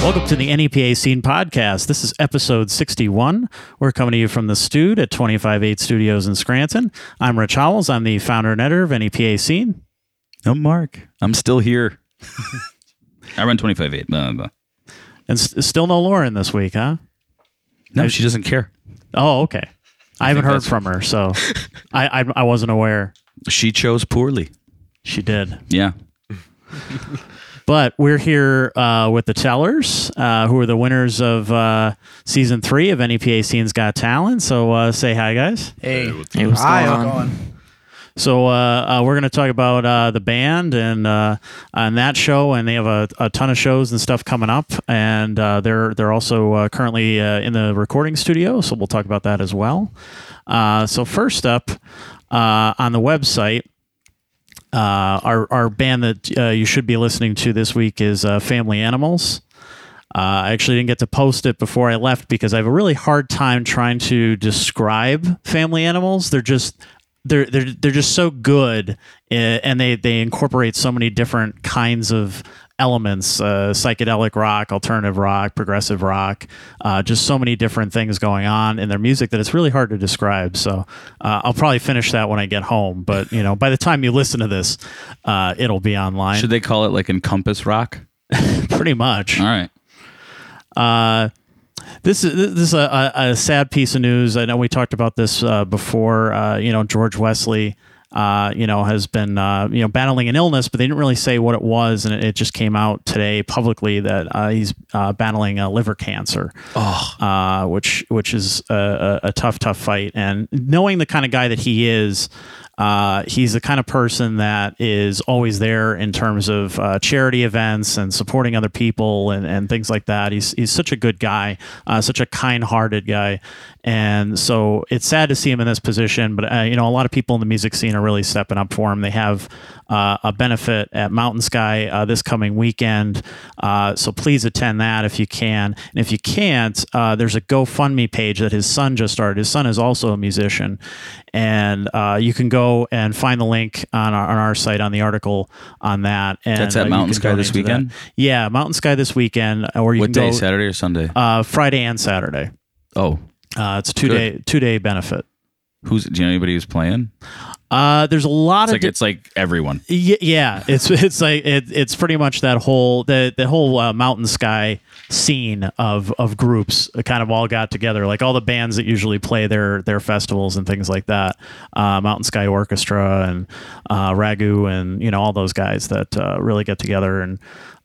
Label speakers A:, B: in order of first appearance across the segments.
A: Welcome to the NEPA Scene Podcast. This is episode 61. We're coming to you from the Stewed at 258 Studios in Scranton. I'm Rich Howells. I'm the founder and editor of NEPA Scene.
B: I'm Mark. I'm still here. I run 25.8. Blah, blah.
A: And s- still no Lauren this week, huh?
B: No, she doesn't care.
A: Oh, okay. I, haven't
B: think
A: heard
B: that's-
A: from her, so I, I I wasn't aware
B: She chose poorly.
A: she did.
B: Yeah.
A: But we're here uh, with the tellers, uh, who are the winners of uh, season three of NEPA Scene's Got Talent. So uh, say hi, guys.
C: Hey,
D: Hey, what's
C: hi,
D: going
C: how's it
D: on?
C: going?
A: So uh, uh, we're going to talk about uh, the band and uh, on that show, and they have a, a ton of shows and stuff coming up, and uh, they're they're also uh, currently uh, in the recording studio, so we'll talk about that as well. Uh, so first up uh, on the website. Uh, our, our band that uh, you should be listening to this week is uh, Family Animals. Uh, I actually didn't get to post it before I left because I have a really hard time trying to describe family animals. They're just they're they're they're just so good, uh, and they they incorporate so many different kinds of elements: uh, psychedelic rock, alternative rock, progressive rock, uh, just so many different things going on in their music that it's really hard to describe. So uh, I'll probably finish that when I get home. But you know, by the time you listen to this, uh, it'll be online
B: Should they call it like Encompass Rock?
A: pretty much.
B: All right.
A: Uh, this is this is a, a, a sad piece of news. I know we talked about this uh, before. Uh, you know, George Wesley, uh, you know, has been uh, you know battling an illness, but they didn't really say what it was, and it, it just came out today publicly that uh, he's uh, battling uh, liver cancer, uh, which which is a, a, a tough tough fight. And knowing the kind of guy that he is. Uh, he's the kind of person that is always there in terms of uh, charity events and supporting other people and, and things like that. He's, he's such a good guy, uh, such a kind hearted guy. And so it's sad to see him in this position, but uh, you know, a lot of people in the music scene are really stepping up for him. They have uh, a benefit at Mountain Sky uh, this coming weekend. Uh, so please attend that if you can. And if you can't, uh, there's a GoFundMe page that his son just started. His son is also a musician. And uh, you can go and find the link on our, on our site on the article on that. And
B: That's at
A: uh, you can
B: Mountain Sky this
A: donate to that.
B: weekend?
A: Yeah, Mountain Sky this weekend. Or you
B: What
A: can
B: day?
A: go
B: Saturday or Sunday?
A: Uh, Friday and Saturday.
B: oh,
A: Uh, it's two day two day benefit.
B: who's? Do you know anybody who's playing?
A: Uh, there's a lot
B: It's
A: of
B: like
A: di-
B: it's like everyone.
A: Y- yeah, it's it's like it, it's pretty much that whole the the whole uh, mountain sky scene of of groups uh, kind of all got together. Like all the bands that usually play their their festivals and things like that, uh, Mountain Sky Orchestra and uh, Ragu and you know all those guys that uh, really get together and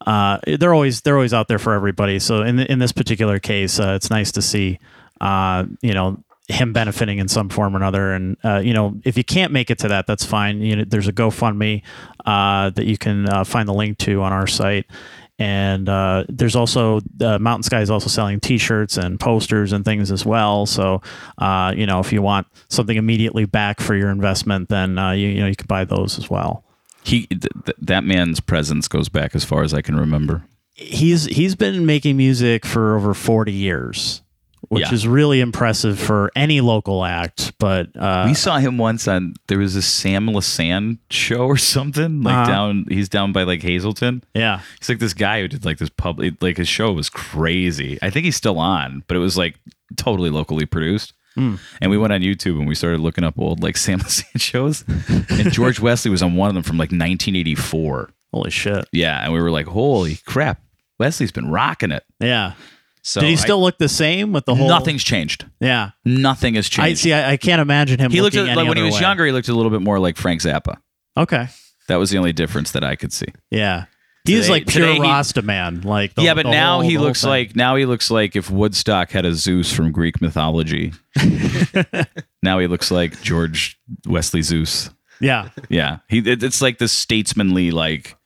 A: uh, they're always they're always out there for everybody. So in in this particular case, uh, it's nice to see uh, you know him benefiting in some form or another. And uh, you know, if you can't make it to that, that's fine. You know, there's a GoFundMe uh, that you can uh, find the link to on our site. And uh, there's also uh, Mountain Sky is also selling T-shirts and posters and things as well. So uh, you know, if you want something immediately back for your investment, then uh, you, you know you can buy those as well.
B: He th- th- that man's presence goes back as far as I can remember.
A: he's he's been making music for over 40 years which
B: Yeah.
A: is really impressive for any local act but uh,
B: we saw him once on there was a Sam Lasan show or something like
A: Uh-huh.
B: down. He's down by like Hazleton.
A: yeah
B: He's like this guy who did like this public, like his show was crazy. I think he's still on, but it was like totally locally produced.
A: Hmm.
B: And we went on YouTube and we started looking up old like Sam Lasan shows. And George Wesley was on one of them from like 1984.
A: holy shit
B: Yeah. And we were like, holy crap, Wesley's been rocking it.
A: yeah
B: So
A: did he
B: I-
A: still look the same with the whole
B: nothing's changed.
A: yeah
B: Nothing has
A: i
B: changed.
A: see i, I can't imagine him
B: he looked
A: looking
B: at, like
A: any
B: when he
A: other
B: was
A: way.
B: younger, he looked a little bit more like Frank Zappa.
A: okay
B: That was the only difference that I could see.
A: yeah he's
B: Today-
A: like pure
B: today he-
A: rasta man like the,
B: yeah, but
A: the
B: now
A: whole- the
B: he
A: whole
B: looks
A: thing.
B: like now he looks like if Woodstock had a Zeus from Greek mythology. now he looks like George Wesley Zeus.
A: yeah
B: Yeah, he it, it's like this statesmanly like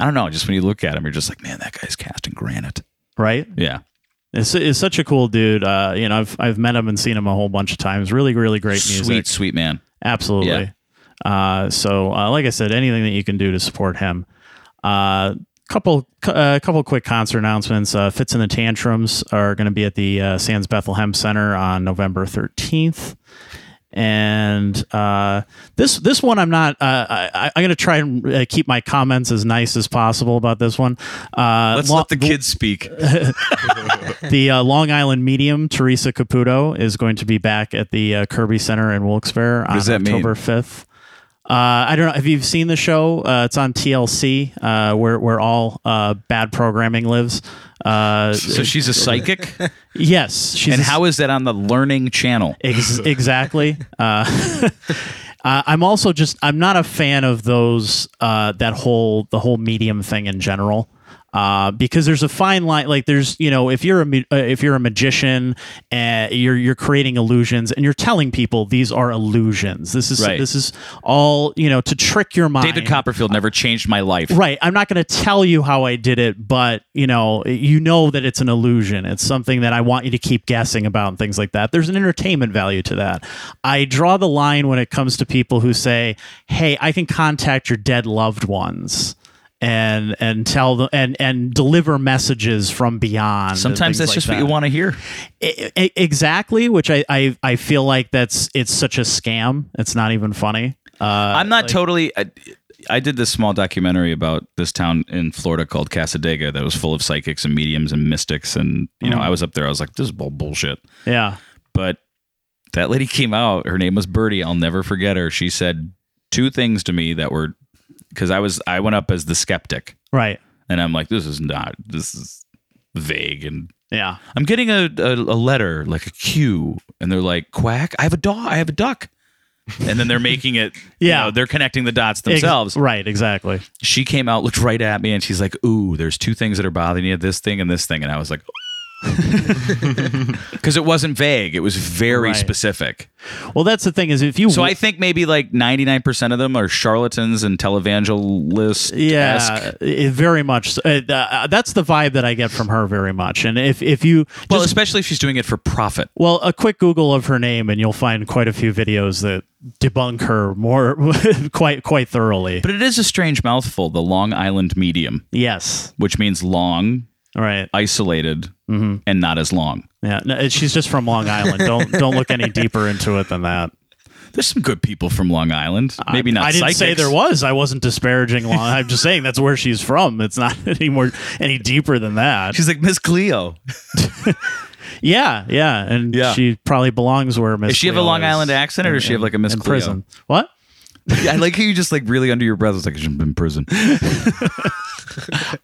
B: I don't know. Just when you look at him, you're just like, man, that guy's cast in granite.
A: right
B: Yeah,
A: it's, it's such a cool dude uh, you know I've, I've met him and seen him a whole bunch of times really really great music
B: sweet, sweet man.
A: Absolutely. Uh, so, uh, like I said, anything that you can do to support him. Uh, couple, a uh, couple quick concert announcements. Uh, Fits and the Tantrums are going to be at the uh, Sands Bethlehem Center on November thirteenth. And uh, this this one, I'm not. Uh, I, I'm going to try and uh, keep my comments as nice as possible about this one. Uh,
B: Let's
A: lo-
B: let the kids speak.
A: the uh, Long Island medium Teresa Caputo is going to be back at the uh, Kirby Center in Wilkes-Barre on
B: does that mean?
A: October 5th. Uh, I don't know. Have you seen the show? Uh, it's on TLC, uh, where where all uh, bad programming lives. Uh,
B: So she's a psychic,
A: yes, she's
B: and
A: a-
B: how is that on the learning channel?
A: Ex- exactly. Uh, uh, I'm also just I'm not a fan of those uh, that whole the whole medium thing in general. Uh, because there's a fine line, like there's, you know, if you're a ma- uh, if you're a magician, uh, you're you're creating illusions, and you're telling people these are illusions. This is
B: Right.
A: this is all you know to trick your mind.
B: David Copperfield never changed my life.
A: Right. I'm not going to tell you how I did it, but you know, you know that it's an illusion. It's something that I want you to keep guessing about and things like that. There's an entertainment value to that. I draw the line when it comes to people who say, "Hey, I can contact your dead loved ones." And, and tell them and and deliver messages from beyond. and
B: Sometimes
A: things
B: that's
A: like
B: just
A: that.
B: what you want to hear.
A: I- I- exactly, which I, I I feel like that's it's such a scam. It's not even funny. Uh,
B: I'm not totally. I, I did this small documentary about this town in Florida called Casadega that was full of psychics and mediums and mystics, and you know, I was up there. I was like, this is bull bullshit.
A: yeah,
B: But that lady came out. Her name was Birdie. I'll never forget her. She said two things to me that were because I was I went up as the skeptic,
A: right,
B: and I'm like, this is not. This is vague and
A: yeah,
B: I'm getting a, a, a letter like a Q, and they're like, "Quack! I have a dog. I have a duck." And then they're making it. you
A: Yeah.
B: know, they're connecting the dots
A: Ex-
B: themselves.
A: right, exactly.
B: she came out, looked right at me, and she's like, "Ooh, there's two things that are bothering you: this thing and this thing." And I was like, "Oh." "Because it wasn't vague; it was very
A: Right.
B: specific."
A: Well, that's the thing is if you
B: So I think maybe like 99% of them are charlatans and televangelists.
A: yeah, it very much. so. Uh, uh, that's the vibe that I get from her very much. And if if you
B: Well,
A: just,
B: especially if she's doing it for profit.
A: well, a quick Google of her name and you'll find quite a few videos that debunk her more quite quite thoroughly.
B: But it is a strange mouthful, the Long Island medium,
A: yes,
B: which means long,
A: right.
B: isolated and not as long.
A: Yeah, no, she's just from Long Island. Don't don't look any deeper into it than that.
B: There's some good people from Long Island. Maybe not.
A: I didn't
B: psychics.
A: say there was. I wasn't disparaging Long. I'm just saying that's where she's from. It's not any more any deeper than that.
B: She's like Miss Cleo.
A: Yeah, yeah, and
B: Yeah.
A: she probably belongs where Miss.
B: Does she have a
A: Cleo
B: Long
A: is.
B: Island accent, or does she have like a Miss
A: in
B: Cleo?
A: prison. What?
B: I like how you just like really under your breath. It's like I'm in prison.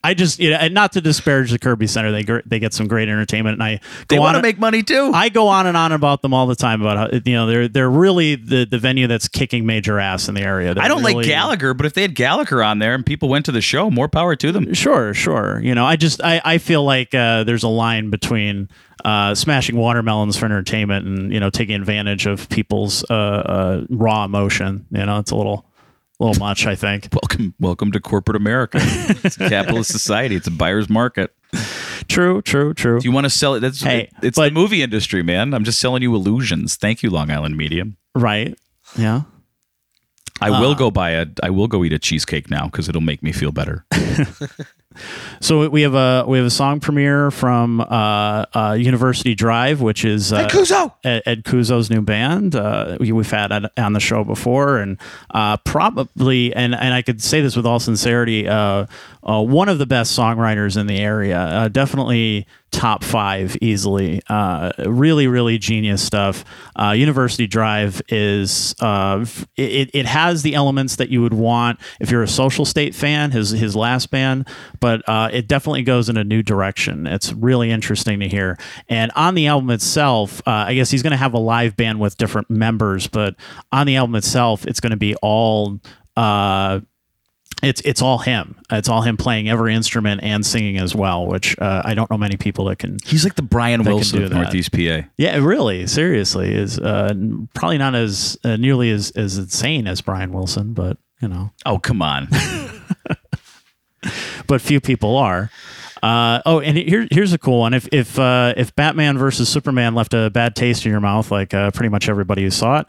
A: I just you know, and not to disparage the Kirby Center, they gr- they get some great entertainment, and I
B: They
A: go on.
B: want to make money too.
A: I go on and on about them all the time about how you know they're they're really the, the venue that's kicking major ass in the area. They're
B: I don't like
A: really-
B: Gallagher, but if they had Gallagher on there and people went to the show, more power to them.
A: Sure, sure. You know, I just I, I feel like uh, there's a line between uh, smashing watermelons for entertainment and you know taking advantage of people's uh, uh, raw emotion. You know, it's a little little much. I think.
B: Welcome, welcome to corporate America. it's a capitalist society. It's a buyer's market.
A: True, true, true.
B: Do you want to sell it? That's
A: Hey,
B: it's the
A: but-
B: movie industry, man. I'm just selling you illusions. Thank you, Long Island Medium.
A: right. Yeah.
B: I will go buy a. I will go eat a cheesecake now because it'll make me feel better.
A: So we have a we have a song premiere from uh, uh, University Drive, which is uh,
B: Kuzo.
A: Ed, Ed Kuzo's new band. Uh, we, we've had it on the show before, and uh, probably, and, and I could say this with all sincerity, uh, uh, one of the best songwriters in the area. Uh, definitely top five easily. Uh, really, really genius stuff. Uh, University Drive is uh, f- it, it has the elements that you would want if you're a Social State fan. His his last band, but uh, it definitely goes in a new direction. It's really interesting to hear. And on the album itself, uh, I guess he's going to have a live band with different members, but on the album itself, it's going to be all. Uh, it's it's all him. It's all him playing every instrument and singing as well, which uh, I don't know many people that can.
B: He's like the Brian Wilson
A: do
B: of
A: that.
B: Northeast PA.
A: Yeah, really, seriously, is uh, n- probably not as uh, nearly as as insane as Brian Wilson, but you know,
B: Oh come on!
A: but few people are. Uh, oh, and here, here's a cool one. If if uh, if Batman versus Superman left a bad taste in your mouth, like uh, pretty much everybody who saw it,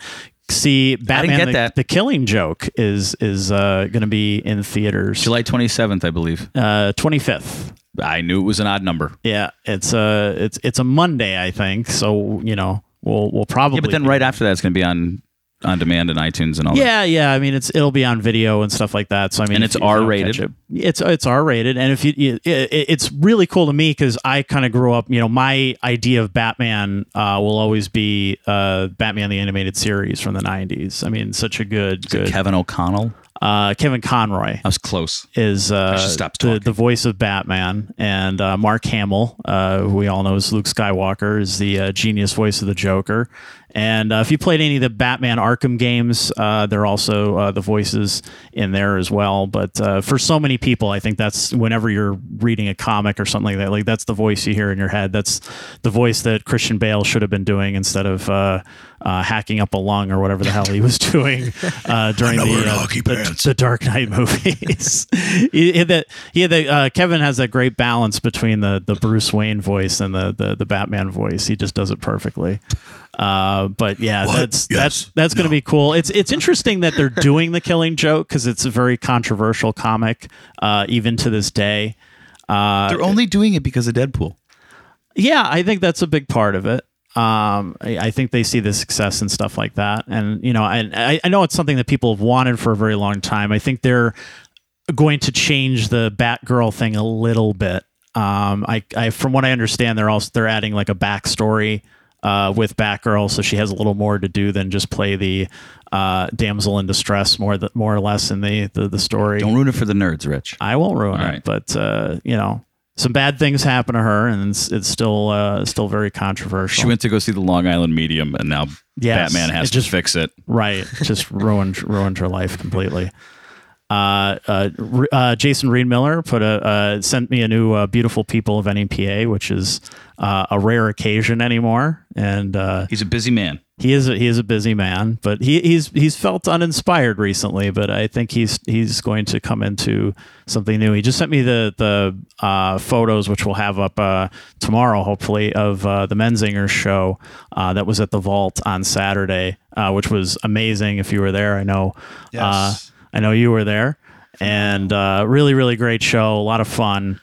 A: see Batman
B: get
A: the,
B: that.
A: the Killing Joke is is uh, going to be in theaters
B: July 27th, I believe.
A: uh, 25th.
B: I knew it was an odd number.
A: Yeah, it's a it's it's a Monday, I think. So you know, we'll we'll probably.
B: Yeah, but then right after that, it's going to be on on demand and iTunes and all that.
A: Yeah, yeah. I mean, it's it'll be on video and stuff like that. So I mean,
B: And
A: if
B: it's
A: you- if you don't
B: R-rated?
A: catch it- It's it's R rated, and if you, you it, it's really cool to me because I kind of grew up. You know, my idea of Batman uh, will always be uh, Batman the animated series from the '90s. I mean, such a good good.
B: Kevin O'Connell.
A: Uh, Kevin Conroy
B: I was close.
A: is uh,
B: should stop
A: the,
B: talking.
A: the voice of Batman, and uh, Mark Hamill, uh, who we all know is Luke Skywalker, is the uh, genius voice of the Joker. And uh, if you played any of the Batman Arkham games, uh, they're also uh, the voices in there as well. But uh, for so many people, I think that's whenever you're reading a comic or something like that, like that's the voice you hear in your head. That's the voice that Christian Bale should have been doing instead of uh, uh, hacking up a lung or whatever the hell he was doing uh, during the, uh, the, the Dark Knight movies. he had that. He had that. Uh, Kevin has that great balance between the the Bruce Wayne voice and the the, the Batman voice. He just does it perfectly. Uh, but yeah, that's that's that's going to be cool. It's it's interesting that they're doing the Killing Joke because it's a very controversial comic, uh, even to this day. Uh,
B: They're only doing it because of Deadpool.
A: yeah, I think that's a big part of it. Um, I, I think they see the success and stuff like that, and you know, and I, I know it's something that people have wanted for a very long time. I think they're going to change the Batgirl thing a little bit. Um, I, I from what I understand, they're also they're adding like a backstory uh, with Batgirl, so she has a little more to do than just play the uh, damsel in distress more th- more or less in the the, the story.
B: Don't ruin it for the nerds, Rich.
A: I won't ruin
B: All
A: it,
B: right.
A: but uh, you know, some bad things happen to her, and it's, it's still uh, still very controversial.
B: She went to go see the Long Island Medium, and now
A: Yes,
B: Batman has
A: it just-
B: to fix it.
A: right, just ruined ruined her life completely. Uh, uh, R- uh, Jason Reed Miller put a uh, sent me a new uh, "Beautiful People of NEPA," which is uh, a rare occasion anymore, and uh,
B: He's a busy man.
A: he is a, he is a busy man, but he, he's he's felt uninspired recently. But I think he's he's going to come into something new. He just sent me the the uh, photos, which we'll have up uh, tomorrow, hopefully, of uh, the Menzinger show uh, that was at the Vault on Saturday, uh, which was amazing. If you were there, I know. Uh,
B: Yes.
A: I know you were there, and uh, really really great show, a lot of fun,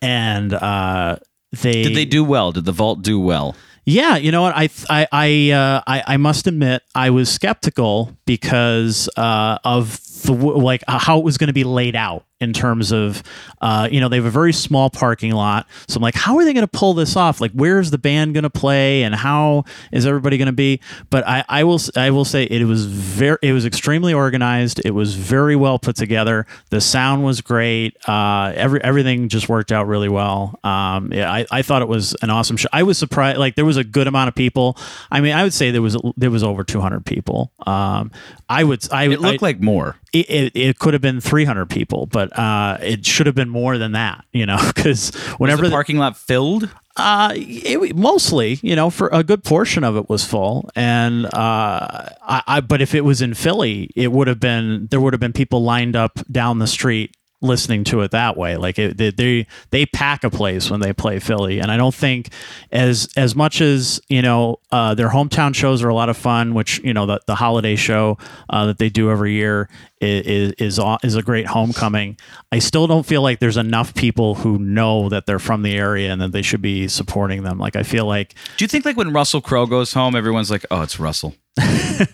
A: and uh, they
B: Did they do well? Did the vault do well?
A: yeah, you know what? I th- I I, uh, I I must admit I was skeptical because uh, of the w- like uh, how it was going to be laid out in terms of uh, you know they have a very small parking lot, so I'm like, how are they going to pull this off? Like, where is the band going to play, and how is everybody going to be? But I I will s- I will say it was very it was extremely organized. It was very well put together. The sound was great. Uh, every everything just worked out really well. Um, yeah, I, I thought it was an awesome show. I was surprised. Like there was a good amount of people. I mean, I would say there was there was over 200 people. Um, I would I
B: It looked
A: I,
B: like more.
A: it, it, it could have been 300 people, but uh, it should have been more than that. You know, because
B: Is
A: whenever
B: the parking lot filled?
A: uh, it, mostly, you know, for a good portion of it was full, and uh, I, I. But if it was in Philly, it would have been there would have been people lined up down the street listening to it that way. Like it, they, they they pack a place when they play Philly, and I don't think as as much as you know uh, their hometown shows are a lot of fun, which you know the the holiday show uh, that they do every year i- is is aw- is a great homecoming. I still don't feel like there's enough people who know that they're from the area and that they should be supporting them. Like I feel like
B: Do you think like when Russell Crowe goes home, everyone's like, "Oh, it's Russell."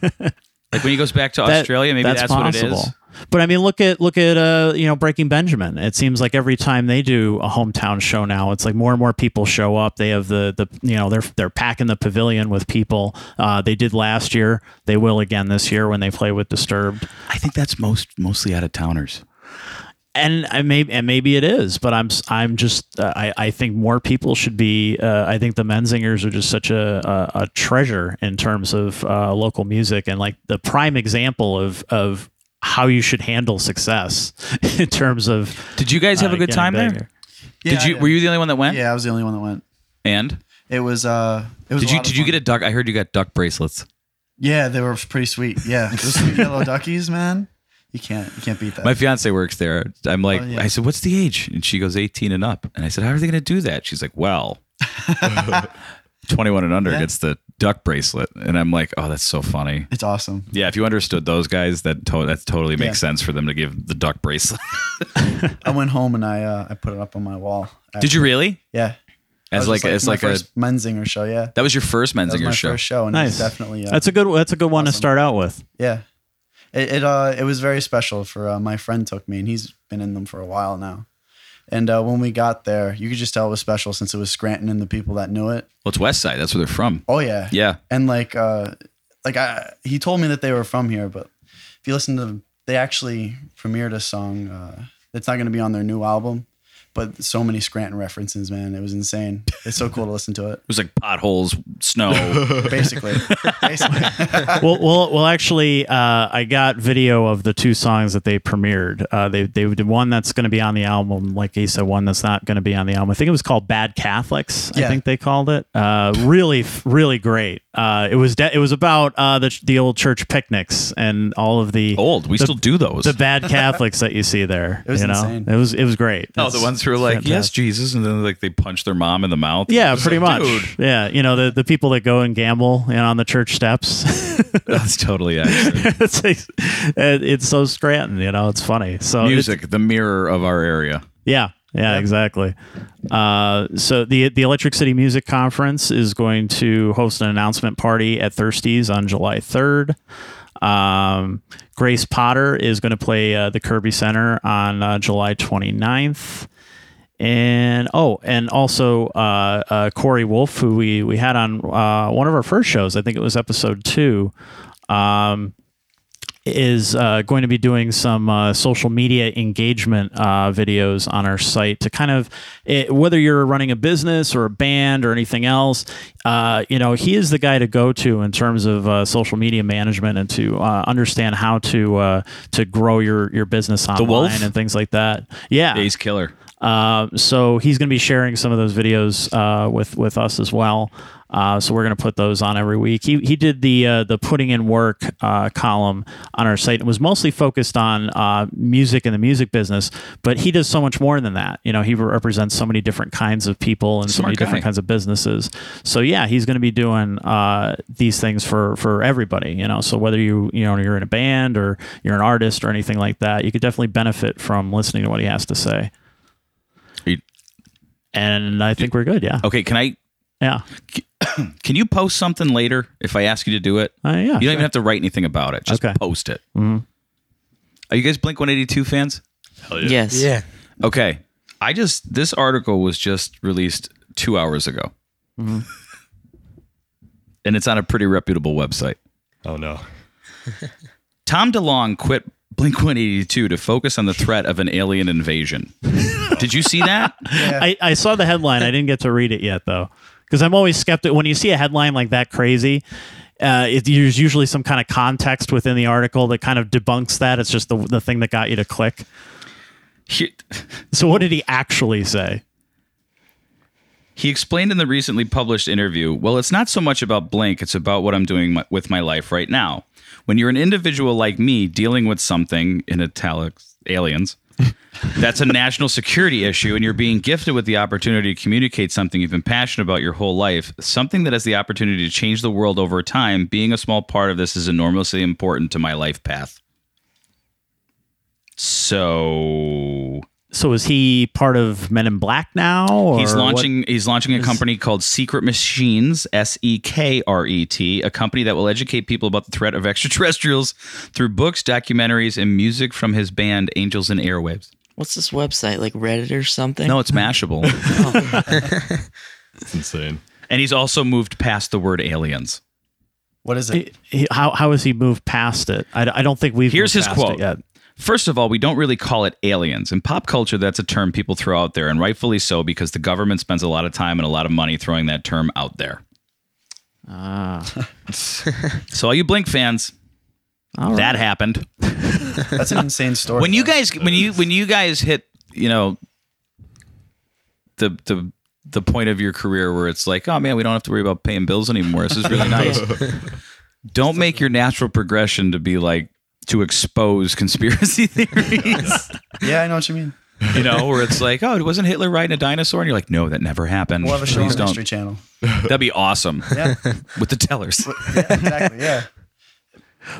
B: like when he goes back to
A: that-
B: Australia, maybe that's, what it
A: possible.
B: is.
A: But I mean, look at look at uh, you know Breaking Benjamin. It seems like every time they do a hometown show now, it's like more and more people show up. They have the the you know they're they're packing the pavilion with people. Uh, they did last year. They will again this year when they play with Disturbed.
B: I think that's most mostly out of towners.
A: and I may and maybe it is, but I'm s- I'm just uh, I I think more people should be. Uh, I think the Menzingers are just such a a, a treasure in terms of uh, local music and like the prime example of of how you should handle success in terms of
B: Did you guys have
A: uh,
B: a good
A: getting
B: time there?
A: bigger.
B: Did you? Were you the only one that went?
C: Yeah, I was the only one that went.
B: And
C: It was. uh It was.
B: did
C: a
B: you?
C: lot of
B: Did you
C: fun.
B: get a duck? I heard you got duck bracelets.
C: Yeah, they were pretty sweet. Yeah, those sweet yellow duckies, man. You can't. You can't beat that.
B: My fiance works there. I'm like,
C: Oh, yeah.
B: I said, what's the age? And she goes, 18 and up. And I said, how are they going to do that? She's like, well, 21 and under gets the duck bracelet. And I'm like, oh, that's so funny.
C: it's awesome.
B: Yeah, if you understood those guys, that to- that totally makes
C: Yeah.
B: sense for them to give the duck bracelet.
C: I went home and I uh, I put it up on my wall.
B: Did you really?
C: Yeah.
B: As
C: was
B: like,
C: just,
B: as like
C: my
B: a
C: first Menzinger show. Yeah,
B: that was your first
C: that was my
B: Menzinger show.
C: first show, and
A: Nice.
C: it's definitely uh,
A: That's a good. That's a good one to
C: Awesome.
A: start out with.
C: yeah. It it, uh, it was very special for uh, my friend took me, and he's been in them for a while now. And uh, when we got there, you could just tell it was special since it was Scranton and the people that knew it.
B: Well, it's West Side. That's where they're from.
C: Oh yeah,
B: Yeah.
C: and like uh like I he told me that they were from here, but if you listen to they actually premiered a song uh that's not gonna be on their new album, but so many Scranton references, man. It was insane. It's so cool to listen to it.
B: It was like potholes, snow.
C: Basically. Basically.
A: well, well, well. Actually, uh, I got video of the two songs that they premiered. Uh, they they did one that's going to be on the album, like he said, one that's not going to be on the album. I think it was called Bad Catholics. I
C: Yeah.
A: think they called it. Uh, really, f- really great. Uh, it was de- it was about uh, the ch- the old church picnics and all of the
B: Old. We
A: The-
B: still do those.
A: the bad Catholics that you see there.
C: It was
A: you know,
C: insane.
A: it was it was great.
B: Oh, the
A: It's-
B: ones who are
A: it's
B: like,
A: fantastic.
B: yes, Jesus, and then like they punch their mom in the mouth.
A: Yeah,
B: It's
A: pretty
B: like,
A: much.
B: Dude,
A: Yeah, you know the, the people that go and gamble and on the church steps.
B: that's totally accurate.
A: it's, like- it- it's so Scranton, you know. It's funny. So it's-
B: Music, the mirror of our area.
A: yeah, yeah, exactly. Uh, so the the Electric City Music Conference is going to host an announcement party at Thirsties on July third. Um, Grace Potter is going to play uh, the Kirby Center on uh, July 29th. And oh, and also uh, uh, Corey Wolf, who we we had on uh, one of our first shows, I think it was episode two, um, is uh, going to be doing some uh, social media engagement uh, videos on our site to kind of it, whether you're running a business or a band or anything else, uh, you know, he is the guy to go to in terms of uh, social media management and to uh, understand how to uh, to grow your your business online
B: Wolf?
A: and things like that. Yeah,
B: Ace killer.
A: uh, so he's going to be sharing some of those videos uh, with with us as well. Uh, so we're going to put those on every week. He, he did the uh, the putting in work uh, column on our site. It was mostly focused on uh, music and the music business, but he does so much more than that. You know, he represents so many different kinds of people and so many
B: Smart guy.
A: different kinds of businesses. So yeah, he's going to be doing uh, these things for for everybody. You know, so whether you you know you're in a band or you're an artist or anything like that, you could definitely benefit from listening to what he has to say
B: Are you-
A: and I think we're good. Yeah,
B: Okay, can I?
A: yeah,
B: Can you post something later if I ask you to do it?
A: uh, yeah.
B: You don't even have to write anything about it. Just
A: Okay.
B: post it. Are you guys Blink 182 fans?
D: Yes.
E: Yeah.
B: Okay. I just, this article was just released two hours ago. and it's on a pretty reputable website.
E: Oh no.
B: Tom DeLong quit Blink 182 to focus on the threat of an alien invasion. Did you see that?
A: I, I saw the headline. I didn't get to read it yet though, because I'm always skeptical when you see a headline like that crazy. Uh, it, there's usually some kind of context within the article that kind of debunks that. It's just the the thing that got you to click.
B: He,
A: So what did he actually say?
B: he explained in the recently published interview Well, it's not so much about Blink, it's about what I'm doing my, with my life right now. When you're an individual like me dealing with something, in italics, aliens, that's a national security issue, and you're being gifted with the opportunity to communicate something you've been passionate about your whole life, something that has the opportunity to change the world over time. Being a small part of this is enormously important to my life path. So
A: So is he part of Men in Black now? Or
B: He's
A: what?
B: launching. He's launching a company called Secret Machines, S E K R E T, a company that will educate people about the threat of extraterrestrials through books, documentaries, and music from his band Angels and Airwaves.
D: What's this website? Like Reddit or something?
B: No, it's Mashable,
E: It's insane.
B: and he's also moved past the word aliens.
C: What is it?
A: He- he- how how has he moved past it? I, I don't think we've
B: Here's
A: moved
B: his
A: past it
B: quote.
A: yet.
B: First of all, we don't really call it aliens. In pop culture, that's a term people throw out there, and rightfully so, because the government spends a lot of time and a lot of money throwing that term out there. so, all you Blink fans, that happened.
C: That's an insane story.
B: when you guys when you when you guys hit you know the the the point of your career where it's like oh man we don't have to worry about paying bills anymore this is really nice don't make your natural progression to be like to expose conspiracy theories
C: Yeah, I know what you mean.
B: you know where it's like oh it wasn't hitler riding a dinosaur and you're like no that never happened
C: We'll have a show
B: Please
C: on the
B: don't.
C: History Channel.
B: that'd be awesome
C: Yeah.
B: with the tellers
C: yeah, exactly. Yeah.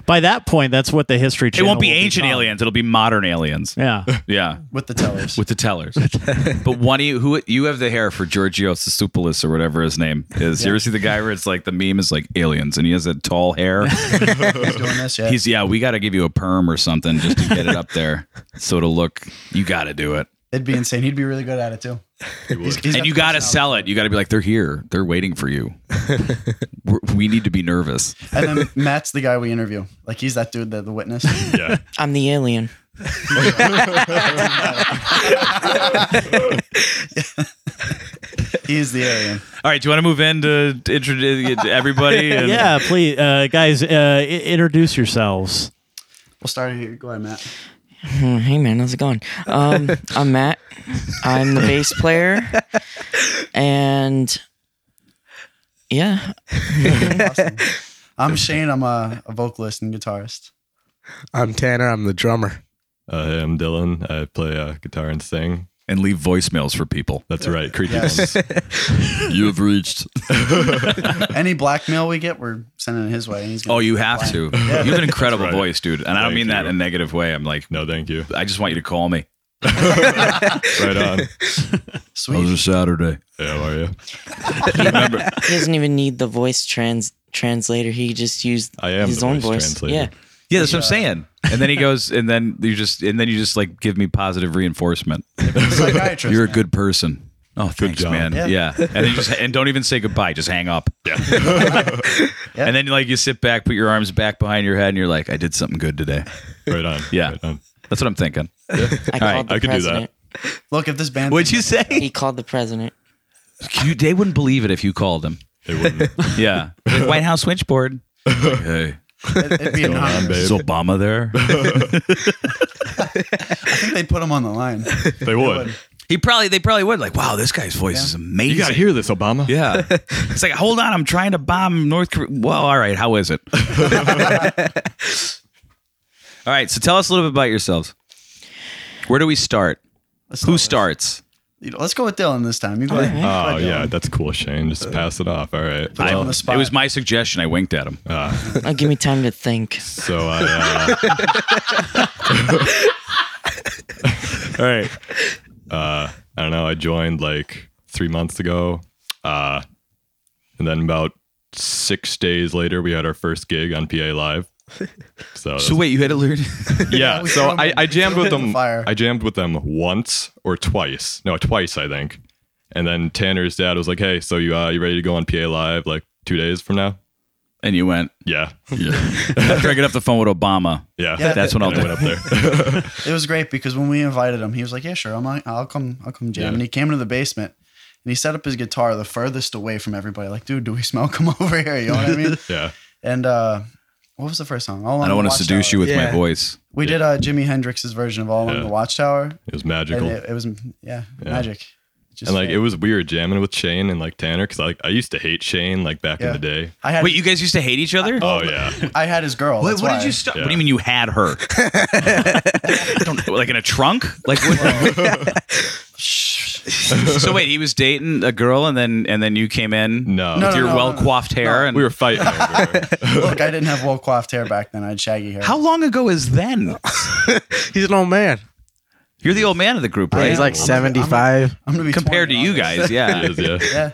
A: by that point, that's what the history.
B: It
A: Channel
B: won't be
A: will
B: ancient
A: become.
B: aliens. It'll be modern aliens.
A: Yeah,
B: Yeah.
C: with the tellers.
B: With the tellers. but one of you who you have the hair for Giorgio Sisupoulos or whatever his name is. You ever see the guy where it's like the meme is like aliens and he has that tall hair?
C: He's doing this, yeah.
B: He's yeah, we gotta give you a perm or something just to get it up there. So to look you gotta do it.
C: It'd be insane. He'd be really good at it too. He's- he's
B: and
C: got
B: you
C: the
B: got to
C: personality.
B: sell it. You got to be like, they're here. They're waiting for you. We're, we need to be nervous.
C: And then Matt's the guy we interview. Like he's that dude that the witness.
E: Yeah.
D: I'm the alien.
C: He's the alien.
B: All right. Do you want to move in to introduce everybody? And
A: yeah. Please, uh, guys, uh, i- introduce yourselves.
C: We'll start here. Go ahead, Matt.
D: Hmm, Hey man, how's it going? Um, I'm Matt. I'm the bass player, and yeah,
C: Awesome. I'm Shane. I'm a, a vocalist and guitarist.
F: I'm Tanner. I'm the drummer.
E: Uh, hey, I'm Dylan. I play uh, guitar and sing.
B: And leave voicemails for people.
E: That's right. Creepy
C: Yes.
B: You've reached.
C: Any blackmail we get, we're sending it his way. And he's gonna
B: Oh, you have to. You have an incredible
E: Right.
B: voice, dude. And I don't
E: Thank
B: mean that in
E: you.
B: a negative way. I'm like,
E: No, thank you.
B: I just want you to call me.
E: Right on.
C: Sweet.
B: a Saturday?
E: Yeah, how are you?
D: he doesn't even need the voice trans translator. He just used
E: I am
D: his
E: the
D: own
E: voice
D: voice.
E: translator.
D: Yeah,
B: Yeah, that's what I'm saying. And then he goes, and then you just, and then you just like give me positive reinforcement.
C: Psychiatrist.
B: You're a good person. Oh, thanks,
E: job.
B: man. Yeah.
C: Yeah.
B: And then you just and don't even say goodbye. Just hang up. Yeah. And then like you sit back, put your arms back behind your head, and you're like, I did something good today.
E: Right on.
B: Yeah.
E: Right on.
B: That's what I'm thinking.
D: I called
B: right,
D: the
E: I could do that.
D: president.
C: Look, if this band.
B: What'd you say?
D: He called the president.
B: You, they wouldn't believe it if you called them.
E: It wouldn't.
B: Yeah. White House switchboard. hey,
C: It, would be an
E: Going on,
C: honor.
E: babe.
B: is Obama there?
C: I think they'd put him on the line.
E: They would.
B: he probably, they probably would. Like, wow, this guy's voice is amazing.
E: You got to hear this, Obama.
B: Yeah. It's like, hold on, I'm trying to bomb North Korea. Well, all right, how is it? all right, so tell us a little bit about yourselves. Where do we start?
C: Let's
B: Who
C: start
B: starts?
C: with- you know, Let's go with Dylan this time. You go ahead.
E: Oh,
C: Go ahead,
E: yeah.
C: Dylan.
E: That's cool, Shane. Just pass it off. All right.
C: him on
E: Well,
C: the spot.
B: It was my suggestion. I winked at him.
D: Oh, give me time to think.
E: so I,
A: All right.
E: uh, uh, I don't know. I joined like three months ago. Uh, and then about six days later, we had our first gig on PA Live. So,
B: So wait, you had a lyric?
E: yeah.
C: we
E: So
C: threw 'em
E: I,
C: in-
E: I jammed
C: threw
E: with
C: 'em in
E: them.
C: the fire.
E: I jammed with them once or twice. No, twice I think. And then Tanner's dad was like, "Hey, so you uh, you ready to go on PA Live like two days from now?"
B: and you went,
E: Yeah,
B: after I get off the phone with Obama,
E: yeah.
C: Yeah.
B: that's when I'll
E: And I
B: do
E: went
B: it.
E: up there.
C: It was great because when we invited him, he was like, "Yeah, sure, I'm, I'll come, I'll come jam."
E: Yeah.
C: And he came into the basement and he set up his guitar the furthest away from everybody. Like, dude, do we smell? Come over here. You know what I mean?
E: yeah,
C: and uh, what was the first song? All
B: I don't want to seduce you with my
F: Yeah.
B: voice.
C: We did uh, Jimi Hendrix's version of All on
E: Yeah.
C: the Watchtower,
E: it was
C: and
E: magical. And,
C: it, it was yeah, magic. Just
E: like it was weird jamming with Shane and like Tanner because like I used to hate Shane like back in
C: Yeah.
E: the day.
C: I had
B: Wait, you guys used to hate each other?
E: Oh yeah,
C: I had his girl.
B: Wait,
C: that's
B: what
C: why.
B: did you start?
E: Yeah.
B: What do you mean you had her? I don't know, like in a trunk? Like what? so wait, he was dating a girl, and then and then you came in
E: no,
C: No,
B: with your
C: no,
B: well coiffed hair, and
E: we were fighting. Over it.
C: Look, I didn't have well coiffed hair back then. I had shaggy hair.
B: how long ago is then?
F: He's an old man.
B: You're the old man of the group, right?
C: am.
F: He's like
C: I'm- I'm-
F: 75.
C: I'm gonna be
B: compared to
C: 20
B: you
C: on this.
B: guys, yeah.
E: It is, yeah.
C: Yeah,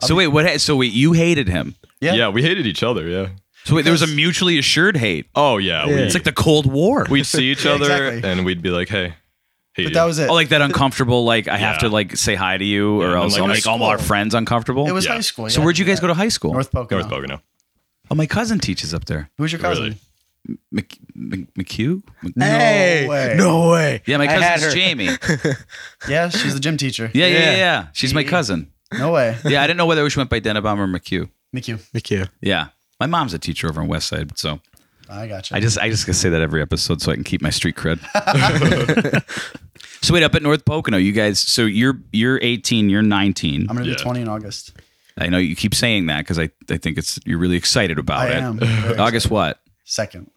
B: So wait, what? ha- So wait, you hated him.
C: yeah,
E: yeah, we hated each other. Yeah.
B: So wait, there was a mutually assured hate.
E: Oh yeah, We,
B: It's like the Cold War.
E: we'd see each other
C: exactly.
E: and we'd be like, "Hey,
C: But
E: hate you."
C: that was it.
B: Oh, like that uncomfortable, like I have
E: Yeah.
B: to like say hi to you, or
E: and
B: else
E: like
B: I'll
E: high
B: make all our
C: school.
B: friends uncomfortable.
C: it was
E: yeah.
C: high school.
B: so
C: yeah.
B: where'd you guys go to high school?
C: North Pocono.
E: North Pocono.
B: Oh, my cousin teaches up there.
C: Who's your cousin?
E: Really?
B: Mc, Mc, McHugh? Mc-
C: No
F: hey,
C: way.
F: no way.
B: yeah, my
F: Eh. I had
B: cousin's
F: her.
B: Jamie.
C: Yeah, she's the gym teacher.
B: Yeah, yeah, yeah,
F: Yeah.
B: yeah. She's my cousin.
C: No way.
B: Yeah, I didn't know whether she went by Denenbaum or McHugh.
C: Thank you.
F: Thank you.
B: Yeah. My mom's a teacher over on West Side, so
C: I got you.
B: I just I just gonna say that every episode so I can keep my street cred. so wait, up at North Pocono, you guys. So you're you're 18, you're 19.
C: I'm gonna be
E: Yeah.
C: 20 in August.
B: I know you keep saying that because I I think it's you're really excited about
C: I
B: it.
C: am. Very
B: Oh, August what?
C: Second.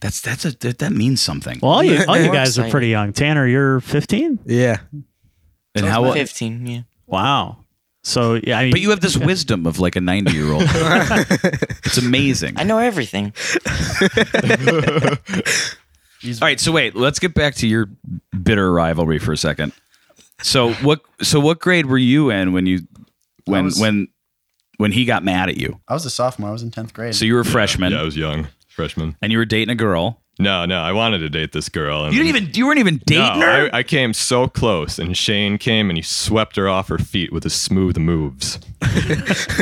B: That's that's a that, that means something.
A: Well, all you, all you
D: We're
A: guys are
D: excited.
A: pretty young. Tanner, you're 15.
F: Yeah.
B: and how
D: Fifteen. Yeah.
A: Wow. So yeah, I mean,
B: But you have this wisdom of like a 90 year old. it's amazing.
D: I know everything.
B: All right, so wait, let's get back to your bitter rivalry for a second. So what? So what grade were you in when you when
C: was-
B: when when he got mad at you?
C: I was a sophomore. I was in tenth grade.
B: So you were a freshman
E: Yeah, I was young, freshman.
B: and you were dating a girl.
E: No, no, I wanted to date this girl. And
B: You didn't even you weren't even
E: No,
B: dating her.
E: I, I came so close, and Shane came and he swept her off her feet with his smooth moves.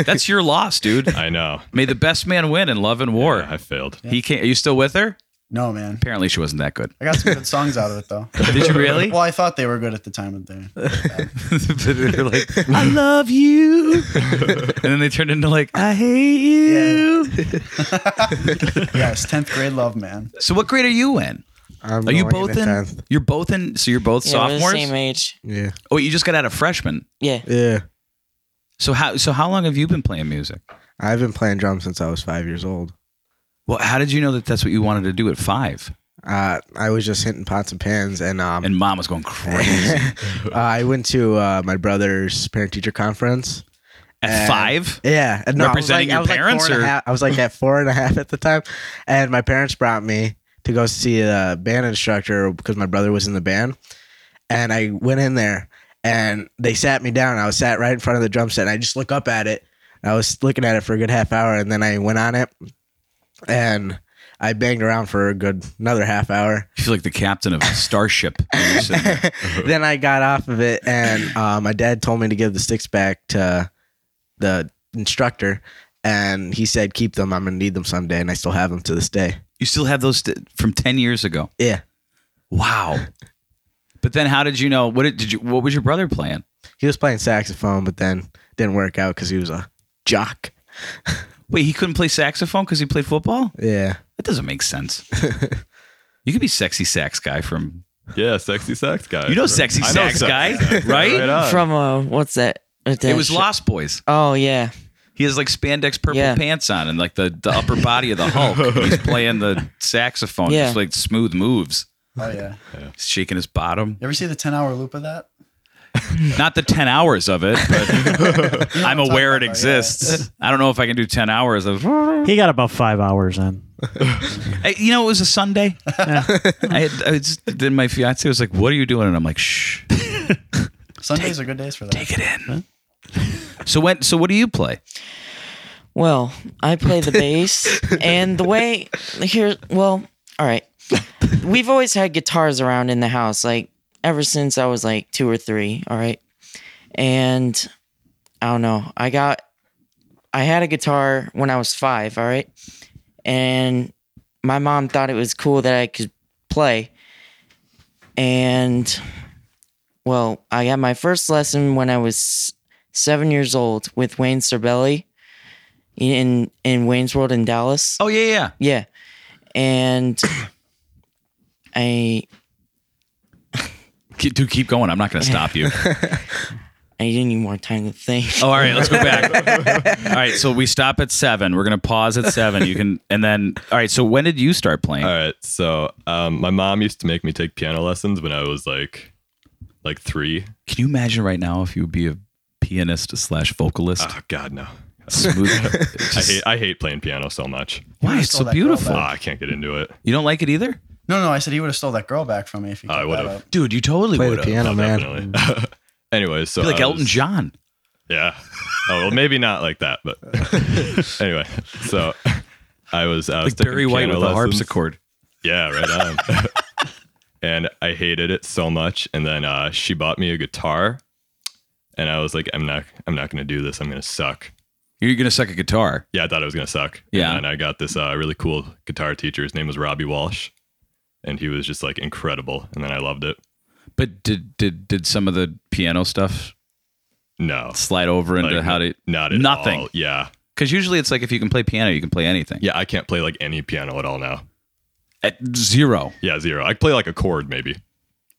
B: That's your loss, dude.
E: I know.
B: May the best man win in love and war.
E: I failed.
B: He can't. Are you still with her?
C: no, man.
B: Apparently, she wasn't that good.
C: I got some good songs out of it though.
B: Did you really?
C: Well, I thought they were good at the time of the.
B: They're like, I love you, and then they turned into like, I hate you.
C: Yes, tenth grade love, man.
B: So what grade are you in?
F: I'm
B: Are you
F: going
B: both in?
F: tenth.
B: You're both in. So you're both
D: Yeah, we're the
B: sophomores.
D: same age.
F: Yeah.
B: Oh, you just got out of freshman.
D: Yeah.
F: Yeah.
B: So how so how long have you been playing music?
F: I've been playing drums since I was five years old.
B: Well, how did you know that that's what you wanted to do at five?
F: Uh, I was just hitting pots and pans, and um,
B: And mom was going crazy
F: uh, I went to uh, my brother's parent teacher conference.
B: at five.
F: Yeah, and no,
B: Representing your
F: I was like, I was
B: parents,
F: like four and
B: or-
F: a half- I was like at four and a half at the time, and my parents brought me to go see a band instructor because my brother was in the band, and I went in there and they sat me down. I was sat right in front of the drum set, and I just look up at it. I was looking at it for a good half hour, and then I went on it, and I banged around for a good another half hour.
B: You feel like the captain of a starship. when you're sitting there.
F: then I got off of it, and uh, my dad told me to give the sticks back to the instructor, and he said, "Keep them. I'm gonna need them someday." And I still have them to this day.
B: you still have those st- from ten years ago.
F: Yeah,
B: Wow. But then, how did you know? What did, did you? What was your brother playing?
F: he was playing saxophone, but then didn't work out because he was a jock.
B: Wait, he couldn't play saxophone because he played football.
F: Yeah,
B: That doesn't make sense. you could be sexy sax guy from
E: Yeah, sexy sax guy.
B: you know sexy
E: I know
B: sax
E: sexy
B: guy,
E: sax.
B: right?
E: Right on.
D: From uh, what's that? that
B: It was
D: sh-
B: Lost Boys.
D: Oh yeah.
B: He has like spandex purple
D: Yeah.
B: pants on and like the, the upper body of the Hulk. He's playing the saxophone,
D: Yeah.
B: just like smooth moves.
C: Oh yeah.
B: He's shaking his bottom.
C: You ever see the ten hour loop of that?
B: Not the 10 hours of it, but I'm
C: what I'm
B: aware it
C: talking about, yeah.
B: exists. I don't know if I can do 10 hours of. I-
A: he got about five hours in.
B: You know, it was a Sunday. I, had, I was, then my fiance was like, What are you doing? And I'm like, Shh,
C: Sundays are good days for that.
B: take it in. So when, so what do you play?
D: Well, I play the bass, and the way here, well, all right. We've always had guitars around in the house, like ever since I was like two or three. All right, and I don't know. I got, I had a guitar when I was five. All right, and my mom thought it was cool that I could play, and well, I got my first lesson when I was seven years old with Wayne Cerbelli in in Wayne's World in Dallas.
B: Oh, yeah, yeah.
D: Yeah, and I
B: Keep, dude, keep going. I'm not going to stop you.
D: I didn't need more time to think.
B: Oh, all right, let's go back. all right, so we stop at seven. We're gonna pause at seven. You can, and then, all right. So when did you start playing?
E: All right. So um, my mom used to make me take piano lessons when I was like, like three.
B: Can you imagine right now if you would be a pianist slash vocalist?
E: Oh God, no.
B: Smooth.
E: I hate I hate playing piano so much.
B: Why it's
C: stole
B: so
C: that girl
B: beautiful?
E: Ah, I can't get into it.
B: You don't like it either,
C: No, no. I said he would have stole that girl back from me if he.
E: Oh, I
C: kept
E: would've.
C: that up.
B: dude. You totally
F: play
B: would.
F: the
B: Be
F: piano,
E: Oh,
F: man.
E: definitely. anyway, so
B: like
E: I
B: Elton
E: was-
B: John.
E: Yeah. Oh well, maybe not like that, but anyway. So I was I was
B: Like Barry
E: taking
B: White
E: piano
B: with a
E: lessons.
B: harpsichord.
E: Yeah, right on. and I hated it so much. And then uh, she bought me a guitar, and I was like, I'm not, I'm not gonna do this. I'm gonna suck.
B: You're gonna suck a guitar.
E: Yeah, I thought it was gonna suck.
B: Yeah.
E: And I got this uh, really cool guitar teacher. His name was Robbie Walsh, and he was just like incredible. And then I loved it.
B: But did did did some of the piano stuff
E: No,
B: slide over into
E: Like,
B: how to?
E: not at
B: nothing.
E: all. Yeah,
B: Because usually it's like if you can play piano, you can play anything.
E: yeah. I can't play like any piano at all now.
B: At zero,
E: Yeah, zero. I can play like a chord maybe.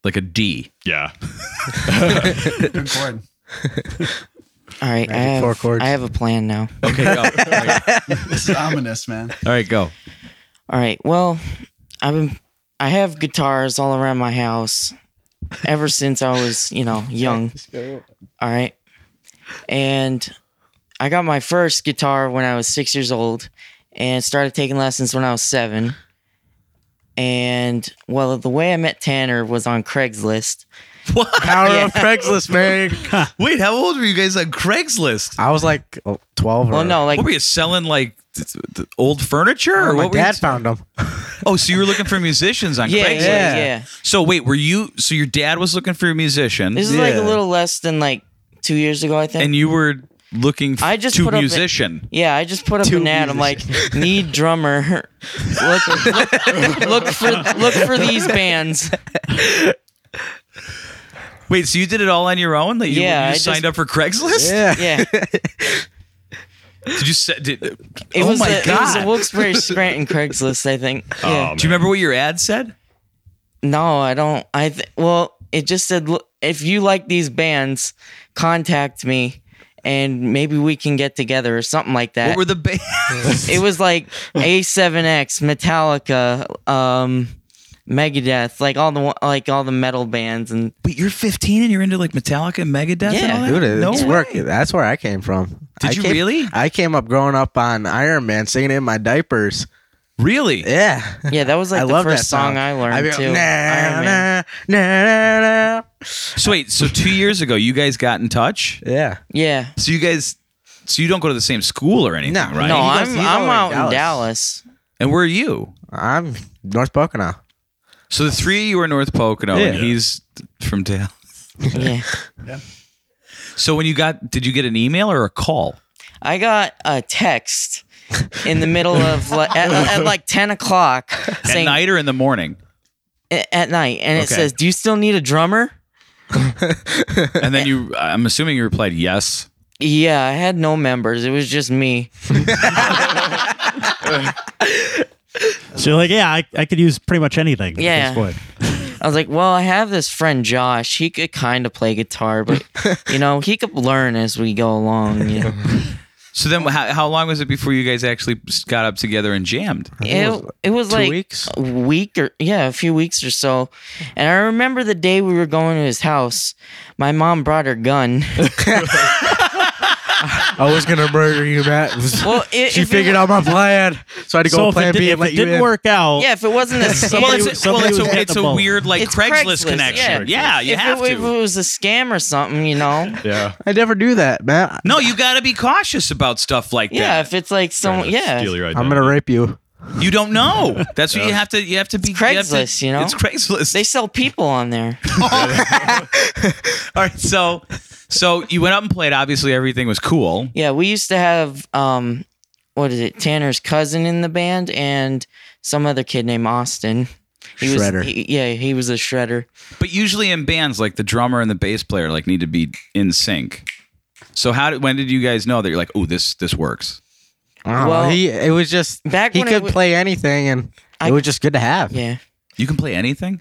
B: like a D.
E: Yeah,
C: Good chord.
D: All right, I have,
F: four chords.
D: I have a plan now.
B: Okay, go. all right,
C: This is ominous, man.
B: all right, go.
D: All right, well, I've been I have guitars all around my house ever since I was you know young. All right, And I got my first guitar when I was six years old and started taking lessons when I was seven. And well, the way I met Tanner was on Craigslist.
F: Power
D: Yeah.
F: of Craigslist, man.
B: Wait, how old were you guys on Craigslist?
F: I was like oh, 12 or
D: Well, no, like
B: what were you selling? Like th- th- th- old furniture?
F: Or
B: or
F: my
B: what were
F: dad
B: you-
F: found them.
B: oh, so you were looking for musicians on
D: yeah,
B: Craigslist?
D: yeah, yeah.
B: So wait, were you? So your dad was looking for a musician,
D: This is like a
F: Yeah.
D: little less than like two years ago, I think.
B: and you were looking
D: I
B: I
D: just
B: just to
D: put up a-
B: musician.
D: yeah, I just put up
F: Two
D: an ad. I'm like, need drummer. look, look, look for look for these bands.
B: Wait, so you did it all on your own? Like you,
D: Yeah,
B: you
D: I just-
B: signed up for Craigslist?
F: Yeah.
D: Yeah, it
B: Did you? se- Did, oh
D: was
B: my
D: a,
B: god!
D: It was a Wilkes-Barre Scranton Craigslist, I think. Yeah.
E: Um,
B: Do you remember what your ad said?
D: No, I don't. I th- well, it just said "Look, if you like these bands, contact me, and maybe we can get together or something like that.
B: What were the bands?
D: it was like A7X, Metallica, um, Megadeth, like all the wa- like all the metal bands, and
B: Wait, you're 15 and you're into like Metallica and Megadeth and
D: Yeah.
B: all that?
F: Dude, it-
B: no
F: it's
B: way.
F: work. That's where I came from.
B: Did
F: I
B: you
F: came-
B: really?
F: I came up growing up on Iron Man, singing it in my diapers.
B: Really?
F: Yeah,
D: yeah, that was like
F: I
D: the
F: love
D: first
F: that song.
D: I learned
F: I be-
D: too.
F: Nah,
D: Iron Man.
F: nah, nah, nah, nah.
B: So wait, so two years ago you guys got in touch.
F: Yeah,
D: Yeah,
B: So you guys, so you don't go to the same school or anything,
F: No,
B: right?
D: no,
F: He
D: I'm
F: lives- he's all
D: I'm
F: in
D: out in
F: Dallas.
D: Dallas.
B: And where are you?
F: I'm North Pocono.
B: So the three of you are North Pocono, and
F: Yeah.
B: he's from Dallas.
D: Yeah,
B: So when you got, did you get an email or a call?
D: I got a text in the middle of li- at, at like ten o'clock
B: At
D: saying
B: night or in the morning?
D: a- at night, and it
B: Okay.
D: says, "Do you still need a drummer?"
B: And then you, I'm assuming you replied yes.
D: Yeah, I had no members. It was just me.
A: So you're like, yeah, I, I could use pretty much anything. at
D: Yeah.
A: this point.
D: I was like, well, I have this friend Josh. He could kind of play guitar, but you know, he could learn as we go along. You know?
B: So then, how, how long was it before you guys actually got up together and jammed?
D: it, it was
F: two
D: like
F: weeks?
D: a week or yeah, a few weeks or so. And I remember the day we were going to his house. My mom brought her gun.
F: I was gonna murder you, Matt.
D: Well, it,
F: she
D: if it
F: figured
D: wa-
F: out my plan, so I had to go
A: So if
F: with plan
A: it, did,
F: B and
A: if
F: let
A: it
F: you
A: didn't
F: in.
A: work out,
D: Yeah, if it wasn't a scam,
B: Well, it's a, well,
A: somebody
B: it's
A: was
B: a,
A: getting
B: it's
A: the
B: a
A: ball.
B: weird like
D: It's
B: Craigslist,
D: Craigslist,
B: connection. Yeah,
D: yeah.
B: you
D: if,
B: have
D: it, if
B: to.
D: it was a scam or something, you know.
E: yeah.
F: I never do that, Matt.
B: No, you got to be cautious about stuff like
D: Yeah,
B: that.
D: if it's like some
E: Trying to
D: Oh, yeah,
E: Steal your
F: I'm gonna
E: identity.
F: rape you.
B: You don't know. That's what you have to. You have to be you have to-
D: Craigslist, you know?
B: It's Craigslist.
D: they sell people on there.
B: All right, so so you went up and played. Obviously, everything was cool.
D: Yeah, we used to have um what is it? Tanner's cousin in the band and some other kid named Austin. He
F: Shredder.
D: was he, yeah, he was a shredder.
B: But usually in bands, like the drummer and the bass player, like need to be in sync. So how did when did you guys know that you're like, oh, this this works?
F: Well,
D: Well,
F: Oh, he it was just
D: back
F: he
D: when it
F: could
D: wa-
F: play anything, and
D: I-
F: it was just good to have.
D: Yeah.
B: You can play anything.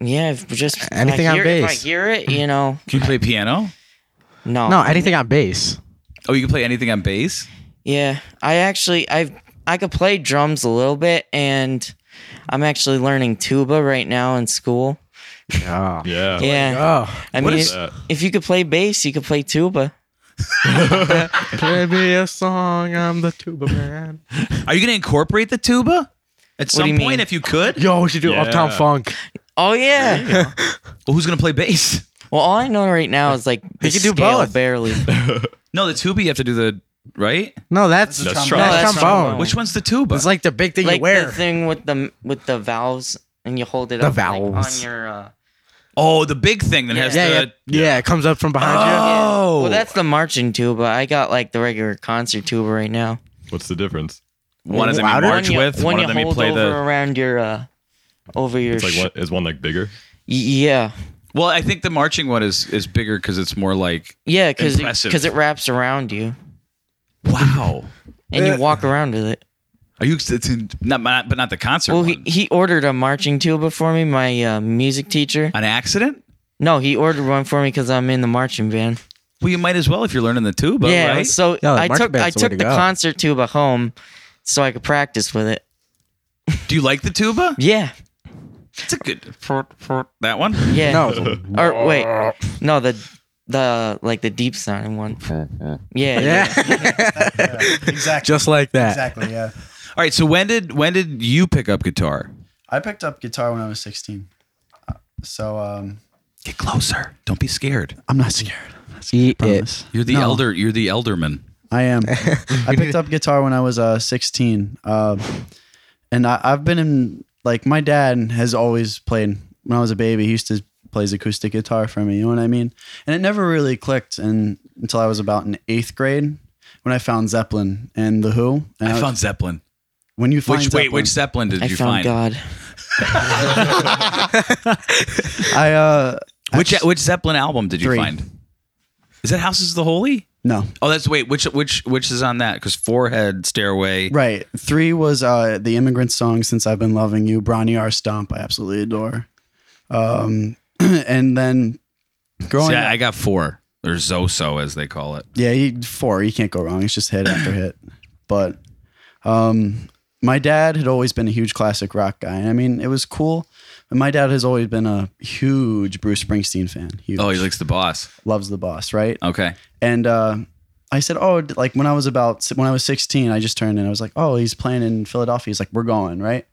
D: Yeah, if just if I
F: Anything on
D: hear- if
F: bass.
D: I hear it, you know.
B: Can you play piano?
D: No.
F: No, anything on bass.
B: Oh, you can play anything on bass.
D: Yeah. I actually I've I could play drums a little bit and I'm actually learning tuba right now in school.
F: Oh,
E: Yeah.
D: yeah.
F: oh,
D: I
B: What
D: mean
B: is
D: if-
E: that?
D: if you could play bass, you could play tuba.
F: play me a song. I'm the tuba man.
B: Are you going to incorporate the tuba at
D: do
B: some
D: you
B: point
D: mean?
B: if you could?
F: Yo, we should do
E: Yeah.
F: Uptown Funk.
D: Oh yeah.
B: Well, who's going to play bass?
D: well, all I know right now is like the
F: could do
D: scale,
F: both.
D: barely.
B: No, the tuba. You have to do the right.
F: No, that's
C: That's trombone.
E: That's true.
D: No,
F: that's
D: that's
F: trombone.
D: trombone.
B: Which one's the tuba?
F: Oh. It's like the big thing
D: like
F: you wear.
D: the thing with the with the valves and you hold it
F: The
D: up like,
F: valves.
D: on your uh,
B: oh, the big thing that has
F: yeah, yeah,
B: the.
F: yeah, It comes up from behind
B: Oh,
D: well that's the marching tuba i got like the regular concert tuba right now
E: What's the difference?
B: one of them you
F: Louder?
B: march
D: one you,
B: with.
D: one
B: One
D: you
B: of them you
D: hold
B: play
D: over
B: the.
D: around your uh over your
E: It's like
D: sh-
E: one, is one like bigger?
D: Y- yeah
B: Well, I think the marching one is is bigger because it's more like
D: yeah because
B: Impressive.
D: because it wraps around you
B: wow.
D: and you walk around with it
B: Are you it's in, not, not but not the concert
D: well
B: one.
D: he, he ordered a marching tuba for me my uh, music teacher
B: An accident?
D: no he ordered one for me because i'm in the marching band
B: Well, you might as well if you're learning the tuba,
D: yeah
B: right?
D: so
F: Yeah, the
D: i
F: marching
D: took i
F: band's the way
D: took
F: to
D: the
F: go.
D: concert tuba home so i could practice with it
B: Do you like the tuba?
D: yeah
B: It's a good for, for that one.
D: yeah
F: you. No,
D: Or wait, no, the the like the deep sounding one.
B: All
D: Yeah, yeah.
F: Yeah.
C: exactly.
F: Just like that.
C: Exactly. Yeah.
B: right. So when did when did you pick up guitar?
C: I picked up guitar when I was 16. Uh, So um,
B: Get closer. Don't be scared.
C: I'm not scared.
F: Eat it.
C: Promise.
B: You're the
C: No.
B: elder. You're the elderman.
C: I am. I picked up guitar when I was uh, 16. Uh, and I, I've been in, like, my dad has always played. When I was a baby, he used to play his acoustic guitar for me. You know what I mean? And it never really clicked and, until I was about in eighth grade when I found Zeppelin and The Who. And
B: I
C: was-
B: found Zeppelin.
C: When you find
B: Which
C: Zeppelin,
B: wait, which Zeppelin did
D: I
B: you find?
D: found God.
C: I, uh,
B: Which
C: actu-
B: which Zeppelin album did you
C: Three.
B: find? Is that Houses of the Holy?
C: no.
B: Oh, that's wait. Which which which is on that? Because Forehead, Stairway.
C: Right. Three was uh, the immigrant song "Since I've Been Loving You." Bronny R. Stomp, I absolutely adore. Um, and then growing
B: See,
C: up,
B: I, I got four or Zoso as they call it.
C: yeah, you, four. You can't go wrong. It's just hit after hit. But um, my dad had always been a huge classic rock guy, and I mean, it was cool. And my dad has always been a huge Bruce Springsteen fan. Huge.
B: Oh, he likes the boss.
C: loves the boss, right?
B: Okay.
C: And uh, I said, oh, d- like when I was about when I was 16, I just turned in. I was like, oh, he's playing in Philadelphia. He's like, we're going, right?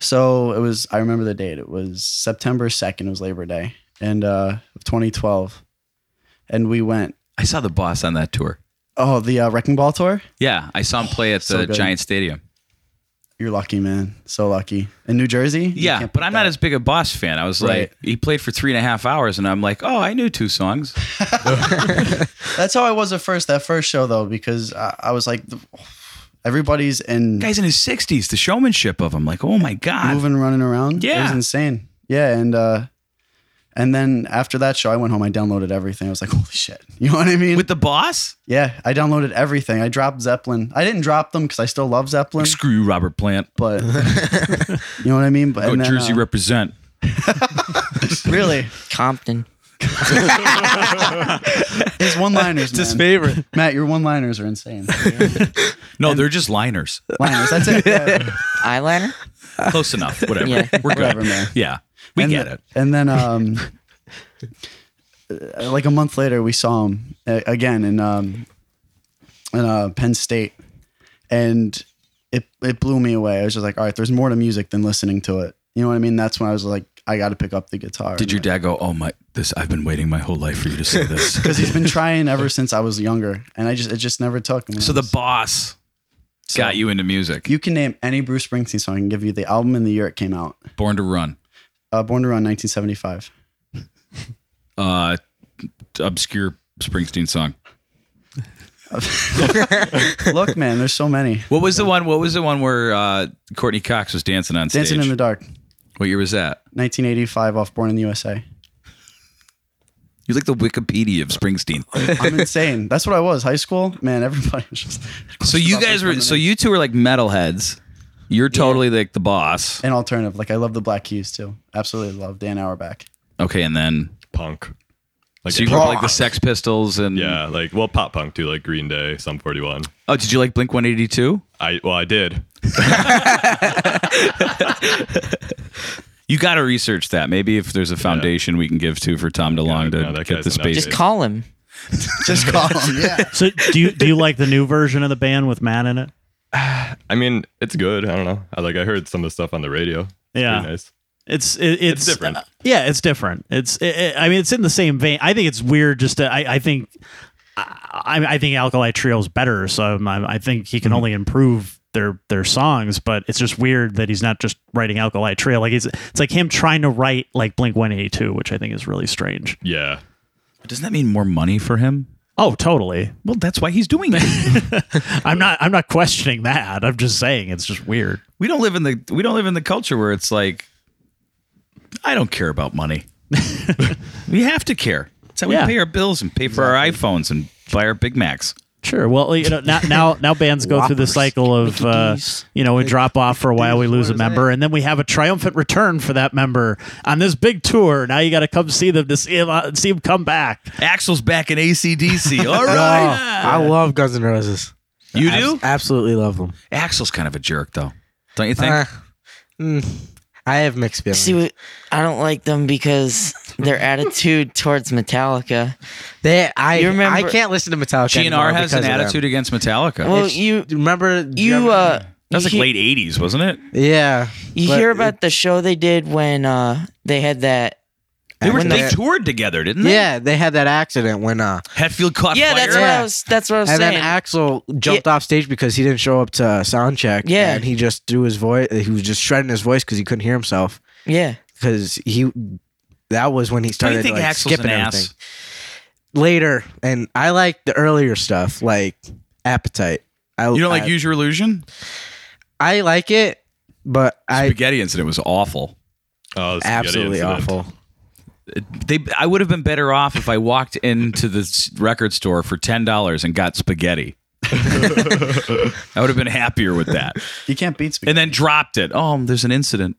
C: So it was. I remember the date. It was September 2nd. It was Labor Day, and uh, of 2012, and we went.
B: I saw the boss on that tour.
C: Oh, the uh, Wrecking Ball tour.
B: Yeah, I saw him play at
C: So
B: the
C: good.
B: Giant Stadium.
C: You're lucky, man. So lucky. In New Jersey. You
B: Yeah,
C: can't
B: but
C: beat
B: I'm not
C: that.
B: as big a Boss fan. I was
C: Right.
B: like, he played for three and a half hours, and I'm like, oh, I knew two songs.
C: That's how I was at first. That first show though, because I, I was like, everybody's in
B: Guy's in his 60s. The showmanship of him, like, oh my god.
C: moving, running around. it was
B: Yeah.
C: insane. Yeah, and uh, and then after that show, I went home. I downloaded everything. I was like, holy shit, you know what I mean?
B: With the boss,
C: yeah, I downloaded everything. I dropped Zeppelin. I didn't drop them because I still love Zeppelin,
B: screw you, Robert Plant.
C: but you know what I mean. But
B: Go
C: and then,
B: Jersey
C: uh,
B: represent.
C: really,
D: Compton.
C: his one-liners,
F: It's his
C: man.
F: favorite.
C: Matt, your one-liners are insane.
B: No, they're just liners.
C: Liners, that's it. Yeah,
D: Eyeliner?
B: Close enough. Whatever.
D: Yeah.
B: We're good.
C: whatever, man.
B: Yeah, we
C: and
B: get
C: the-
B: it.
C: And then, um, uh, like a month later, we saw him uh, again in um, in uh, Penn State, and it it blew me away. I was just like, all right, there's more to music than listening to it. You know what I mean? That's when I was like, I got to pick up the guitar.
B: Did your dad go? Oh my! This I've been waiting my whole life for you to say this.
C: Because he's been trying ever since I was younger, and I just it just never took.
B: so the boss
C: So-
B: got you into music.
C: you can name any Bruce Springsteen song. I can give you the album and the year it came out.
B: Born to Run.
C: Uh, Born to Run, 1975.
B: Uh, obscure Springsteen song.
C: Look, man, there's so many.
B: What was the one? What was the one where uh, Courtney Cox was dancing on stage?
C: Dancing in the Dark,
B: what year was that?
C: 1985, off Born in the USA.
B: You're like the Wikipedia of Springsteen.
C: I'm insane. That's what I was. High school, man. Everybody was just.
B: so you guys were. So you two were like metalheads. You're totally like the boss.
C: an alternative. Like I love the Black Keys too. Absolutely love Dan Auerbach.
B: Okay, and then
E: Punk. Like
B: so you grew up like the Sex Pistols and
E: Yeah, like well, pop punk too, like Green Day, Sum 41.
B: Oh, did you like Blink 182?
E: I well, I did.
B: You got to research that. Maybe if there's a foundation we can give to for Tom DeLong
E: Yeah,
B: to
E: no, that
B: get
E: guy's
B: the
E: an
B: space.
D: Just call him.
C: Just call him. Yeah.
A: So do you do you like the new version of the band with Matt in it?
E: I mean, it's good. I don't know. I like I heard some of the stuff on the radio. It's
A: Yeah.
E: pretty nice.
A: It's it, it's,
E: different.
A: uh, yeah, it's different. It's it, it- I mean, it's in the same vein. I think it's weird. Just to, I I think I I think Alkali Trio is better. So I'm, I'm- I think he can only improve their their songs. But it's just weird that he's not just writing Alkali Trio. Like he's it's like him trying to write like Blink 182, which I think is really strange.
E: Yeah,
B: Doesn't that mean more money for him?
A: Oh, totally.
B: Well, that's why he's doing it.
A: I'm not I'm not questioning that. I'm just saying it's just weird.
B: we don't live in the we don't live in the culture where it's like I don't care about money. we have to care. It's how
A: Yeah.
B: we pay our bills and pay for our iPhones and buy our Big Macs.
A: Sure. Well, you know, now now, now bands go through the
F: Whoppers.
A: cycle of uh,
F: D's.
A: you know we drop off for a while, we
F: D's,
A: lose a
F: what is
A: member, and then we have a triumphant return for that member on this big tour. Now you got to come see them to see him, uh, see him come back.
B: Axel's back in ACDC. All
F: Oh,
B: right.
F: I love Guns N' Roses.
B: You
F: Abs-
B: do?
F: absolutely love them.
B: Axel's kind of a jerk though. Don't you think?
F: Uh, mm, I have mixed feelings.
D: See, what- I don't like them because their attitude towards Metallica.
F: They, I,
D: You remember-
F: I can't listen to Metallica.
B: GNR
F: anymore
B: has
F: because
B: an
F: of them.
B: attitude against Metallica.
D: Well,
F: It's-
D: you
F: Remember do
D: you
F: ever-
D: uh
B: that was like
D: you-
B: late '80s, wasn't it?
F: yeah.
D: You
F: But
D: hear
F: it-
D: about the show they did when uh they had that
B: They were
F: when
B: they
F: the-
B: toured together, didn't they?
F: yeah, they had that accident when uh,
B: Hetfield caught
D: Yeah,
B: fire.
D: that's what
F: Yeah.
D: I was that's what I was
F: and then
D: saying.
F: Axel jumped off stage because he didn't show up to sound check.
D: Yeah.
F: and he just threw his voice. He was just shredding his voice because he couldn't hear himself
D: yeah.
F: because he. That was when he
B: Don't
F: started
B: you think
F: like,
B: Axel's
F: skipping
B: an
F: everything.
B: ass?
F: Later, and I like the earlier stuff like Appetite. I,
B: You don't like
F: I,
B: Use Your Illusion?
F: I like it, but I
B: Spaghetti incident was awful.
E: Oh, this
F: absolutely
E: incident.
F: awful.
B: They, I would have been better off if I walked into the s- record store for ten dollars and got spaghetti. I would have been happier with that,
C: You can't beat spaghetti.
B: and then dropped it. Oh, there's an incident.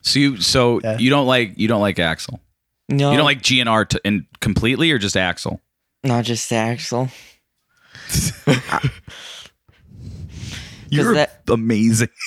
B: so you, so
C: Yeah.
B: you don't like you don't like Axel.
D: No.
F: Um,
B: You don't like GNR to, in, completely, or just Axel?
D: not just the Axel.
B: You're
D: that-
B: amazing.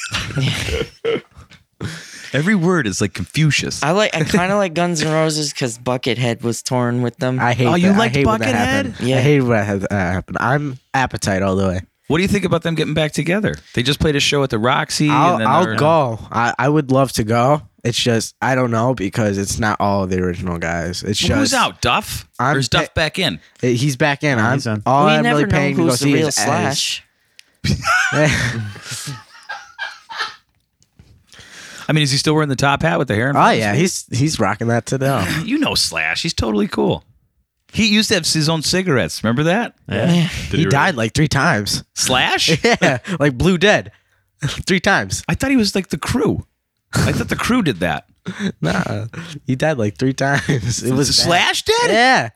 B: Every word is like Confucius.
D: I like I kind of like Guns N' Roses cuz Buckethead was torn with them.
F: I hate.
B: Oh, you
F: that. I
B: liked
F: hate when that
B: Buckethead?
F: happened.
D: Yeah.
F: I hate when that has- uh, happened. I'm Appetite all the way.
B: what do you think about them getting back together? They just played a show at the Roxy. and
F: I'll,
B: then
F: I'll
B: they're-
F: go. I, I would love to go. It's just I don't know because it's not all the original guys. It's just
B: Who's out? Oh, Duff?
F: I'm
B: or is Duff
F: pa-
B: back in?
F: He's back in. I'm,
A: he's in.
F: All
D: we
F: I'm
D: never
F: really
D: know
F: paying to go
D: who's the
F: see
D: real
F: is
D: Slash.
B: I mean, is he still wearing the top hat with the hair? in
F: oh
B: front?
F: yeah, he's he's rocking that to them.
B: You know Slash. He's totally cool. He used to have his own cigarettes. Remember that?
A: Yeah.
F: he
E: Did really-
F: died like three times.
B: Slash?
F: Yeah, like Blue Dead, three times.
B: I thought he was like the crew. I thought the crew did that.
F: Nah, he died like three times. It was
B: Slash
F: bad.
B: did?
F: Yeah,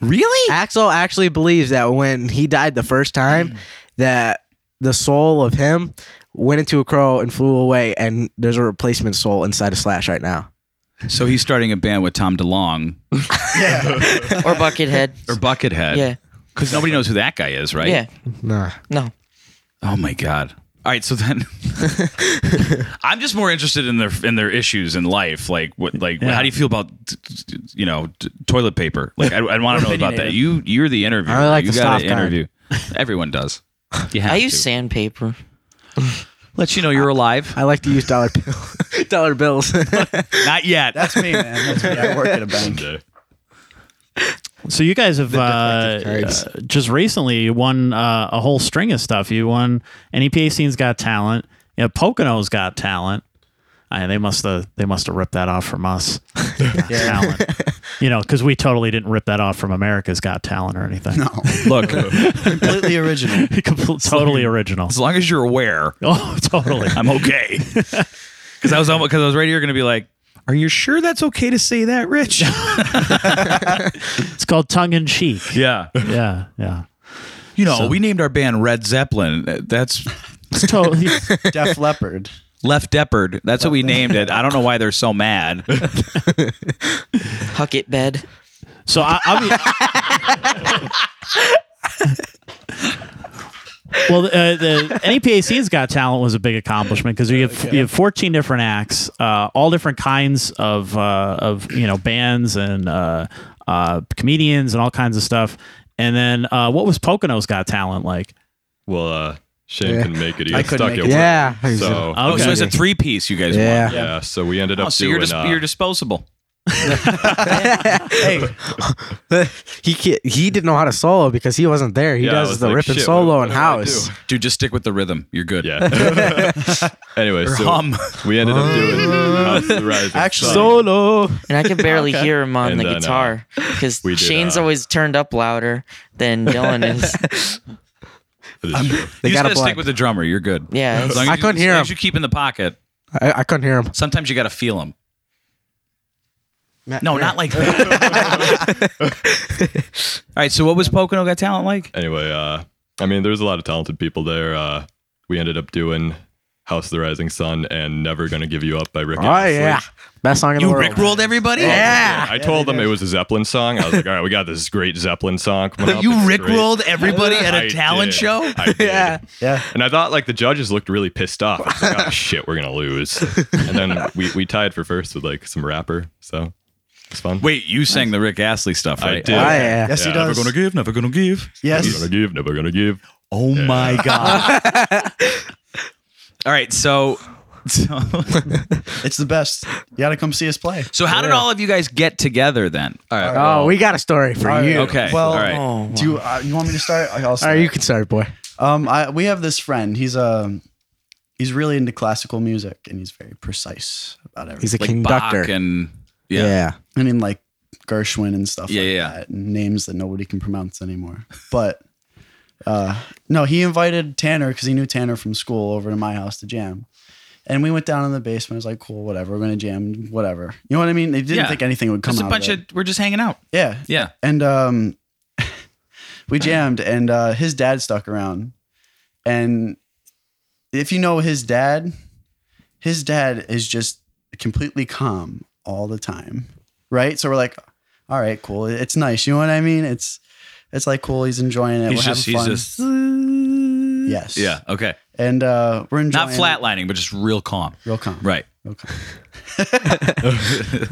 B: Really?
F: Axel actually believes that when he died the first time, that the soul of him went into a crow and flew away, and there's a replacement soul inside of Slash right now.
B: So he's starting a band with Tom DeLong
D: or Buckethead.
B: or Buckethead.
D: yeah.
B: Because nobody knows who that guy is, right?
D: Yeah.
F: Nah.
D: No.
B: Oh my god. All right, so then I'm just more interested in their in their issues in life. Like what like
A: Yeah.
B: how do you feel about t- t- you know t- toilet paper? Like I, I want to know about that. You you're the interview.
F: I like
B: you
F: the
B: gotta
F: soft kind.
B: interview. Everyone does. You have
D: I use
B: to.
D: sandpaper.
B: Let you know you're alive.
F: I like to use dollar bill, dollar bills.
B: Not yet.
C: That's me, man. That's me. I work at a bank.
E: Someday.
A: So you guys have uh,
F: cards.
A: uh, just recently won uh, a whole string of stuff. You won NEPA scene's Got Talent. Yeah, Pocono's Got Talent. I, they must have they must have ripped that off from us. Got Talent. You know, because we totally didn't rip that off from America's Got Talent or anything.
C: No,
B: Look, as
C: completely original.
A: Comple- totally original.
B: long as you're aware,
A: Oh, totally.
B: I'm okay. Because I was almost because I was right here going to be like, "Are you sure that's okay to say that, Rich?"
A: It's called tongue in cheek.
B: yeah.
A: Yeah, yeah.
B: You know, we named our band Red Zeppelin. That's
A: It's totally.
C: Def Leppard.
B: Left Deppard. That's what we named it. I don't know why they're so mad.
D: Huck it bed.
A: So I, I'm. well, uh, the NEPAC's Got Talent was a big accomplishment because you have you have 14 different acts, uh, all different kinds of uh, of you know bands and uh, uh, comedians and all kinds of stuff. And then uh, what was Pocono's Got Talent like?
E: Well, uh, Shane
F: Yeah.
E: couldn't make it. He
C: I
E: got
C: couldn't
E: stuck
C: make
E: at
C: it.
E: work.
F: yeah.
E: So
A: Oh,
B: Oh, so it's a
A: okay.
B: three piece you guys
F: Yeah.
B: want.
E: yeah, so we ended up
B: Oh, so
E: doing.
B: you're, dis-
E: uh,
B: you're disposable.
C: Hey,
F: he ca- he didn't know how to solo because he wasn't there. He
E: Yeah, I
F: does
E: was
F: the
E: like,
F: ripping
E: "Shit,
F: solo
E: what-
F: in
E: what do I
F: house.
E: do?"
B: Dude, just stick with the rhythm. You're good.
E: yeah. anyway,
B: Or
E: so
B: hum.
E: we ended up doing House of the Rising
C: Actually-
E: Sun.
F: Solo.
D: And I could barely hear him on
E: And
D: the
E: then, uh,
D: guitar cuz
E: we did,
D: Shane's
E: uh,
D: always turned up louder than Dylan is.
F: They
B: you just
F: got a
B: gotta stick
F: blind.
B: with the drummer. You're good.
D: Yeah.
B: As long as
F: I
B: you-
F: couldn't hear
B: As long
F: him.
B: as you keep in the pocket.
F: I, I couldn't hear him.
B: Sometimes you got to feel them.
F: Matt,
B: No,
F: come
B: not like that. All right. So what was Pocono Got Talent like?
E: anyway, uh, I mean, there's a lot of talented people there. Uh, we ended up doing House of the Rising Sun and Never Gonna Give You Up by Rick.
F: Oh
E: Astley. Oh,
F: yeah, best song in the
B: You
F: world. Oh,
B: rickrolled everybody.
F: Yeah.
E: I told them it was a Zeppelin song. I was like, all right, we got this great Zeppelin song. Coming up.
B: You
E: It's great."
B: rickrolled
F: Oh,
B: everybody at
E: I
B: a talent
E: did.
B: show.
E: I did.
F: Yeah.
C: Yeah.
E: And I thought like the judges looked really pissed off. I was like, oh shit, we're gonna lose. And then we, we tied for first with like some rapper. So it's fun.
B: Wait, you sang the Rick Astley stuff,
E: I
B: right?
E: did.
F: Oh, yeah.
C: Yes, he
E: Yeah,
C: does.
B: Never gonna give. Never gonna give.
E: Never
C: yes.
E: gonna give, never gonna give.
A: Oh my god!
B: All right, so so,
C: It's the best. You got to come see us play.
B: so how did all of you guys get together then? All right.
F: Oh, we got a story for you.
B: Okay.
C: Well,
B: all right.
D: Oh,
C: Do you, uh, you want me to start? I'll
F: All
C: start.
F: right, you can start, boy.
C: Um, I, we have this friend. He's um, he's really into classical music, and he's very precise about everything.
F: He's a
B: Like
F: conductor.
B: Bach and
F: yeah.
B: yeah.
C: I mean, like Gershwin and stuff
B: Yeah,
C: like
B: yeah.
C: that, and names that nobody can pronounce anymore. But uh, no, he invited Tanner because he knew Tanner from school over to my house to jam. And we went down in the basement. I was like, cool, whatever. We're going to jam, whatever. You know what I mean? They didn't
B: Yeah.
C: think anything would come
B: Just a
C: out
B: bunch
C: of,
B: of,
C: it.
B: we're just hanging out.
C: Yeah.
B: Yeah.
C: And um, we jammed, and uh, his dad stuck around. And if you know his dad, his dad is just completely calm all the time, right? So we're like, all right, cool. It's nice. You know what I mean? It's it's like cool. He's enjoying it.
B: He's
C: we're
B: just
C: having fun.
B: he's just
C: yes.
B: Yeah, okay.
C: And uh, we're enjoying
B: Not
C: it.
B: flatlining, but just real calm.
C: Real calm.
B: Right.
C: Real calm.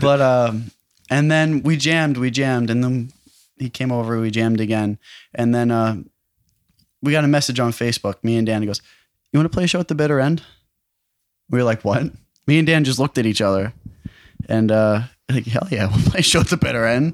C: but um and then we jammed we jammed and then he came over we jammed again and then uh we got a message on facebook me and dan he goes you want to play a show at the bitter end we were like what me and dan just looked at each other and uh like hell yeah we'll play a show at the bitter end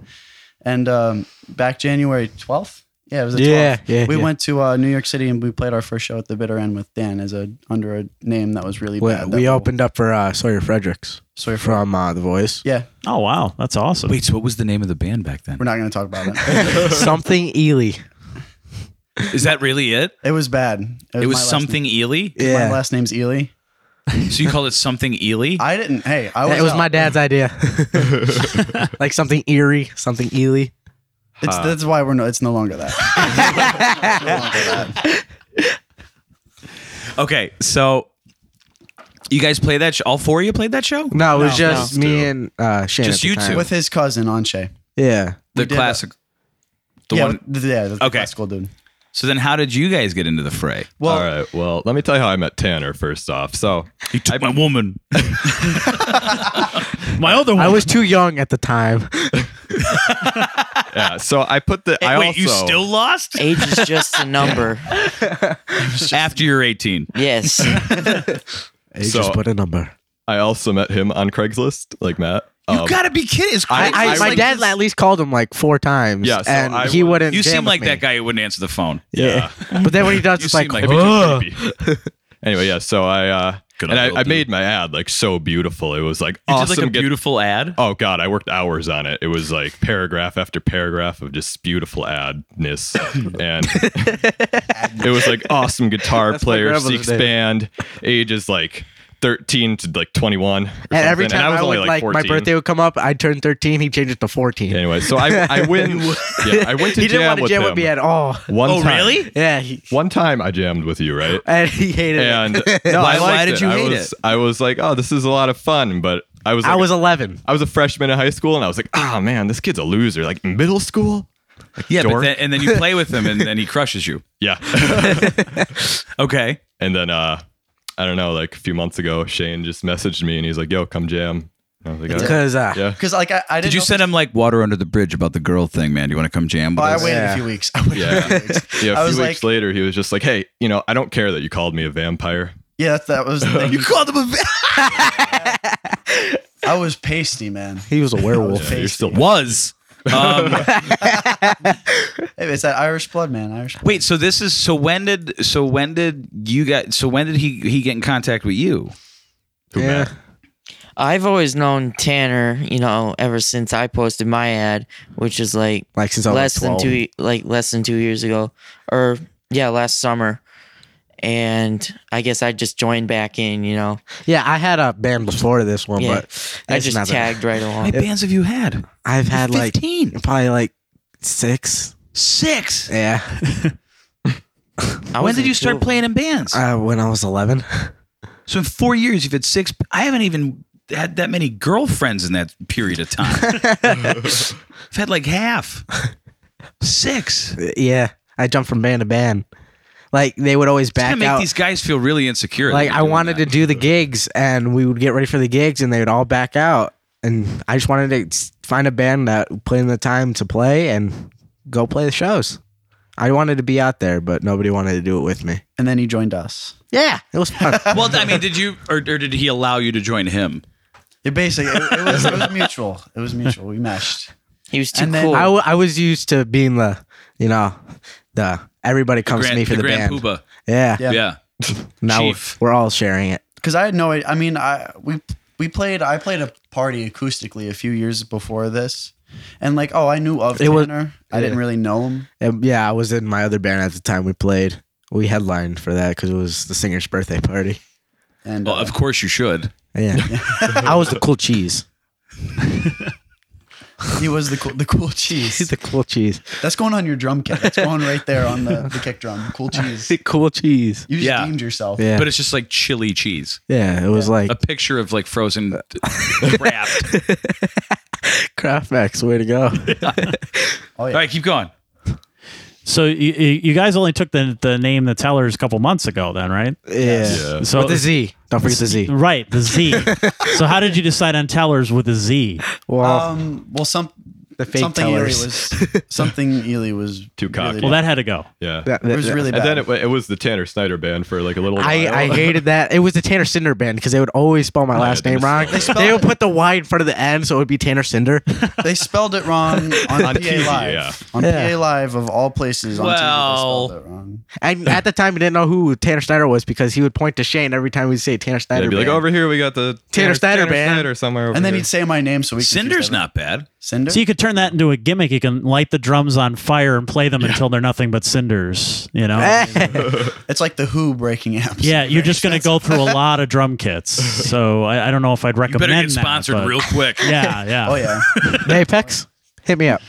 C: and um back january 12th yeah it was the
F: Yeah,
C: 12th
F: yeah,
C: we
F: yeah.
C: went to uh, new york city and we played our first show at the bitter end with dan as a under a name that was really
F: We,
C: bad
F: we opened up for uh, Sawyer Fredericks
C: so from
F: from uh, The Voice.
C: yeah
A: Oh wow, that's awesome.
B: Wait, so what was the name of the band back then?
C: we're not gonna talk about it
F: Something Ely.
B: Is that really it?
C: It was bad.
B: It
C: my
B: was
C: last
B: something Ely?
C: name- My
F: Yeah.
C: last name's Ely.
B: So you called it something Ely?
C: I didn't. Hey, I was.
F: It was
C: out.
F: my dad's idea. like something eerie, something Ely.
C: It's,
B: Uh.
C: that's why we're no. It's no longer that.
B: Okay, so you guys played that show? All four of you played that show?
F: No, it was
C: No.
F: just me and uh, Shannon.
B: Just
F: at the
B: you
F: time.
B: two.
C: With his cousin Anshay.
F: Yeah.
B: The
C: did that.
B: classic. The
C: yeah,
B: one.
C: th- yeah. The
B: Okay.
C: classical dude.
B: So then how did you guys get into the fray?
C: Well,
E: All right. Well, let me tell you how I met Tanner first off. So
B: You took my woman.
A: My other one.
F: I was too young at the time.
E: yeah, so I put the I also
B: lost?
D: age is just a number.
B: After you're 18.
D: yes.
F: You
E: So-
F: just put a number.
E: I also met him on Craigslist, like Matt. Um,
B: you gotta be kidding. It's
E: I-
B: crazy.
F: I,
B: It's
F: my
B: like
F: dad
B: this-
F: at least called him like four times.
E: Yeah, so
F: and
E: I
F: he
E: was-
F: wouldn't.
B: You seem
F: jam
B: like
F: with
B: that
F: me.
B: guy who wouldn't answer the phone.
F: Yeah. but then when he does,
B: You
F: it's like,
B: seem like a
F: "Ugh."
E: anyway, yeah. So I uh,
B: Good
E: and
B: on
E: I,
B: you,
E: I
B: dude.
E: made my ad like so beautiful. It was like
B: You
E: awesome.
B: did like a
E: get-
B: beautiful ad.
E: oh god, I worked hours on it. It was like paragraph after paragraph of just beautiful adness, and it was like awesome guitar
F: That's my
E: player,
F: grandmother's
E: Seeks
F: name.
E: band, ages like thirteen to like twenty one.
F: And every time I, would like, my birthday would come up, I'd turn thirteen. He changed it to fourteen.
E: Anyway, so I I win. yeah, I went to
F: he
E: jam
F: didn't want to
E: with
F: jam
E: him.
F: with me at all.
E: One
B: Oh,
E: time.
B: really?
F: Yeah, he,
E: One time I jammed with you, right?
F: and he hated
E: And
F: it.
E: no,
B: Why-
E: I
B: why
E: liked
B: did
E: it.
B: you
E: I
B: hate
E: was,
B: it?
E: I was like, oh, this is a lot of fun, but I was like,
F: I was eleven.
E: I was a freshman in high school, and I was like, ah, man, this kid's a loser. Like middle school.
B: yeah, but
E: dork.
B: then, and then you play with him, and then he crushes you.
E: Yeah.
B: Okay.
E: and then uh, I don't know, like a few months ago, Shane just messaged me, and he's like, yo, come jam. And I was like, all right.
F: Because uh,
E: yeah.
C: because like I, I didn't
B: Did you
C: know-
B: send him like water under the bridge about the girl thing, man? Do you want to come jam with
C: Oh, I
B: us?
C: waited
F: Yeah.
C: a few weeks. I waited
E: Yeah.
C: a few weeks.
E: Yeah,
C: I
E: a
C: was
E: few
C: like-
E: weeks later, he was just like, "Hey, you know, I don't care that you called me a vampire.
C: Yeah, that, that was the thing.
B: You called him a va-
C: I was pasty, man.
F: he was a werewolf.
E: Yeah, you're still
B: was. Um,
C: Hey, It's that Irish blood, man. Irish. Blood.
B: wait, so this is so when did so when did you get so when did he he get in contact with you?
E: Who
F: Yeah.
E: Matt?
D: I've always known Tanner, you know, ever since I posted my ad, which is like
F: Like since I was
D: less
F: like, 12.
D: than two like less than two years ago or yeah last summer and i guess i just joined back in you know
F: Yeah, I had a band before this one,
D: Yeah.
F: but
D: i
F: it's
D: just
F: nothing.
D: tagged right
B: How
D: along
B: many bands have you had?
F: I've had like
B: 15.
F: probably like six.
B: Six.
F: Yeah,
D: I
B: when
D: was
B: did
D: in
B: you
D: two
B: start
D: of them.
B: playing in bands?
F: uh, when I was eleven.
B: So in four years, you've had six. I haven't even had that many girlfriends in that period of time. I've had like half. Six. It's
F: Yeah, I jumped from band to band. Like they would always
B: gonna
F: back
B: make
F: out.
B: these guys feel really insecure.
F: Like I wanted to do the gigs, and we would get ready for the gigs, and they would all back out. And I just wanted to s- find a band that put in the time to play and go play the shows. I wanted to be out there, but nobody wanted to do it with me.
C: And then he joined us.
F: Yeah, it was fun.
B: Well, I mean, did you or, or did he allow you to join him?
C: It basically it, it was it was mutual. It was mutual. We meshed.
D: He was too
C: And then-
D: cool.
F: I, w- I was used to being the, you know, the everybody comes
B: Grand,
F: to me for the,
B: Grand
F: band.
B: Pooba.
F: Yeah.
C: Yeah.
B: Yeah.
F: Now we're-
B: Chief.
F: we're all sharing it.
C: because I had no. I mean, I we we played. I played a party acoustically a few years before this, and like, oh, I knew of
F: It
C: Tanner.
F: was-
C: I didn't
F: yeah.
C: really know him.
F: And yeah, I was in my other band at the time we played. We headlined for that because it was the singer's birthday party.
C: And
B: Well,
C: uh,
B: of course you should.
F: Yeah. I was the cool cheese.
C: uh, he was the cool, the cool
F: He's
C: cheese.
F: the cool cheese.
C: That's going on your drum kit. That's going right there on the, the kick drum. Cool cheese.
F: The cool cheese.
C: You just
B: Yeah.
C: deemed yourself.
F: Yeah.
B: But it's just like chili cheese.
F: yeah, it was like
B: A picture of like frozen wrapped.
F: Kraft Max, way to go.
C: Oh
B: All
C: yeah.
B: right, keep going.
A: So you, you you guys only took the the name the tellers a couple months ago, then, right?
F: yeah.
E: Yeah.
A: So
F: With the Z. Don't forget the Z.
A: right, the Z. so how did you decide on tellers with a Z?
F: Well,
C: Um. Well, some
F: the fake
C: something
F: tellers.
C: Ely was something Ely was
E: Too cocky.
A: Well, that had to go.
E: Yeah.
F: That-
C: it
F: that-
C: was really bad.
E: and then it, wa- it was the Tanner Snyder band for like a little while.
F: I, I hated that. It was the Tanner Cinder band because they would always spell my last
E: they
F: name wrong. They would put the Y in front of the N, so it would be Tanner Cinder.
C: they spelled it wrong on, PA
E: TV,
C: Live.
E: yeah.
C: On
F: Yeah.
C: PA Live of all places on
B: Well.
C: TV, they spelled it wrong.
F: And at the time, we didn't know who Tanner Snyder was because he would point to Shane every time we say Tanner Snyder.
E: They'd be like,
F: band.
E: over here we got the
F: Tanner Snyder band.
E: Snyder somewhere. Over
C: And then
E: here.
C: he'd say my name, so we confused
B: Cinder's
C: everyone.
B: not bad.
C: Cinder.
A: So you could turn that into a gimmick. You can light the drums on fire and play them until they're nothing but cinders. You know.
C: It's like the Who breaking amps.
A: Yeah, you're just going to go through a lot of drum kits. So I, I don't know if I'd
B: You
A: recommend
B: better get
A: that,
B: sponsored
A: but-
B: real quick.
A: Yeah, yeah.
C: Oh yeah.
F: Apex, hit me up.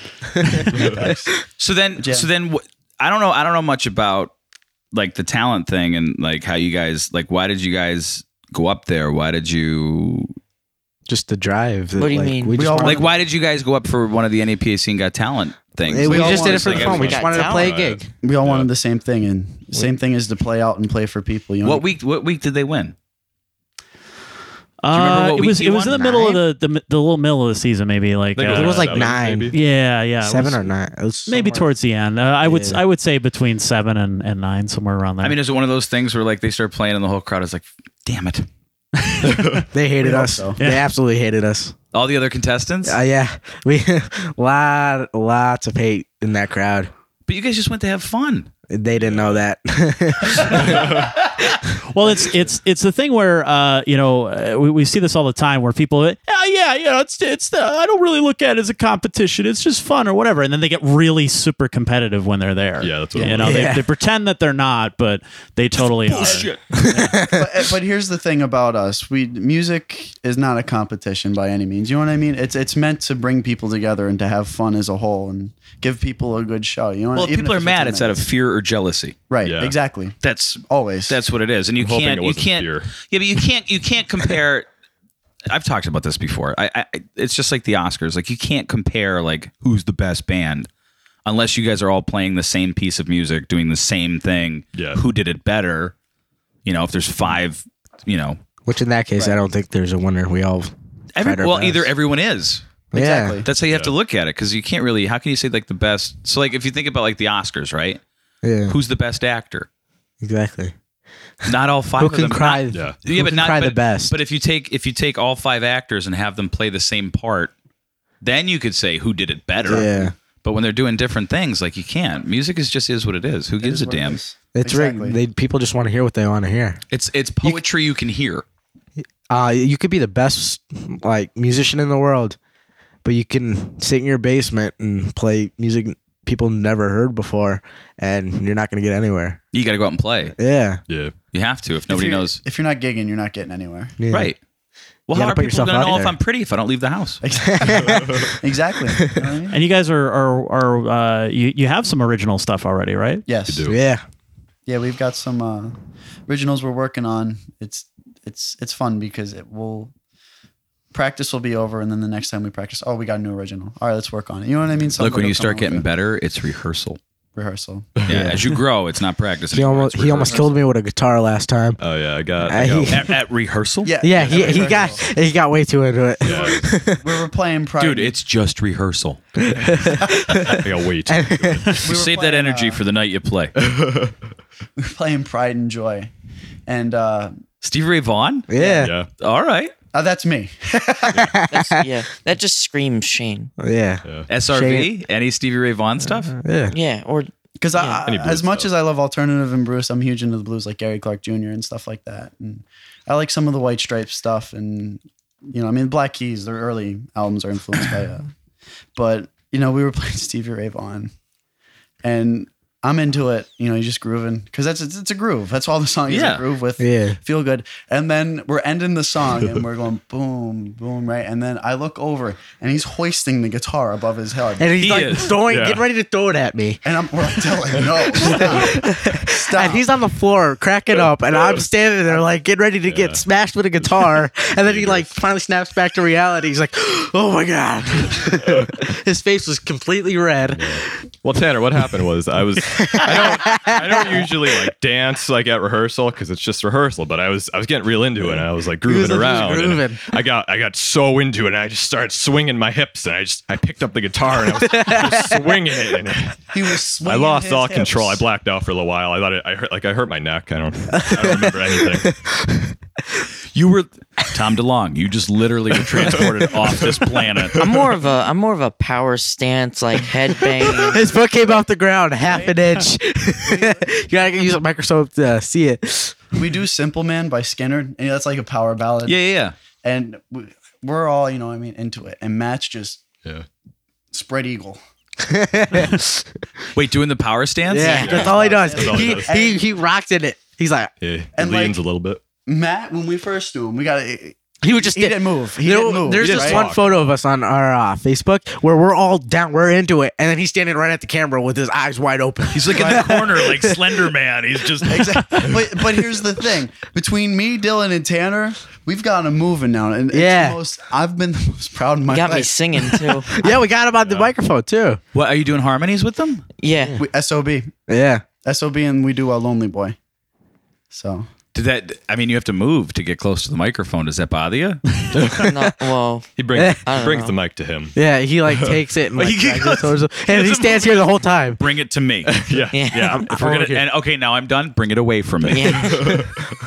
B: So then,
C: Yeah.
B: so then, wh- I don't know. I don't know much about like the talent thing and like how you guys like. Why did you guys go up there? Why did you
F: Just the drive. that,
D: What do you
F: like,
D: mean?
F: We,
D: We
F: just
C: all
F: wanted,
B: like? Why did you guys go up for one of the NAPAC and Got Talent things?
F: we,
C: all
F: just did it for
C: wanted
F: the
C: to
F: fun. We
B: say
F: just
D: we
F: wanted to
D: got
F: play a
E: talent.
F: gig.
C: We all wanted the same thing, and same thing is to play out and play for people. You know,
B: what week? What week did they win? you remember
A: Uh,
B: what
A: it
B: week
A: was
B: you
A: it was in the
B: won?
A: middle of the, the the little middle of the season, maybe like
E: I think
A: uh,
F: it was like
E: seven,
F: nine.
E: maybe.
A: yeah, yeah, it
F: Seven
A: was
F: or nine. It was
A: maybe
F: somewhere-
A: towards the end. Uh, I would s-
F: Yeah.
A: I would say between seven and, and nine, somewhere around there.
B: I mean, is it one of those things where like they start playing and the whole crowd is like, "Damn it!"
F: They hated
C: We hope
F: us.
C: so.
F: They absolutely hated us.
B: All the other contestants.
F: Uh, yeah, we lot lots of hate in that crowd.
B: but you guys just went to have fun.
F: They didn't know that.
A: well, it's it's it's the thing where uh, you know uh, we, we see this all the time where people uh, oh, yeah you know it's it's the, I don't really look at it as a competition. It's just fun or whatever, and then they get really super competitive when they're there.
E: Yeah, that's what
A: you
E: it
A: know
E: was.
F: Yeah.
A: they, they pretend that they're not, but they totally are.
C: but, eh, but here's the thing about us: we music is not a competition by any means. You know what I mean? It's it's meant to bring people together and to have fun as a whole and give people a good show. You know,
B: Well, if
C: even
B: people
C: if
B: are mad.
C: 15
B: It's out of
C: minutes.
B: fear or jealousy.
C: right,
E: Yeah.
C: exactly,
B: That's
C: always.
B: That's what it is, and you
E: hoping
B: can't.
E: it
B: You
E: wasn't
B: can't.
E: fear.
B: Yeah, but you can't. You can't compare. I've talked about this before. I, I, it's just like the Oscars. Like you can't compare like who's the best band, unless you guys are all playing the same piece of music, doing the same thing.
E: Yeah.
B: Who did it better? You know, if there's five, you know,
F: Which in that case, I don't think there's a winner. We all
B: every,
F: Tried our
B: well,
F: best.
B: either everyone is.
F: exactly.
C: exactly.
B: That's how you have to look at it because you can't really. How can you say like the best? So like if you think about like the Oscars, right?
F: Yeah, yeah,
B: Who's the best actor?
F: exactly.
B: Not all five.
F: Who
B: of
F: can
B: them,
F: cry?
B: not-
E: Yeah.
F: who can cry the
B: but-
F: best?
B: But if you take if you take all five actors and have them play the same part, then you could say who did it better.
F: Yeah.
B: But when they're doing different things, like you can't. Music is just is what it is. Who gives a
C: what it
B: damn?
C: is.
F: It's
C: Exactly.
F: rigged. They, people just want to hear what they want to hear.
B: It's it's poetry you can hear.
F: Uh, you could be the best like musician in the world, but you can sit in your basement and play music people never heard before, and you're not going to get anywhere.
B: You got to go out and play.
F: Yeah,
E: Yeah.
B: You have to if
C: If
B: nobody
C: you're-
B: knows.
C: If you're not gigging, you're not getting anywhere.
F: Yeah.
B: Right. Well,
F: You
B: how
F: gotta
B: are
F: put
B: people
F: yourself
B: going to
F: out
B: know if
F: there.
B: I'm pretty if I don't leave the house?
C: exactly. You know what I mean?
A: And you guys are are, are uh, you you have some original stuff already, right?
C: Yes.
E: do.
F: Yeah,
C: Yeah, we've got some uh, originals we're working on. It's it's it's fun because it will practice will be over and then the next time we practice, oh, we got a new original. All right, let's work on it. You know what I mean?
B: Look, when
C: will
B: you
C: come
B: start
C: up
B: getting
C: with
B: better, it's rehearsal.
C: a rehearsal.
B: Yeah, as you grow, it's not practice.
F: He almost he almost killed me with a guitar last time.
E: Oh yeah, I got.
F: I-
E: I got
B: at, at rehearsal.
C: Yeah,
F: Yeah, he,
C: every
F: he got
C: rehearsal.
F: he got way too into it.
C: we were playing pride.
B: dude, it's just rehearsal.
E: I got weight.
C: we were
B: Save that
C: playing,
B: energy
C: uh,
B: for the night you play.
C: we were playing Pride and Joy, and uh,
B: Stevie Ray Vaughan.
F: Yeah.
E: Yeah,
B: All right,
C: oh, that's me.
D: That's, yeah, that just screams Shane.
F: Yeah.
B: SRV. Any Stevie Ray Vaughan stuff?
F: Yeah.
D: Yeah, or
C: Because
D: Yeah.
C: I,
E: Any
C: as
E: blues
C: much
E: stuff.
C: as I love alternative and Bruce, I'm huge into the blues, like Gary Clark Jr. and stuff like that. And I like some of the White Stripes stuff, and you know, I mean, Black Keys, their early albums are influenced by. Uh, but you know, we were playing Stevie Ray Vaughan, and I'm into it. You know, you're just grooving because that's it's, it's a groove. That's all the song is
B: Yeah.
C: a groove with.
F: Yeah.
C: Feel good, and then we're ending the song, and we're going boom, boom, right, and then I look over, and he's hoisting the guitar above his head,
F: And he's
B: He
F: like
B: is.
F: throwing
E: Yeah.
F: getting ready to throw it at me.
C: and I'm we're like, Dylan, no, stop, stop.
F: And he's on the floor cracking up and I'm standing there like getting ready to get smashed with a guitar. and then he like finally snaps back to reality. He's like, Oh my god. His face was completely red.
E: Well, Tanner, what happened was I was I don't I don't usually like dance like at rehearsal because it's just rehearsal, but I was I was getting real into it and I was like grooving
F: was, like, just
E: around. and
F: grooving.
E: I got I got so into it and I just started swinging my hips and I just I picked up the guitar and I was just swinging it and
C: He was
E: I
C: swinging
E: lost
C: his
E: all
C: hips.
E: control. I blacked out for a little while. I thought it, I hurt like I hurt my neck. I don't I don't remember anything.
B: You were Tom DeLong. You just literally were transported off this planet.
D: I'm more of a I'm more of a power stance, like headbang.
F: His foot came off the ground half an inch. you gotta use a microscope to uh, see it.
C: we do "Simple Man" by Skinner, and that's like a power ballad.
B: Yeah, yeah, yeah.
C: and we- we're all you know, what I mean, into it. And Matt's just
E: Yeah.
C: spread eagle.
B: Wait, doing the power stance?
F: Yeah, that's all he does.
C: That's
E: all
F: he,
E: he
F: he,
E: does.
F: he rocks in it. He's like
E: Yeah, it
C: And,
E: leans
C: like-
E: a little bit.
C: Matt, when we first knew him, we got he
F: he would just sit-
C: didn't move. He
F: There-
C: didn't move.
F: There's
E: He
F: just
E: didn't
F: one
E: talk.
F: photo of us on our uh, Facebook where we're all down, we're into it, and then he's standing right at the camera with his eyes wide open.
B: He's like in the corner, like Slender Man. He's just
C: exactly. But but here's the thing: between me, Dylan, and Tanner, we've got him moving now, and it's
F: Yeah.
C: the most, I've been the most proud of my
D: Got me
C: life.
D: singing too.
F: yeah, we got him on the microphone too.
B: What are you doing harmonies with them?
D: Yeah,
C: We, Sob,
F: Yeah,
C: sob, and we do a lonely boy. So
B: Did that I mean you have to move to get close to the microphone. Does that bother you?
D: no, well,
E: He brings
D: I
E: he
D: don't
E: brings
D: know.
E: the mic to him.
F: yeah. He like takes it and like,
B: He
F: drags
B: goes-
F: it towards him. and he
B: it's a
F: stands here the whole time.
B: Bring it to me.
E: Yeah.
D: yeah.
B: If we're gonna,
F: Okay.
B: and okay, now I'm done. Bring it away from me.
D: Yeah.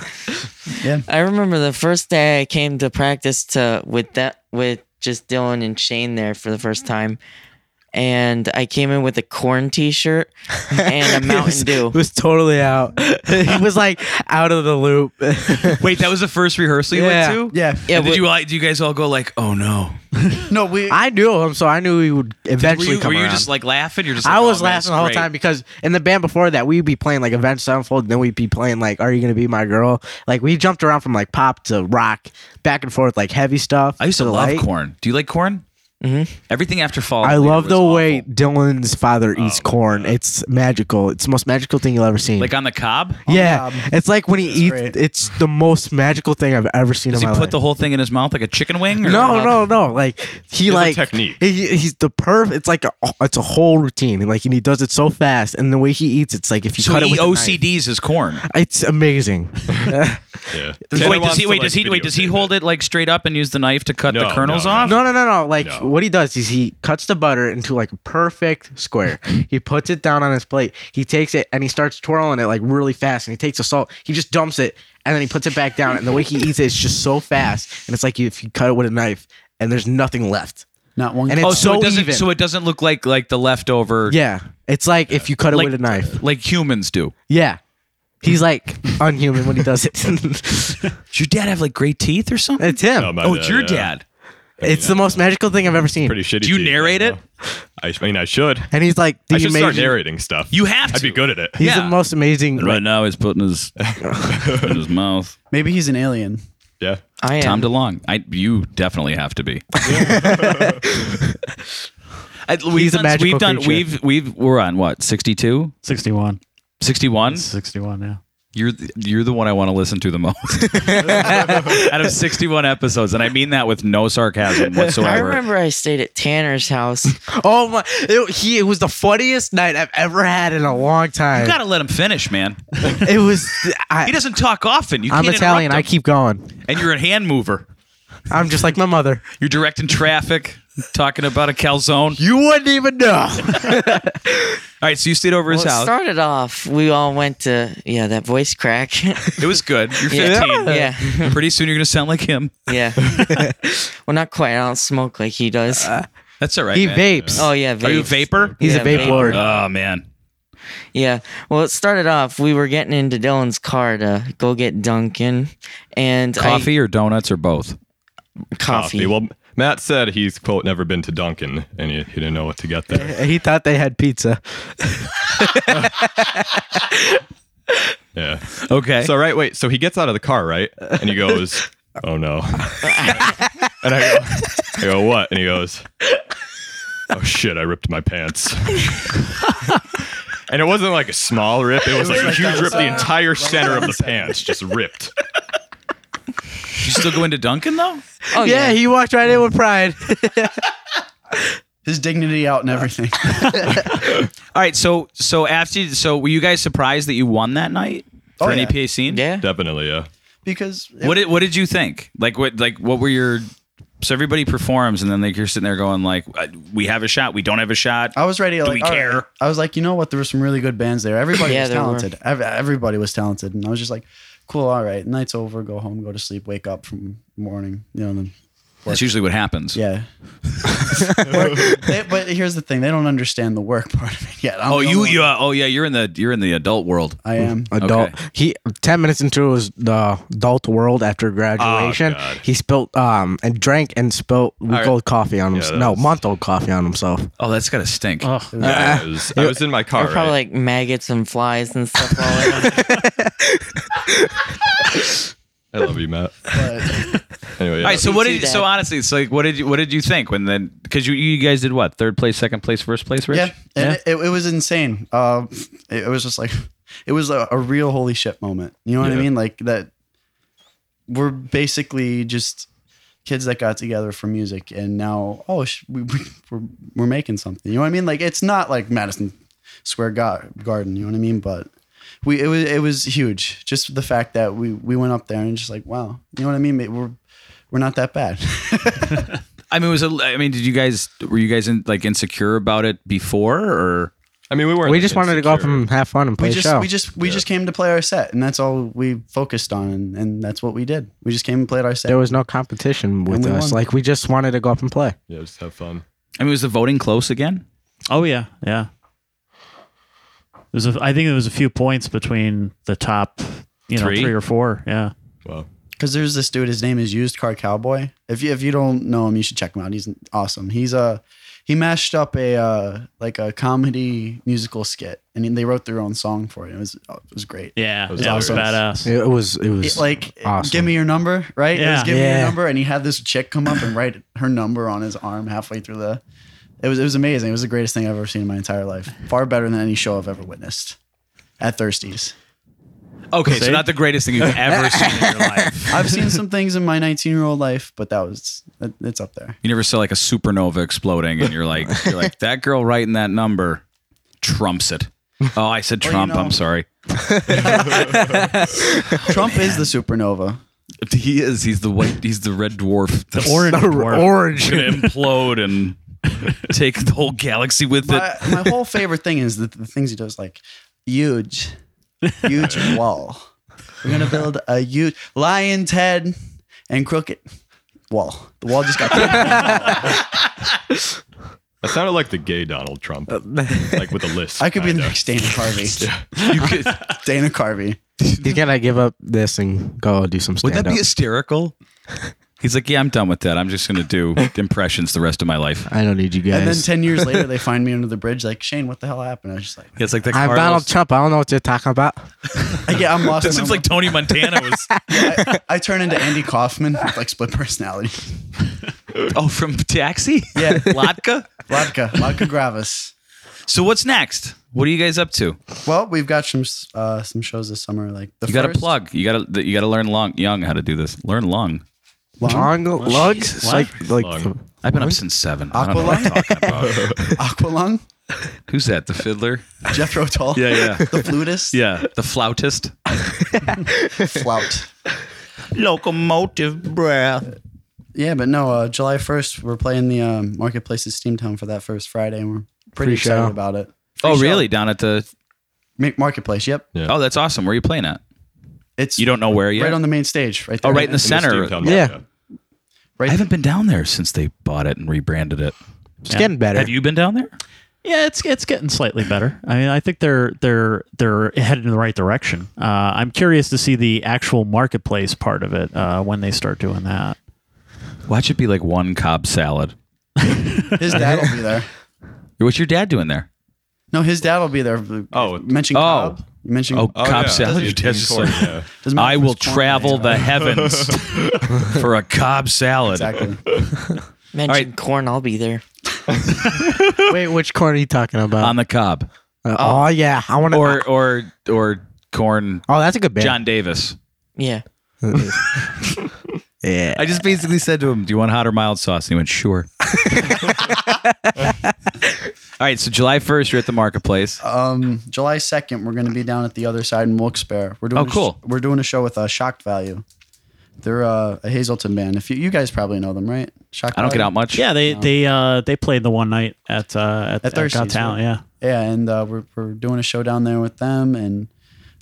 C: Yeah.
D: I remember the first day I came to practice to with that with just Dylan and Shane there for the first time. And I came in with a corn t-shirt and a
F: He was,
D: Mountain Dew.
F: was totally out. he was like out of the loop.
B: Wait, that was the first rehearsal you
F: Yeah.
B: went to?
C: yeah,
D: Yeah,
B: And
D: but-
B: did you like? Do you guys all go like, oh no?
C: no, we
F: I knew him, so I knew he would
B: Were
F: eventually
B: you,
F: come
B: were you
F: around.
B: just like laughing? You're just. Like,
F: I was
B: "Oh, man, it's
F: laughing the whole
B: great."
F: time because in the band before that, we'd be playing like Avenged Sevenfold, and then we'd be playing like Are You Gonna Be My Girl? Like we jumped around from like pop to rock, back and forth, like heavy stuff.
B: I used to love
F: light. Mm-hmm.
B: corn. Do you like corn?
D: Mhm.
B: Everything after fall.
F: I
B: Leader
F: love
B: was
F: the
B: awful. Oh,
F: way Dylan's father eats corn. It's magical. It's the most magical thing you'll ever see.
B: Like on the cob.
F: yeah,
C: Um,
F: it's like when he eats.
C: great.
F: It's the most magical thing I've ever seen
B: Does
F: in
B: he
F: my
B: put
F: life.
B: the whole thing in his mouth like a chicken wing? Or
F: no, no, no! Like he
E: has a
F: like
E: technique.
F: he- he's the perf. It's like a, it's a whole routine, and like and he does it so fast. And the way he eats, it's like if you
B: So
F: cut it
B: he
F: with a knife-
B: OCDs his corn.
F: It's amazing.
E: Yeah.
B: wait, does he? Wait, does he? Wait, does he hold it like straight up and use the knife to cut
E: No,
B: the kernels
E: no, no.
B: off?
F: No, no, no, no. Like
E: No.
F: what he does is he cuts the butter into like a perfect square. he puts it down on his plate. He takes it and he starts twirling it like really fast. And he takes the salt. He just dumps it and then he puts it back down. And the way he eats it is just so fast. And it's like if you cut it with a knife and there's nothing left.
C: not one.
F: And it's
B: Oh, so,
F: so,
B: it doesn't.
F: even.
B: So it doesn't look like like the leftover.
F: yeah, it's like if you cut it with a knife.
B: Like humans do.
F: Yeah. He's like unhuman when he does it. it's
B: Does your dad have like great teeth or something?
F: him.
E: No, my
B: oh, it's your
E: yeah.
B: dad.
F: it's the most magical thing I've ever seen.
E: Pretty shitty.
B: Do you
E: teeth,
B: narrate
E: I
B: it?
E: know. I, I mean, I should.
F: and he's like, the
E: I should start
F: amazing-
E: narrating stuff.
B: You have to.
E: I'd be good at it.
F: He's
B: Yeah.
F: the most amazing.
B: now he's putting his in his mouth.
C: Maybe he's an alien.
E: Yeah.
D: I am.
B: Tom DeLong, I you definitely have to be. I, we've
F: He's a
B: done,
F: magical
B: we've done
F: creature.
B: we've we've we're on what 62
A: 61.
B: 61
A: 61, yeah.
B: You're the, you're the one I want to listen to the most out of 61 episodes, and I mean that with no sarcasm
D: I
B: whatsoever.
D: remember I stayed at Tanner's house.
F: Oh my! It, he, it was the funniest night I've ever had in a long time.
B: You gotta let him finish, man.
F: it was. I,
B: He doesn't talk often. You
F: I'm
B: can't
F: Italian. I
B: interrupt
F: keep going.
B: him. and you're a hand mover.
F: I'm just like my mother.
B: You're directing traffic, talking about a calzone.
F: You wouldn't even know.
B: All right, so you stayed over
D: Well,
B: his
D: it
B: house.
D: started off, we all went to, yeah, that voice crack.
B: it was good. You're 15.
D: Yeah. yeah.
B: Pretty soon you're gonna sound like him.
D: Yeah. well, not quite. I don't smoke like he does.
B: That's all right.
F: he
B: man.
F: vapes.
D: oh, yeah.
B: Uh, Are you a
D: vapes.
B: vapor?
F: He's
D: Yeah,
F: a vape
D: vape.
F: lord.
B: Oh man.
D: Yeah. Well, it started off, we were getting into Dylan's car to go get Duncan and I-
B: Coffee or donuts or both?
D: coffee.
E: Oh, Well, Matt said he's quote never been to Dunkin' and he, he didn't know what to get there.
F: Uh, he thought they had pizza.
E: Yeah.
B: Okay.
E: So right, wait. So he gets out of the car, right? And he goes, "Oh no." and I go, I go, "What?" And he goes, "Oh shit! I ripped my pants." and it wasn't like a small rip; it was like a huge rip. The entire center of the pants just ripped.
B: you still go into Dunkin' though?
D: oh,
F: yeah, he walked right in with pride.
C: His dignity out and everything.
B: All right, so so after you- so were you guys surprised that you won that night for
C: Oh,
B: an
C: yeah.
B: EPA scene?
D: Yeah.
E: Definitely, yeah.
C: because it-
B: What did what did you think? Like what like what were your so everybody performs and then like you're sitting there going like uh, we have a shot, we don't have a shot.
C: I was ready. To,
B: Do
C: like,
B: we
C: all right.
B: care?
C: I was like, you know what? There were some really good bands there. Everybody
D: Yeah,
C: was
D: there were.
C: talented. Ev- Everybody was talented, and I was just like, cool. All right, night's over. Go home. Go to sleep. Wake up from morning. You know. Then,
B: That's usually what happens.
C: yeah. Work- they- but here's the thing: they don't understand the work part of it yet. I'm
B: Oh,
C: the
B: you
C: one-
B: you uh, oh yeah, you're in the you're in the adult world.
C: I am.
F: Adult. He ten minutes into his the adult world after graduation,
E: God.
F: he spilt um and drank and spilt week old coffee on himself.
E: that
F: no,
E: was-
F: month old coffee on himself.
B: Oh, that's got to stink.
E: Yeah, it was- I was in my car.
D: Or probably like
E: right?
D: maggots and flies and stuff all over.
E: I love you, Matt.
C: But
E: Anyway, yeah.
B: All right, so what did
D: Dad.
B: so honestly, it's like what did you what did you think when then because you you guys did what third place, second place, first place, Rich?
C: yeah, and It, it was insane. Uh, it, it was just like, it was a, a real holy shit moment. You know what I
E: Yeah.
C: mean? Like that. We're basically just kids that got together for music, and now oh, sh- we, we we're we're making something. You know what I mean? Like it's not like Madison Square Ga- Garden. You know what I mean? But we it was it was huge. Just the fact that we we went up there and just like wow, you know what I mean? We're we're not that bad.
B: I mean, was it, I mean, did you guys were you guys in, like insecure about it before or
E: I mean, we weren't.
F: We
E: like,
F: just wanted to go up
E: insecure.
F: and have fun and play
C: we
F: a
C: just
F: show.
C: we just we just came to play our set and that's all we focused on and, and that's what we did we just came and played our set
F: there was no competition with
C: we
F: us.
C: won.
F: Like we just wanted to go up and play.
E: Yeah, just have fun.
B: I mean, was the voting close again?
A: Oh yeah, yeah. There's a, I think there was a few points between the top, you know,
B: Three?
A: three, or four. Yeah.
E: Wow.
C: because there's this dude his name is used car cowboy if you if you don't know him you should check him out he's awesome he's a he mashed up a uh, like a comedy musical skit and they wrote their own song for it it was it was great
A: Yeah.
E: was
A: yeah, it was
C: hilarious.
A: badass.
F: It was it was
C: It, like
F: awesome.
C: give me your number right it was
A: Yeah.
C: give me
F: Yeah.
C: your number and he had this chick come up and write her number on his arm halfway through the it was it was amazing it was the greatest thing i've ever seen in my entire life far better than any show i've ever witnessed at thirsties
B: Okay, so
A: See?
B: not the greatest thing you've ever seen in your life.
C: I've seen some things in my 19 year old life, but that was it- it's up there.
B: You never saw like a supernova exploding, and you're like, you're like that girl writing that number trumps it. Oh, I said
C: Well, you
B: Trump.
C: know-
B: I'm sorry.
C: Trump is the supernova.
B: He is. He's the white. He's the red dwarf. The
A: Orange
F: Or-
A: dwarf.
F: orange.
B: gonna implode and take the whole galaxy with it.
C: My, my whole favorite thing is the, the things he does, like huge, huge wall. We're gonna build a huge lion's head and crooked wall. The wall just got
E: That sounded like the gay Donald Trump, like with a list.
C: I could be the
E: kinda.
C: next Dana Carvey.
B: You could-
C: Dana Carvey.
F: He's gonna give up this and uh, go do some
B: would
F: stand
B: that
F: up.
B: be hysterical? He's like, yeah, I'm done with that. I'm just gonna do impressions the rest of my life.
F: I don't need you guys.
C: And then 10 years later, they find me under the bridge, like, Shane, what the hell happened? I was just like,
B: It's like the
F: I'm
B: Carlos-
F: Donald Trump. I don't know what you're talking about.
C: yeah, I'm lost.
B: That
C: and
B: seems
C: I'm-
B: like Tony Montana was.
C: I, I turn into Andy Kaufman, with, like split personality.
B: oh, from Taxi.
C: Yeah.
B: Latka.
C: Vodka, vodka gravis.
B: So what's next? What are you guys up to?
C: Well, we've got some uh, some shows this summer. Like the
B: You got to
C: first-
B: plug. You got to you got to learn long young how to do this. Learn long.
C: Lung,
F: Long lugs? Like, like
E: Lung.
B: I've been up since seven. I don't know what I'm
C: Aqualung?
B: talking about.
C: Aqualung,
B: Who's that? The fiddler?
C: Jethro Tull,
B: Yeah, yeah,
C: the flutist,
B: yeah. The flautist.
C: flout.
B: Locomotive breath.
C: Yeah, but no, uh, July 1st, we're playing the um, Marketplace at Steamtown for that first Friday, and we're pretty
F: Pre-show.
C: excited about it.
B: Oh, really? Down at the.
C: Ma- Marketplace, yep.
B: Oh, that's awesome. Where are you playing at?
C: It's
B: You don't know where yet.
C: right on the main stage, right
B: oh,
C: there.
B: right in the center.
E: Steamtown
F: Yeah.
E: Mafia.
B: I haven't been down there since they bought it and rebranded it.
F: it's getting better.
B: Have you been down there?
A: Yeah, it's it's getting slightly better. I mean, I think they're they're they're headed in the right direction. Uh, I'm curious to see the actual marketplace part of it uh, when they start doing that.
B: Watch it be like one cob salad.
C: His dad will be there.
B: What's your dad doing there?
C: No, his dad will be there.
E: Oh.
C: mention
B: Oh.
C: Cobb. You mentioned
B: Oh,
E: Oh,
B: cob
E: yeah.
B: salad. Your
E: That's
B: dad's just
E: corn,
B: like,
E: yeah.
C: Does
B: I
C: Malcolm's
B: will
C: corn
B: travel the
C: right?
B: heavens for a cob salad.
C: Exactly.
D: Mention
B: right.
D: corn, I'll be there.
F: Wait, which corn are you talking about?
B: On the cob,
F: Uh, oh, yeah. I want to.
B: Um, or or or corn.
F: Oh, that's a good band.
B: John Davis.
D: Yeah.
F: Yeah.
B: I just basically said to him, "Do you want hot or mild sauce?" And he went, "Sure." All right, so July first, you're at the marketplace.
C: Um, July 2nd, we're going to be down at the other side in Wilkes-Barre. We're doing
B: Oh,
C: a sh-
B: cool.
C: we're doing a show with uh, Shocked Value. They're uh, a Hazelton band. If you, you guys probably know them, right? Shocked
B: I don't get
C: Value?
B: out much.
A: Yeah, they they uh, they played the one night at uh, at, at,
C: Thirsties,
A: Godtown,
C: right?
A: Yeah,
C: Yeah, and uh, we're, we're doing a show down there with them and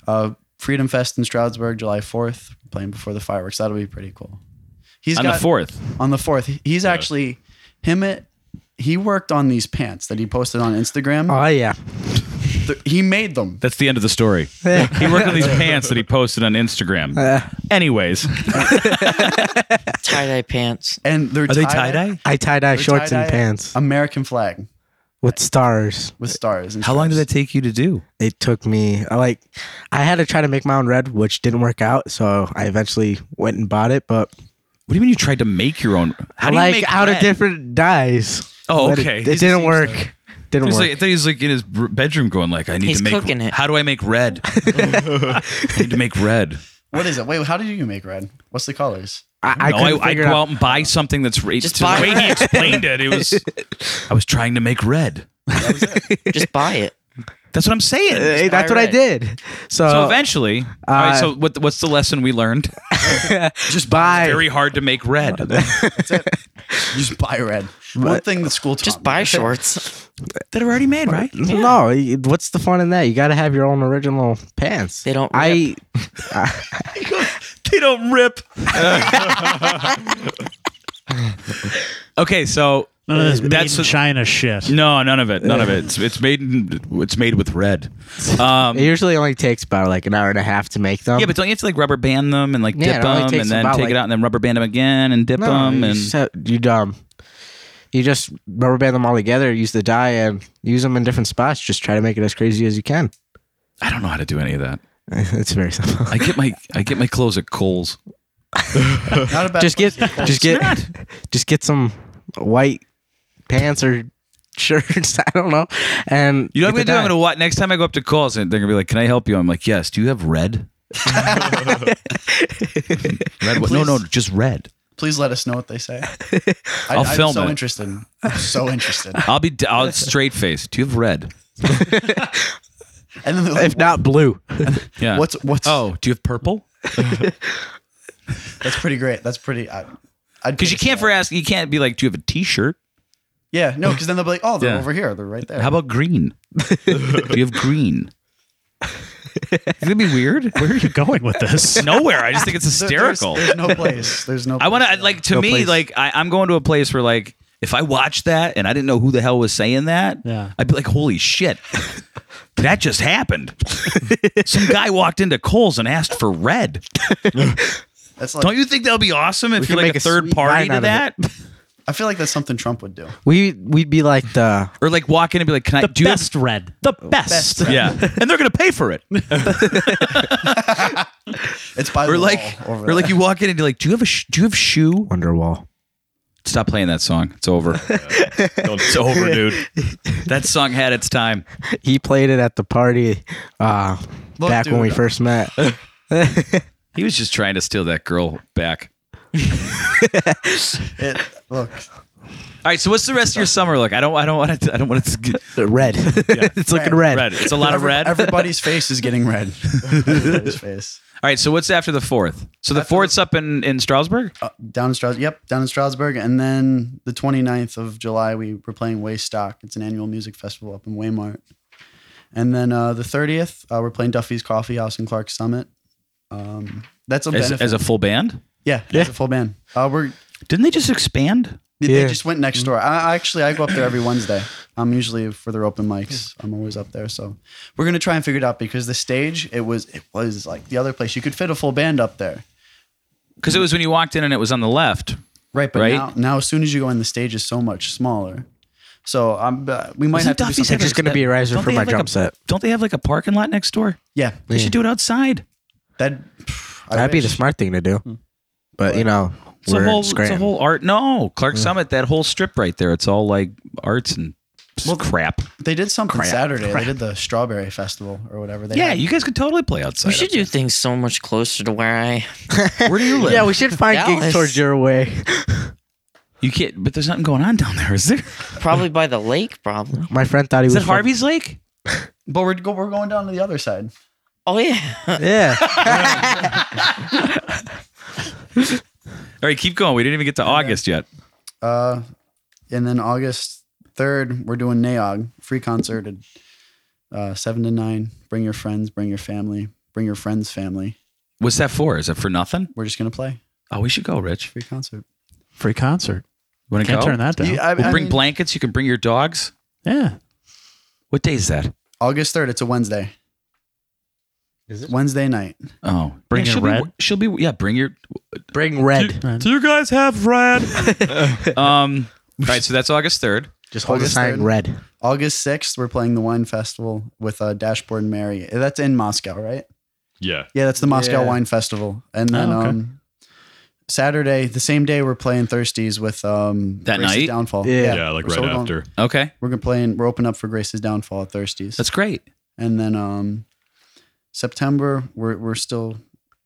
C: uh, Freedom Fest in Stroudsburg, July 4th, playing before the fireworks. That'll be pretty cool. He's
B: on
C: got,
B: the fourth.
C: On the 4th. He's actually, him, at, he worked on these pants that he posted on Instagram.
F: Oh, yeah.
C: Th- he made them.
B: That's the end of the story.
F: Yeah.
B: he worked on these pants that he posted on Instagram. Anyways,
D: Tie dye pants.
C: And they're
B: are they tie dye?
F: I tie dye shorts and
C: tie-dye.
F: pants
C: American flag
F: with stars.
C: with stars. And
B: How long did that take you to do?
F: It took me I like I had to try to make my own red, which didn't work out. So I eventually went and bought it, but
B: What do you mean you tried to make your own? How
F: I
B: do you
F: like
B: make
F: out of
B: bread?
F: different dyes.
B: Oh,
F: But it-
B: okay.
F: It,
B: It
F: didn't work. Didn't
B: He's
F: work.
B: like, I thought he was like in his r- bedroom going like, I need
D: He's
B: to make.
D: cooking it.
B: How do I make red? I need to make red.
C: What is it? Wait, how did you make red? What's the colors?
F: I, I
B: No,
F: couldn't
B: I, I
F: figure
B: go
F: it out. Uh,
B: out and buy something that's ra-
D: Just
B: to the
D: buy
B: way
D: red.
B: he explained it. It was I was trying to make red.
D: Just buy it.
B: That's what I'm saying.
F: Hey, that's what I
D: red.
F: did. So,
B: So eventually, all right, so what, what's the lesson we learned?
F: just buy.
B: Very hard to make red.
C: You just buy red. One thing the school taught
D: Just
C: me.
D: buy shorts.
B: that are already made, right?
F: No, y- what's the fun in that? You got to have your own original pants.
D: They don't
F: I
B: They don't rip. okay, so uh,
A: none of this made
B: That's
A: in
B: what-
A: China shit.
B: no, none of it, none of it. It's, it's made. In, it's made with red. Um,
F: it usually only takes about like an hour and a half to make them.
B: yeah, but don't you have to like rubber band them and like
F: Um, Yeah,
B: dip
F: it only
B: them
F: takes
B: and then
F: about,
B: take it
F: like-
B: out and then rubber band them again and dip
F: no,
B: them
F: you
B: and
F: just have- you dumb. You just rubber band them all together, use the dye, and use them in different spots. Just try to make it as crazy as you can.
B: I don't know how to do any of that.
F: It's very simple.
B: I get my I get my clothes at Kohl's.
C: Not a bad
F: just get, just get, just get some white pants or shirts. I don't know. And
B: You know what I'm gonna
F: get
B: do?
F: the
B: I'm
F: dye.
B: gonna watch next time I go up to Kohl's and they're gonna be like, "Can I help you?" I'm like, "Yes." Do you have red? red? What? No, no, just red.
C: Please let us know what they say. I,
B: I'll
C: am
B: film
C: so
B: it.
C: interested. I'm so interested.
B: I'll be I'll straight face. Do you have red?
C: And then they're like,
F: if not blue.
B: Yeah.
C: what's what's?
B: Oh, do you have purple?
C: that's pretty great. That's pretty. I, I'd
B: Because you
C: pay
B: can't
C: for
B: for
C: that.
B: ask. You can't be like, "Do you have a T-shirt?"
C: Yeah, no, because then they'll be like, oh, they're
B: Yeah.
C: over here. They're right there.
B: How about green? do you have green? It's gonna be weird.
A: Where are you going with this?
B: Nowhere. I just think it's
C: There- there's-
B: hysterical.
C: There's, no place. There's no.
B: I want
C: place
B: to like to
F: No
B: me
F: place.
B: like I, I'm going to a place where like if I watched that and I didn't know who the hell was saying that,
A: Yeah.
B: I'd be like, holy shit, that just happened. Some guy walked into Coles and asked for red.
C: That's like.
B: Don't you think that'll be awesome if
F: could
B: you're like
F: make
B: a
F: a
B: third
F: sweet
B: party
F: line
B: to
F: out of
B: that,
C: I feel like that's something Trump would do.
F: We we'd be like the
B: or like walk in and be like, can I
A: The
B: do you have-
A: best red. The best.
B: Yeah, and they're gonna pay for it.
C: It's by
B: Or
C: the
B: like,
C: wall over
B: or like you walk in and you're like, do you have a sh- do you have shoe?
F: Wonderwall.
B: Stop playing that song. It's over.
E: Don't- it's over, dude.
B: that song had its time.
F: He played it at the party uh,
C: Look,
F: back when we
C: dude,
F: first met.
B: He was just trying to steal that girl back.
C: It, look,
B: All right, so what's the rest of your summer look? I don't, I don't want to, I don't want it to get
F: red. it's looking red.
B: red. It's a lot of
C: every-
B: red.
C: Everybody's face is getting red. Everybody's face.
B: All right, so what's after the fourth? So the fourth's up in in Strasbourg.
C: Uh, down in Strasbourg. Yep, down in Strasbourg. And then the 29th of July, we were playing Waystock. It's an annual music festival up in Waymart. And then uh, the 30th, uh, we're playing Duffy's Coffee House in Clark Summit. Um, that's a
B: as,
C: benefit.
B: as a full band.
C: yeah, as a full band. Uh, we're
B: Didn't they just expand?
C: they
F: Yeah.
C: just went next door. I, I actually I go up there every Wednesday. I'm usually for their open mics. I'm always up there. So we're gonna try and figure it out because the stage it was it was like the other place. You could fit a full band up there.
B: Because it was when you walked in and it was on the left.
C: Right, but
B: Right?
C: now now as soon as you go in, the stage is so much smaller. So I'm uh, we might
B: Doesn't
C: have to do
B: Duffy's
C: something.
B: have
F: It's just gonna be a riser
B: don't
F: for
B: they
F: my
B: have like
F: drum
B: a-
F: set.
B: Don't they have like a parking lot next door?
C: yeah,
B: They should do it outside.
C: that I
F: That'd be the
C: wish.
F: smart thing to do.
B: Hmm.
F: But you know,
B: It's
F: we're
B: a whole, it's a
F: scrambling.
B: whole art. No, Clark Summit, that whole strip right there. It's all like arts and s- crap.
C: They did something Saturday. They did the strawberry festival or whatever. They
B: Yeah,
C: had.
B: you guys could totally play outside.
D: We should do things so much closer to where I.
B: Where do you live?
F: Yeah, we should find gigs
D: Dallas.
F: towards your way.
B: you can't. But there's nothing going on down there, is there?
D: Probably by the lake, probably.
F: My friend thought he
B: Is
F: was
B: it
F: from-
B: Harvey's Lake?
C: but we're go, we're going down to the other side.
D: Oh, yeah.
F: Yeah,
B: All right, keep going. We didn't even get to August yet.
C: Uh, and then August third, we're doing NAOG free concert at uh, seven to nine. Bring your friends, bring your family, bring your friends' family.
B: What's that for? Is that for nothing?
C: We're just gonna play
B: Oh, we should go, Rich.
C: free concert.
A: Free concert.
B: Want to
A: Can't
B: go?
A: turn that down.
C: You- I-
B: We'll
C: I
B: bring
C: mean,
B: blankets. You can bring your dogs.
A: Yeah.
B: What day is that?
C: August third. It's a Wednesday. Is it Wednesday night?
B: Oh,
A: Bring
B: yeah,
A: your
B: she'll be-
A: red.
B: she'll be yeah. Bring your.
F: bring red.
A: Red.
B: Do you guys have red? um. All right, so that's August third.
F: Just hold the
C: August
F: sign
C: third.
F: red.
C: August 6th, we're playing the Wine Festival with uh, Dashboard Mary. That's in Moscow, right?
E: Yeah.
C: Yeah, that's the Moscow
F: Yeah.
C: Wine Festival. And then
A: Oh, okay.
C: um, Saturday, the same day, we're playing Thirsties with um,
B: That
C: Grace's
B: night?
C: Downfall.
F: Yeah.
E: Yeah, like
C: So
E: right
C: we're going-
E: after.
B: Okay,
C: We're gonna playing. We're open up for Grace's Downfall at Thirsties,
B: that's great.
C: and then um, September, we're we're still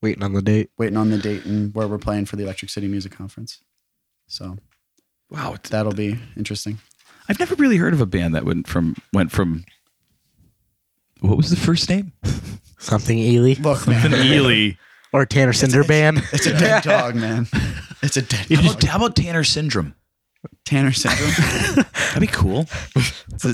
F: Waiting on the date.
C: waiting on the date and where we're playing for the Electric City Music Conference. So
B: Wow, it's-
C: that'll be interesting.
B: I've never really heard of a band that went from went from. What was the first name?
F: Something Ely
C: Look, man,
E: Ely.
F: or Tanner Cinder Band.
C: it's a dead dog, man. It's a dead dog.
B: how about Tanner Syndrome?
C: Tanner syndrome.
B: That'd be cool.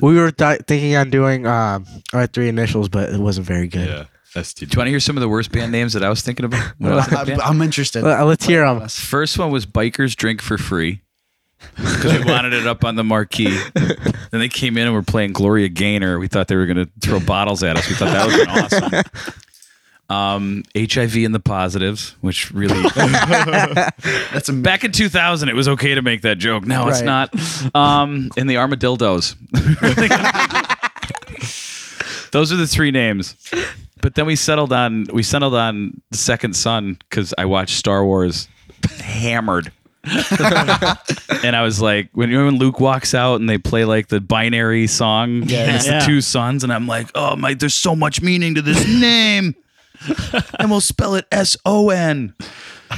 F: We were th- thinking on doing um, our three initials, but it wasn't very good.
E: Yeah. STD.
B: Do you want to hear some of the worst band names that I was thinking about? when I was
C: I,
B: thinking of
C: I'm interested.
F: Well, uh, let's hear them.
B: bands? First one was Bikers Drink for Free because we wanted it up on the marquee. Then they came in and were playing Gloria Gaynor. We thought they were going to throw bottles at us. We thought that would have been awesome. Um, HIV and the Positives, which really.
C: That's a
B: Back in 2000, it was okay to make that joke. Now it's
C: Right.
B: not. Um, and the armadillos. Those are the three names. But then we settled on we settled on the second son because I watched Star Wars hammered. and I was like, when you know when Luke walks out and they play like the binary song, and it's
A: Yeah.
B: the two sons, and I'm like, oh my, there's so much meaning to this name, and we'll spell it S O N.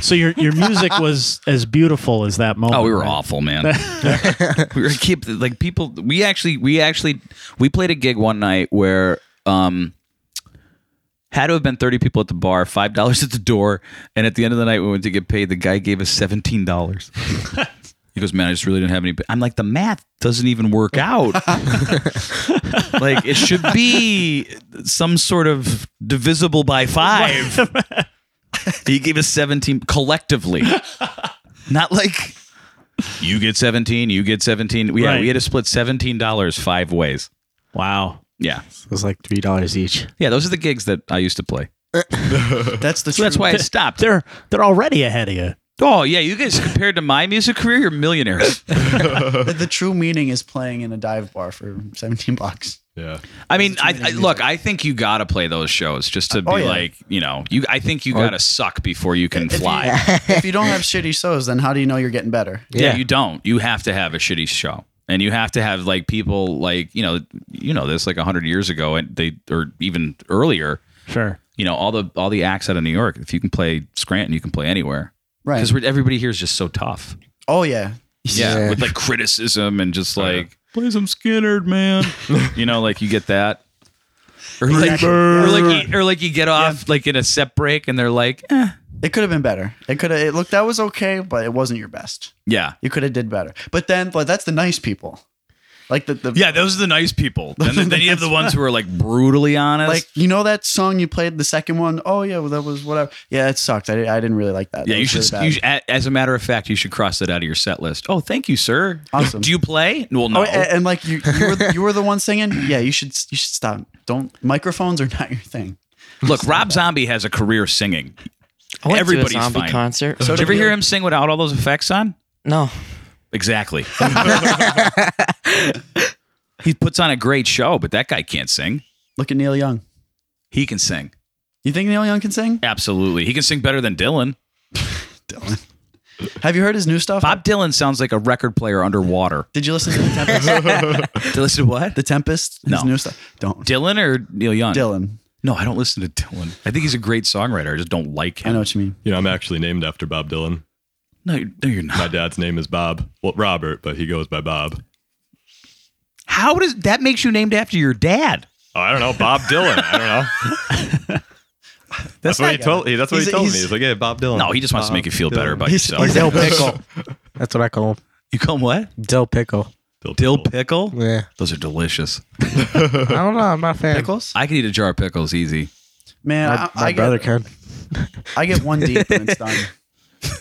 A: So your your music was as beautiful as that moment.
B: Oh, we were
A: right?
B: awful, man. we were keep like people. We actually, we actually, we played a gig one night where um had to have been thirty people at the bar, five dollars at the door, and at the end of the night, we went to get paid. The guy gave us seventeen dollars. He goes, man, I just really didn't have any. I'm like, the math doesn't even work out. like, it should be some sort of divisible by five. he gave us 17 collectively, not like you get 17, you get 17. We, yeah,
A: Right.
B: we had to split $17 five ways.
A: Wow.
B: Yeah.
F: It was like three dollars each.
B: Yeah. Those are the gigs that I used to play.
C: That's the.
B: So that's why I stopped.
A: They're they're already ahead of you.
B: oh, yeah. You guys, compared to my music career, you're millionaires.
C: the, the true meaning is playing in a dive bar for 17 bucks.
E: Yeah.
B: I mean, I,
C: many
B: I look. I think you gotta play those shows just to be
C: Oh, yeah.
B: like, you know, you. I think you gotta suck before you can
C: If you-
B: fly.
C: if you don't have shitty shows, then how do you know you're getting better?
B: yeah.
F: Yeah.
B: you don't. You have to have a shitty show, and you have to have like people like you know, you know this like hundred years ago, and they or even earlier.
A: Sure.
B: You know, all the all the acts out of New York. If you can play Scranton, you can play anywhere
C: Right.
B: because everybody here is just so tough.
C: Oh yeah.
B: Yeah, Uh-huh.
F: Yeah.
B: with like criticism and just like play some Skinner, man. you know, like you get that. Or like,
C: Exactly.
B: or like, you, or like you get off like in a set break, and they're like, eh.
C: It could have been better. It could have it looked that was okay, but it wasn't your best.
B: yeah,
C: You could have did better. But then but that's the nice people. Like the, the
B: yeah. Those are the nice people. And then, then you have the ones who are like brutally honest.
C: like you know that song you played the second one? Oh yeah, well, that was whatever. Yeah, it sucked. I, di- I didn't really like that.
B: yeah,
C: That
B: you
C: was
B: should,
C: really
B: you
C: bad.
B: should. a- As a matter of fact, you should cross that out of your set list. Oh, thank you, sir.
C: Awesome.
B: Do you play? Well, no.
C: Oh, a- and, like you, you were you were the one singing. Yeah, you should you should stop. Don't microphones are not your thing.
B: Look, Rob Zombie has a career singing.
D: I went
B: Everybody's
D: to a zombie
B: fine.
D: concert.
B: Did you ever hear him sing without all those effects on?
D: No.
B: Exactly. he puts on a great show, but that guy can't sing.
C: Look at Neil Young.
B: He can sing.
C: You think Neil Young can sing?
B: Absolutely. He can sing better than Dylan.
C: Have you heard his new stuff?
B: Bob Dylan sounds like a record player underwater.
C: Did you listen to the Tempest?
B: To listen to what?
C: the Tempest. His
B: No.
C: new stuff. Don't
B: Dylan or Neil Young?
C: Dylan.
B: No, I don't listen to Dylan. I think he's a great songwriter. I just don't like
C: I know
B: him.
C: what you mean.
E: You know, I'm actually named after Bob Dylan.
B: No, you- no, you're
E: My
B: not.
E: dad's name is Bob. Well, Robert, but he goes by Bob.
B: How does that makes you named after your dad?
E: Oh, I don't know, Bob Dylan. I don't know. That's, what he told. He, that's what
C: He's-
E: he told me.
C: he's-
E: He's like, "Yeah, Bob Dylan."
B: No, he just wants to
E: Bob
B: make you feel
E: Dylan.
B: better about yourself.
F: Dill pickle. That's what I call him.
B: you call him what?
F: Dill pickle.
E: Dill,
B: Dill
E: Pickle.
B: pickle?
F: Yeah.
B: Those are delicious.
F: I don't know. I'm not a fan.
C: Pickles.
B: I could eat a jar of pickles easy.
C: Man,
F: My,
C: I,
F: my
C: I
F: brother
C: Get,
F: can.
C: I get one deep and it's done.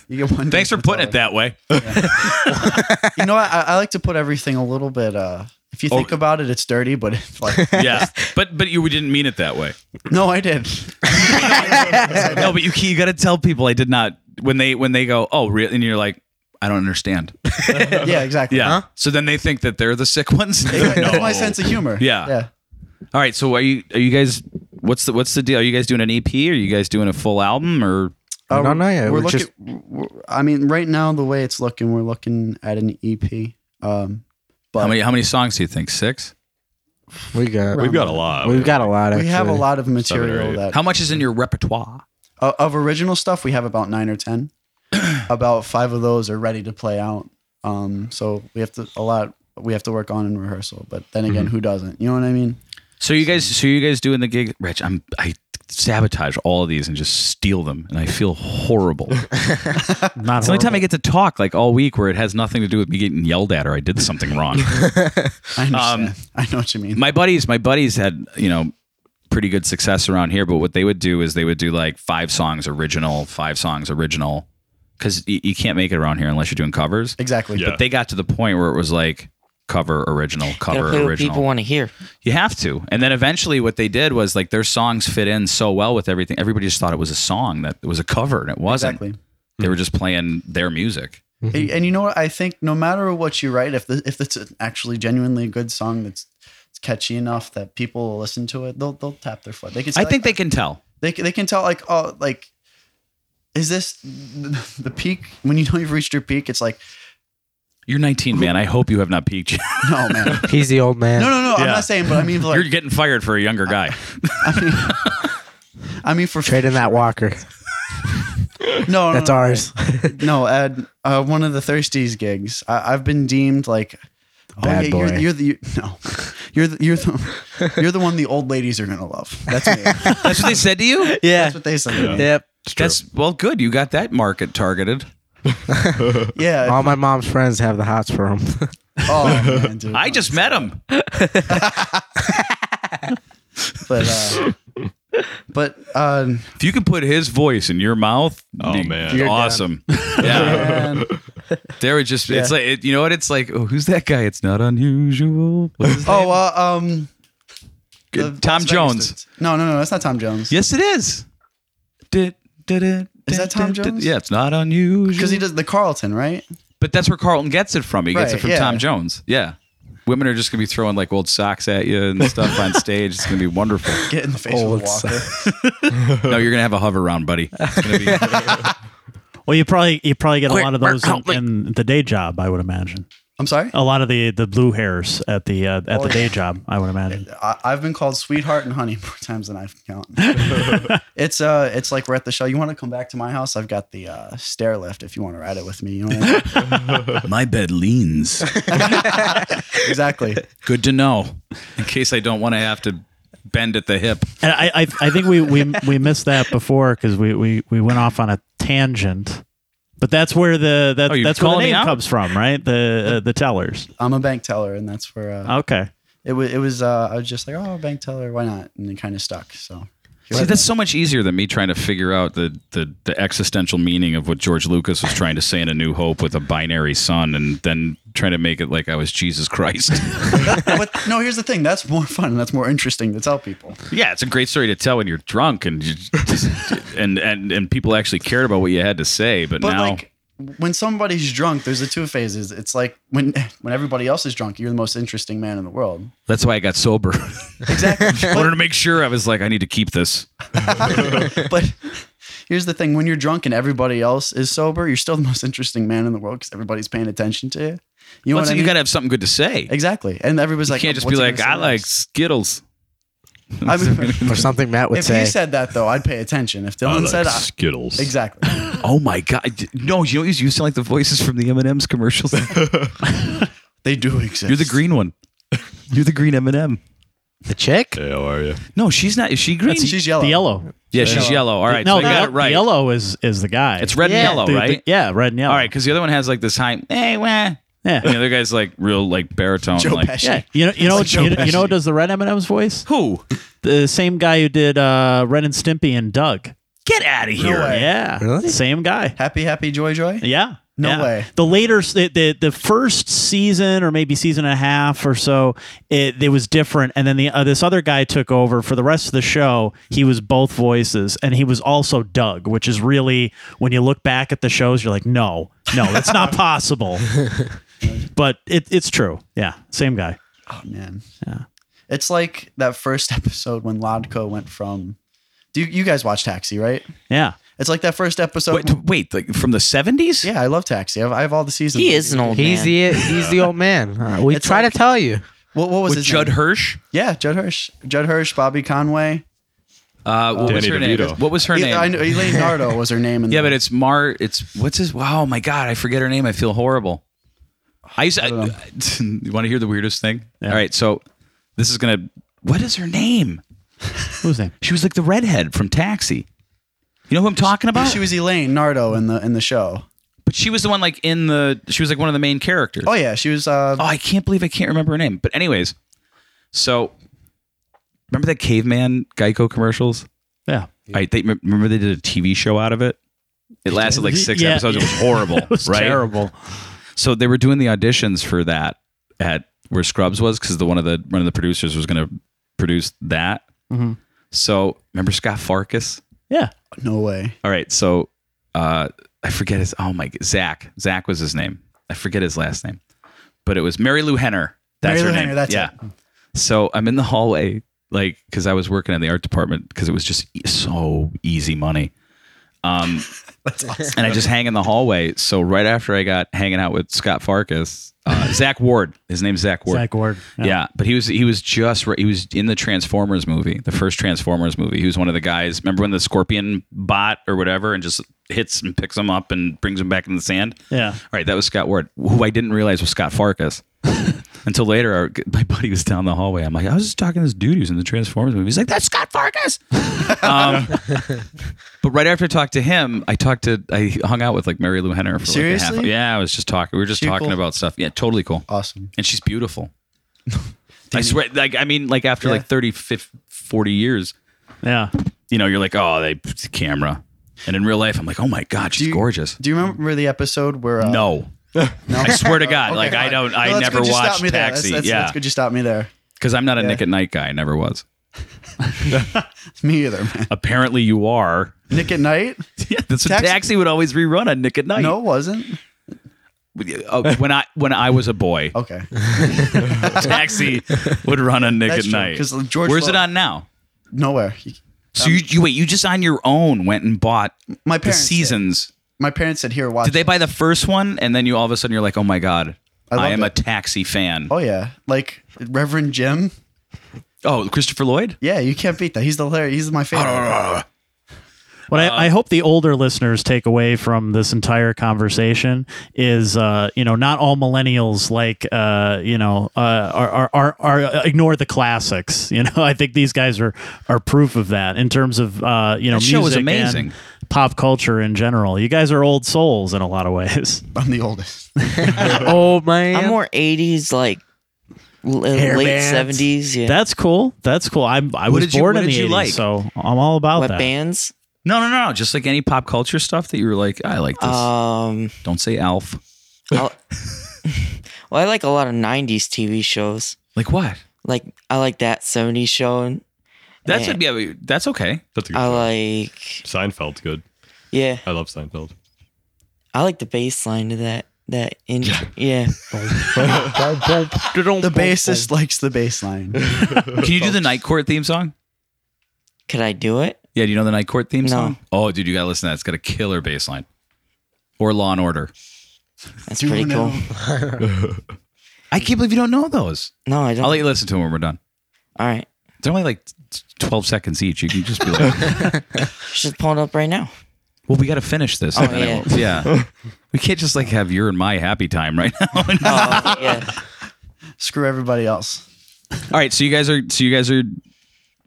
C: You get one.
B: Thanks for
C: deep,
B: putting it
C: that's all
B: that way.
C: I- You know, what? I, I like to put everything a little bit. uh If you think
B: Oh.
C: about it, it's dirty, but it's like
B: yeah, but but you didn't mean it that way.
C: no, I did.
B: no, but you you got to tell people I did not when they when they go oh really and you're like I don't understand.
C: Yeah, exactly.
B: Yeah. So then they think that they're the sick ones.
C: It's
B: No.
C: my sense of humor.
B: Yeah.
C: Yeah.
B: All right. So are you are you guys what's the what's the deal? Are you guys doing an EP? Are you guys doing a full album or
F: I don't know yet.
C: Uh, We're
F: We're
C: looking.
F: just-
C: we're- I mean, right now the way it's looking, we're looking at an EP. Um,
B: how
C: But-
B: many how many songs do you think? Six.
F: We got.
E: We've got a lot.
F: We've got a lot. Actually.
C: we have a lot of
E: Seven or
C: material
E: eight.
C: that
B: How much is in your repertoire?
C: o- of original stuff. We have about nine or ten. about five of those are ready to play out. Um, so we have to a lot. We have to work on in rehearsal. But then again,
E: Mm-hmm.
C: who doesn't? You know what I mean?
B: So you guys so you guys doing the gig? Rich, I'm I sabotage all of these and just steal them, and I feel horrible. it's
A: Not
B: the only time I get to talk like all week where it has nothing to do with me getting yelled at or I did something wrong.
C: I
E: Um,
C: understand. I know what you mean.
B: my buddies my buddies had you know pretty good success around here but what they would do is they would do like five songs original five songs original because y- you can't make it around here unless you're doing covers
C: Exactly.
E: Yeah.
B: but they got to the point where it was like cover original
D: Gotta
B: cover
D: play what
B: original
D: people want to hear.
B: you have to and then eventually what they did was like their songs fit in so well with everything everybody just thought it was a song that it was a cover and it wasn't
C: Exactly. Hmm.
B: they were just playing their music
C: And, and you know what? I think no matter what you write, if the, if it's an actually genuinely good song that's it's catchy enough that people will listen to it, they'll they'll tap their foot. They can.
B: i think they can tell
C: they can- they can tell like oh like is this the peak? When you know you've reached your peak, it's like
B: you're 19 man i hope you have not peaked yet.
C: no man,
F: He's the old man.
C: no no no. I'm
B: Yeah.
C: not saying, but I mean
B: you're
C: like
B: getting fired for a younger guy
C: I mean for
F: Trade in that walker.
C: No, no,
F: That's
C: no,
F: ours.
C: No, at uh, one of the Thirsties gigs, I, I've been deemed like oh,
F: Bad
C: yeah,
F: boy.
C: You're, you're the you, no, you're the you're the you're the one the old ladies are gonna love. That's me.
B: that's what they said to you
F: yeah.
C: That's what they said. to me.
F: Yep.
B: That's well, good. You got that market targeted.
C: Yeah.
F: All my mom's friends have the hots for him.
C: oh man, dude.
B: I just met him.
C: But uh, but um,
B: If you can put his voice in your mouth,
E: Oh,
B: you-
E: man.
B: you're
E: You're
B: awesome. Yeah,
C: man,
B: there was just it's
C: Yeah.
B: like it, you know what it's like. Oh, who's that guy? It's not unusual. What is that?
C: oh uh, um,
B: Tom
C: the Las Vegas
B: Jones.
C: dudes. No, no, no, that's not Tom Jones.
B: yes, it is. Did, did, it,
C: Is that Tom Jones?
B: Yeah, it's not unusual.
C: Because he does the Carlton, right?
B: but that's where Carlton gets it from. He gets
C: Right,
B: it from
C: yeah.
B: Tom Jones. Yeah, women are just gonna be throwing like old socks at you and stuff on stage. It's gonna be wonderful.
C: Get in the face of a walker.
B: No, you're gonna have a hover round, buddy. It's gonna be
A: Well, you probably you probably get a lot of
F: Quick,
A: those
F: help
A: in,
F: me.
A: in the day job, I would imagine.
C: I'm sorry.
A: A lot of the the blue hairs at the uh,
B: Oh,
A: at the day job, I would imagine.
C: I, I've been called sweetheart and honey more times than I can count. it's uh, it's like we're at the show. You want to come back to my house? I've got the uh, stair lift. If you want to ride it with me, you know what I mean?
B: my bed leans.
C: exactly.
B: Good to know. In case I don't want to have to bend at the hip.
A: And I, I I think we we we missed that before because we, we we went off on a tangent. But that's where the that,
B: Oh, you're
A: that's where the
B: calling me
A: name
B: out?
A: comes from, right? The uh, the tellers.
C: I'm a bank teller, and that's where uh,
A: Okay.
C: it was. It was. Uh, I was just like, oh, bank teller, why not? And it kind of stuck. So
B: See, that's so much easier than me trying to figure out the, the, the existential meaning of what George Lucas was trying to say in A New Hope with a binary son and then trying to make it like I was Jesus Christ.
C: but no, here's the thing. That's more fun and that's more interesting to tell people.
B: yeah, it's a great story to tell when you're drunk and you just, and, and and people actually cared about what you had to say, but,
C: But
B: now
C: like when somebody's drunk, there's the two phases. It's like when when everybody else is drunk, you're the most interesting man in the world.
B: that's why I got sober.
C: Exactly.
B: I wanted to make sure I was like, I need to keep this.
C: but here's the thing: when you're drunk and everybody else is sober, you're still the most interesting man in the world because everybody's paying attention to you. You know
B: Well,
C: what I
B: so
C: mean?
B: you got to have something good to say.
C: exactly, and everybody's
B: You
C: like,
B: can't just
C: "What's
B: be
C: he
B: like,
C: gonna
B: I
C: say
B: like
C: next?"
B: Skittles.
C: I mean,
F: or something Matt would
C: if
F: say.
C: you said that though, I'd pay attention. If
E: I
C: Dylan
E: like
C: said, uh, I,
E: Skittles.
C: exactly,
B: Oh my god! No, you know you sound like the voices from the M and M's commercials.
C: they do exist.
B: You're the green one. You're the green M&M. M and M.
F: the chick?
E: Hey, how are you?
B: No, she's not. Is she green?
C: She's yellow.
A: The yellow.
B: yeah, she's yellow. Oh. All right,
A: no,
B: so I
A: the,
B: got it right.
A: yellow is is the guy.
B: It's red
F: Yeah.
B: and yellow,
A: The- the-
B: right?
A: yeah, red and yellow.
B: All right, because the other one has like this high. Hey, wah. And the
A: Yeah.
B: other guy's like real like baritone.
C: Joe
B: like,
C: Pesci.
A: Yeah. You know you know
C: It's like
A: you,
C: Joe
A: you know
C: Pesci.
A: who does the red M&M's voice?
B: Who?
A: The same guy who did uh, Ren and Stimpy and Doug.
B: Get out of here!
C: No way.
A: Yeah.
F: Really?
A: Same guy.
C: Happy, happy, joy, joy.
A: Yeah.
C: No
A: yeah.
C: way.
A: The later, the, the the first season or maybe season and a half or so, it, it was different. And then the uh, this other guy took over for the rest of the show. He was both voices, and he was also Doug, which is really when you look back at the shows, you're like, no, no, that's not possible. but it, it's true. Yeah, same guy.
C: Oh man, yeah. It's like that first episode when Lodko went from. Do you, you guys watch Taxi, right?
A: Yeah.
C: It's like that first episode.
B: Wait, wait, like from the seventies?
C: yeah, I love Taxi. I have, I have all the seasons.
D: He is an old man.
F: He's the he's the old man. Uh, we
C: It's
F: try
C: like-
F: to tell you.
C: What, what was
B: With
C: his
B: Judd
C: name?
B: Hirsch.
C: Yeah, Judd Hirsch. Judd Hirsch, Bobby Conway.
B: Uh, what was
E: Danny
B: her name?
E: DeVito.
B: What was her
C: Yeah,
B: name?
C: I know, Elaine Nardo was her name. In
B: Yeah,
C: the,
B: but it's Mar. It's what's his? Wow, my God, I forget her name. I feel horrible. I used. I you want to hear the weirdest thing? All right, so this is gonna. What is her name?
A: Who's name?
B: She was like the redhead from Taxi. You know who I'm talking about?
C: she was Elaine Nardo in the in the show.
B: but she was the one like in the. She was like one of the main characters.
C: Oh yeah, she was. Uh,
B: Oh, I can't believe I can't remember her name. But anyways, so remember that caveman Geico commercials?
A: Yeah.
B: I they remember they did a TV show out of it. It lasted like six
A: Yeah.
B: episodes. It was horrible.
A: It was
B: right?
A: terrible.
B: So they were doing the auditions for that at where Scrubs was because the one of the one of the producers was going to produce that.
A: Mhm.
B: So remember Scott Farkas?
A: Yeah.
C: no way.
B: All right, so uh, I forget his. Oh my, Zach. Zach was his name. I forget his last name, but it was Mary Lou Henner. That's
C: Mary
B: her
C: Lou
B: name.
C: Henner, that's
B: yeah.
C: it.
B: So I'm in the hallway, like, because I was working in the art department because it was just e- so easy money. Um,
C: That's awesome.
B: and I just hang in the hallway. So right after I got hanging out with Scott Farkas, uh, Zach Ward, his name's Zach Ward.
A: Zach Ward.
B: Yeah. but he was he was just right- he was in the Transformers movie, the first Transformers movie. He was one of the guys. Remember when the Scorpion bot or whatever and just hits and picks him up and brings him back in the sand?
A: Yeah.
B: All right, that was Scott Ward, who I didn't realize was Scott Farkas until later. Our, my buddy was down the hallway. I'm like, I was just talking to this dude who's in the Transformers movie. He's like, that's Scott Farkas. um, but right after I talked to him, I talked to I hung out with like Mary Lou Henner for like a half.
C: Seriously?
B: Yeah, I was just talking. We were just
C: She
B: talking
C: cool?
B: about stuff. Yeah, totally cool,
C: awesome.
B: and she's beautiful. I swear, like I mean, like after like 30, 50, 40 years,
A: Yeah.
B: you know, you're like, oh, they it's a camera. And in real life, I'm like, oh my god, she's
C: you-
B: gorgeous.
C: Do you remember the episode where? Uh,
B: No. I swear to God, like I don't, I
C: No, that's
B: never
C: good you stopped
B: watched
C: me there.
B: Taxi.
C: That's, that's,
B: yeah,
C: that's good. You stopped me there.
B: because I'm not a
C: Yeah.
B: Nick at Night guy. I never was.
C: Me either, man.
B: Apparently, you are.
C: Nick at Night?
B: yeah, that's what
C: Taxi-
B: Taxi would always rerun on Nick at Night.
C: No, it wasn't.
B: Uh, when I when I was a boy,
C: Okay.
B: Taxi would run on Nick
C: That's
B: at
C: true,
B: Night.
C: 'cause George Um,
B: Where's it
C: Flo-
B: on now?
C: Nowhere.
B: So you, you wait, you just on your own went and bought
C: My
B: the
C: parents. did.
B: seasons.
C: My parents said, here, watch.
B: Did they buy the first one and then you all of a sudden you're like, oh my god,
C: I
B: I,
C: loved
B: am
C: it.
B: a Taxi fan.
C: Oh, yeah. Like Reverend Jim.
B: Oh, Christopher Lloyd.
C: Yeah, you can't beat that. He's the hilarious. He's my favorite.
A: What I, I
B: Uh,
A: hope the older listeners take away from this entire conversation is, uh, you know, not all millennials like, uh, you know, uh, are, are, are, are ignore the classics. You know, I think these guys are are proof of that in terms of, uh, you know,
B: That show was
A: music and
B: amazing.
A: pop culture in general. You guys are old souls in a lot of ways.
C: I'm the oldest.
F: oh man,
D: I'm more 80s, like l- uh,
F: Hair
D: late
F: bands.
D: 70s. Yeah.
A: That's cool. That's cool. I'm, I
B: What
A: was
B: did you-
A: born
B: what
A: in
B: did
A: the
B: you
A: 80s,
B: like?
A: so I'm all about
D: what
A: that.
D: bands?
B: No, no, no, no. Just like any pop culture stuff that you were like, I like this.
D: Um,
B: Don't say Alf.
D: I'll- well, I like a lot of 90s TV shows.
B: Like what?
D: Like, I like that 70s show. and
B: That's
D: Yeah.
B: a, yeah, that's okay.
E: That's a good
D: I
E: show.
D: like,
E: Seinfeld's good.
D: yeah,
E: I love Seinfeld.
D: I like the bass line to that. That intro. Yeah.
C: The bassist likes the bass line.
B: Can you do the Night Court theme song?
D: Could I do it?
B: Yeah, do you know the Night Court theme
D: No.
B: song? Oh, dude, you gotta listen to that. It's got a killer bass line. Or Law and Order.
D: That's
C: Do you
D: pretty
C: know?
D: cool.
B: I can't believe you don't know those.
D: No, I don't.
B: I'll let you listen to them when we're done.
D: All right.
B: They're only like t- 12 seconds each. You can just be like,
D: Should pull it up right now.
B: well, we got to finish this. and then it will- Oh, yeah. We can't just like have your and my happy time right now.
D: Oh, yeah.
C: Screw everybody else.
B: All right. So you guys are, so you guys are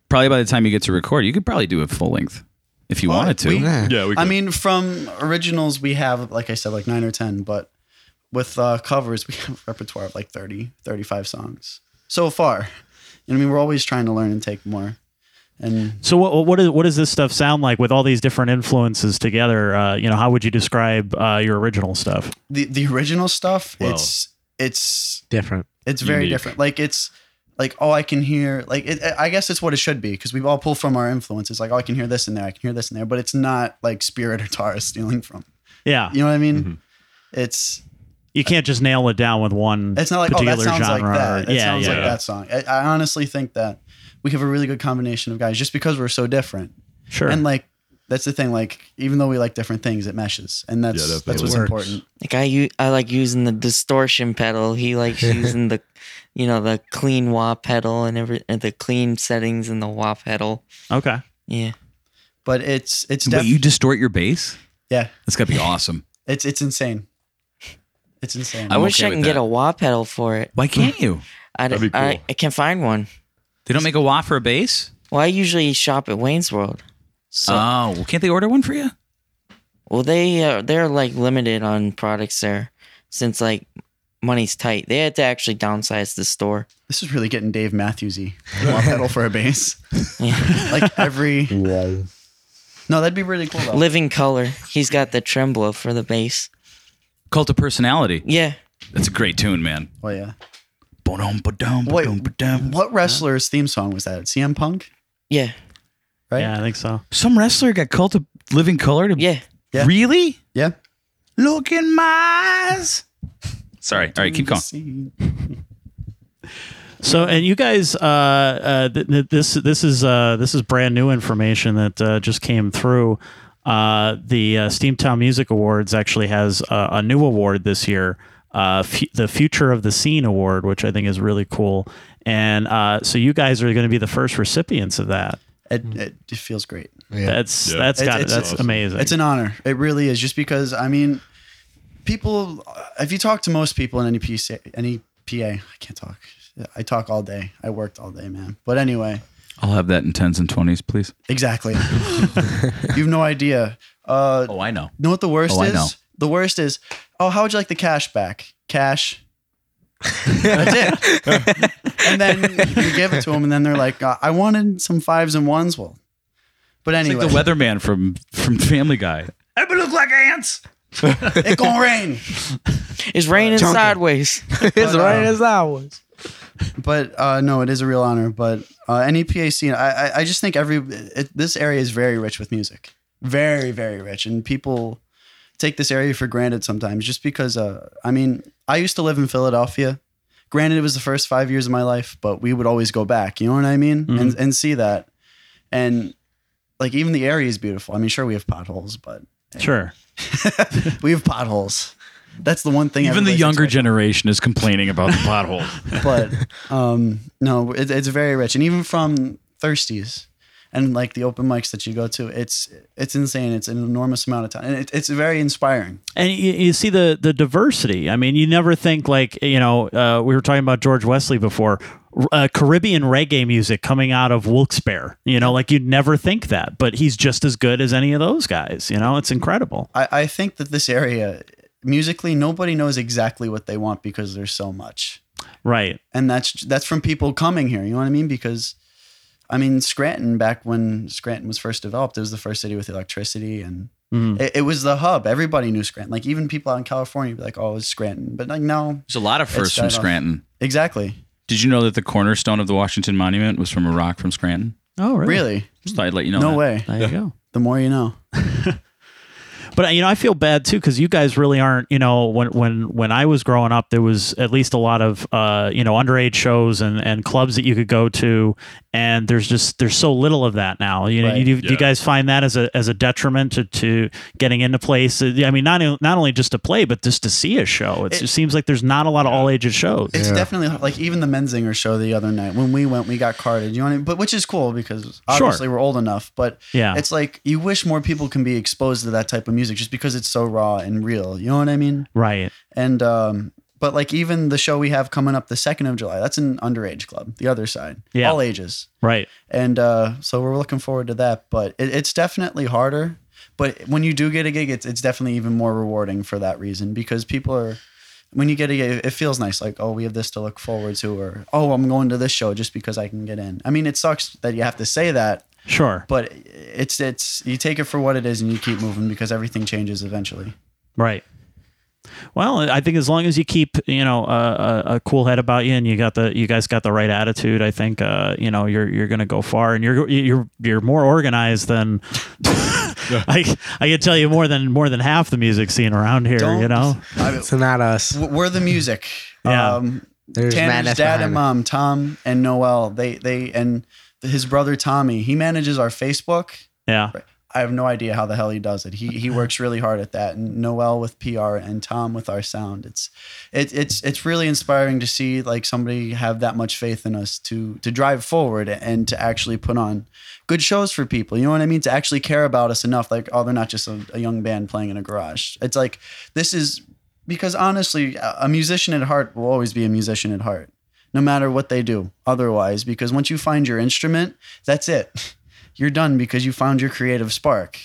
B: probably by the time you get to record, you could probably do a full length if you wanted to.
C: Oh, we-
E: Yeah, we.
C: I
E: could.
C: mean, from originals, we have, like I said, like nine or 10, but with uh, covers, we have a repertoire of like 30, 35 songs so far. And I mean, we're always trying to learn and take more. And
A: So what what is what does this stuff sound like with all these different influences together? Uh, you know, how would you describe uh, your original stuff?
C: the, the original stuff,
E: Well.
C: it's, it's,
F: different.
C: It's very
E: Unique.
C: different. Like it's like oh, I can hear like it, I guess it's what it should be because we all pull from our influences. Like oh, I can hear this in there, I can hear this in there, but it's not like Spirit or Tara stealing from.
A: Yeah,
C: You know what I mean?
A: Mm-hmm.
C: It's
A: you can't just nail it down with one.
C: it's not like oh
A: particular
C: that sounds like
A: genre.
C: that.
A: or-
C: It
A: yeah,
C: sounds
A: yeah.
C: like that song. I, I honestly think that we have a really good combination of guys just because we're so different.
A: Sure.
C: And like that's the thing. Like even though we like different things, it meshes, and that's
E: Yeah, definitely.
C: that's what's
F: It works.
C: important.
D: Like I, u- I like using the distortion pedal. He likes using the, you know, the clean wah pedal and every and the clean settings and the wah pedal.
A: okay.
D: Yeah,
C: But it's it's
B: Wait,
C: def-
B: you distort your bass?
C: yeah,
B: That's gotta be awesome.
C: it's it's insane. It's insane.
D: i
B: I'm
D: wish
B: okay
D: I can
B: with
D: get
B: that.
D: a wah pedal for it.
B: Why can't you?
D: I, d-
E: That'd be
D: I,
E: cool.
D: I can't find one.
B: They don't make a wah for a bass?
D: Well, I usually shop at Wayne's World. So,
B: oh, well, can't they order one for you?
D: well, they uh, they're like limited on products there, since like money's tight. They had to actually downsize the store.
C: This is really getting Dave Matthewsy. One pedal for a bass.
D: Yeah.
C: Like every. No, that'd be really cool. Though.
D: Living Color. He's got the tremblo for the bass.
B: Cult of Personality.
D: Yeah.
B: That's a great tune, man.
C: Oh yeah.
B: Ba-dum, ba-dum,
C: Wait,
B: ba-dum, ba-dum.
C: What wrestler's theme song was that? CM Punk.
D: Yeah.
C: Right?
A: Yeah, I think so.
B: Some wrestler got Cult of Living Color to
D: Yeah.
C: Yeah.
B: Really?
C: Yeah.
B: Look in my eyes. Sorry. All right, keep going.
A: So, and you guys, uh, uh, th- th- this this is uh, this is brand new information that uh, just came through. Uh, the uh, Steamtown Music Awards actually has uh, a new award this year, uh, f- the Future of the Scene Award, which I think is really cool. And uh, so, you guys are going to be the first recipients of that.
B: Hmm.
C: It, it, it feels great.
A: That's
E: Yeah.
A: that's
C: It's-
A: got
C: it's-
A: that's
E: awesome.
A: amazing.
C: It's an honor. It really is. Just because I mean, people. uh, If you talk to most people in any PCA, any PA, I can't talk. I talk all day. I worked all day, man. But anyway,
B: I'll have that in tens and twenties, please.
C: exactly. You've no idea. Uh,
B: Oh, I know.
C: know what the worst
B: Oh, I
C: is?
B: know.
C: The worst is, oh, how would you like the cash back? Cash. That's it. and then you give it to them, and then they're like, uh, I wanted some fives and ones. Well, but
B: It's
C: anyway,
B: like the weatherman from from Family Guy. I look like ants.
C: it gonna rain.
D: It's raining sideways.
F: it's right as I was.
C: But uh, no, it is a real honor. But uh, any PA scene, I, I, I just think every it, this area is very rich with music, very very rich, and people take this area for granted sometimes just because uh, I mean, I used to live in Philadelphia. Granted, it was the first five years of my life, but we would always go back, you know what I mean?
B: Mm-hmm.
C: And, and see that. And like, even the area is beautiful. I mean, sure, we have potholes, but
A: Sure.
C: we have potholes. That's the one thing.
B: Even the
C: everybody's
B: younger generation is complaining about the pothole.
C: but um, no, it, it's very rich, and even from Thirsties and like the open mics that you go to, it's it's insane. It's an enormous amount of time, and it, it's very inspiring.
A: and you, you see the the diversity. I mean, you never think like you know uh, we were talking about George Wesley before. R- Uh, Caribbean reggae music coming out of Wilkes-Barre, you know, like you'd never think that, but he's just as good as any of those guys. You know, it's incredible.
C: I, I think that this area musically, nobody knows exactly what they want because there's so much,
A: Right.
C: and that's that's from people coming here. You know what I mean? Because I mean Scranton back when Scranton was first developed, it was the first city with electricity and.
A: Mhm.
C: It, it was the hub. Everybody knew Scranton. Like even people out in California, would be like, "Oh, it's Scranton," but like no,
B: There's a lot of firsts from
C: It's died off.
B: Scranton.
C: exactly.
B: Did you know that the cornerstone of the Washington Monument was from a rock from Scranton?
A: Oh,
C: Really?
B: Just thought I'd let you know.
C: No
B: that.
C: way.
A: There you go.
C: The more you know.
A: But you know, I feel bad too because you guys really aren't. You know, when when when I was growing up, there was at least a lot of uh, you know underage shows and and clubs that you could go to, and there's just there's so little of that now. You know,
C: Right.
A: you, do you
E: Yeah.
A: guys find that as a as a detriment to, to getting into place? I mean, not o- not only just to play, but just to see a show. It's, it,
C: It-
A: seems like there's not a lot of all ages shows.
C: It's definitely like even the Menzinger show the other night when we went, we got carded. You know what I mean? But which is cool because obviously we're old enough. But
A: Yeah.
C: it's like you wish more people can be exposed to that type of music just because it's so raw and real. You know what I mean?
A: right.
C: And um, but like even the show we have coming up the second of July, that's an underage club. The other side,
A: Yeah.
C: all ages.
A: Right.
C: And uh, so we're looking forward to that. But it, it's definitely harder. But when you do get a gig, it's, it's definitely even more rewarding for that reason because people are, when you get a gig, it feels nice. Like, oh, we have this to look forward to, or oh, I'm going to this show just because I can get in. I mean, it sucks that you have to say that,
A: Sure.
C: but it's, it's, you take it for what it is and you keep moving because everything changes eventually.
A: Right. Well, I think as long as you keep you know a, a, a cool head about you and you got the you guys got the right attitude, I think uh, you know you're you're gonna go far and you're you're you're more organized than I I can tell you more than more than half the music scene around here. You
C: Don't-
A: know,
C: I mean,
F: So not us.
C: w- we're the music.
A: Yeah.
C: Um,
F: There's
C: Tanner's
F: madness
C: dad
F: behind
C: and
F: it.
C: mom, Tom and Noel, they they and his brother Tommy, he manages our Facebook.
A: yeah,
C: I have no idea how the hell he does it. He he works really hard at that. And Noel with PR and Tom with our sound. It's it, it's it's really inspiring to see like somebody have that much faith in us to to drive forward and to actually put on good shows for people. You know what I mean? To actually care about us enough. Like oh, they're not just a, a young band playing in a garage. It's like this is because honestly, a a musician at heart will always be a musician at heart, no matter what they do. Otherwise, because once you find your instrument, that's it. You're done because you found your creative spark,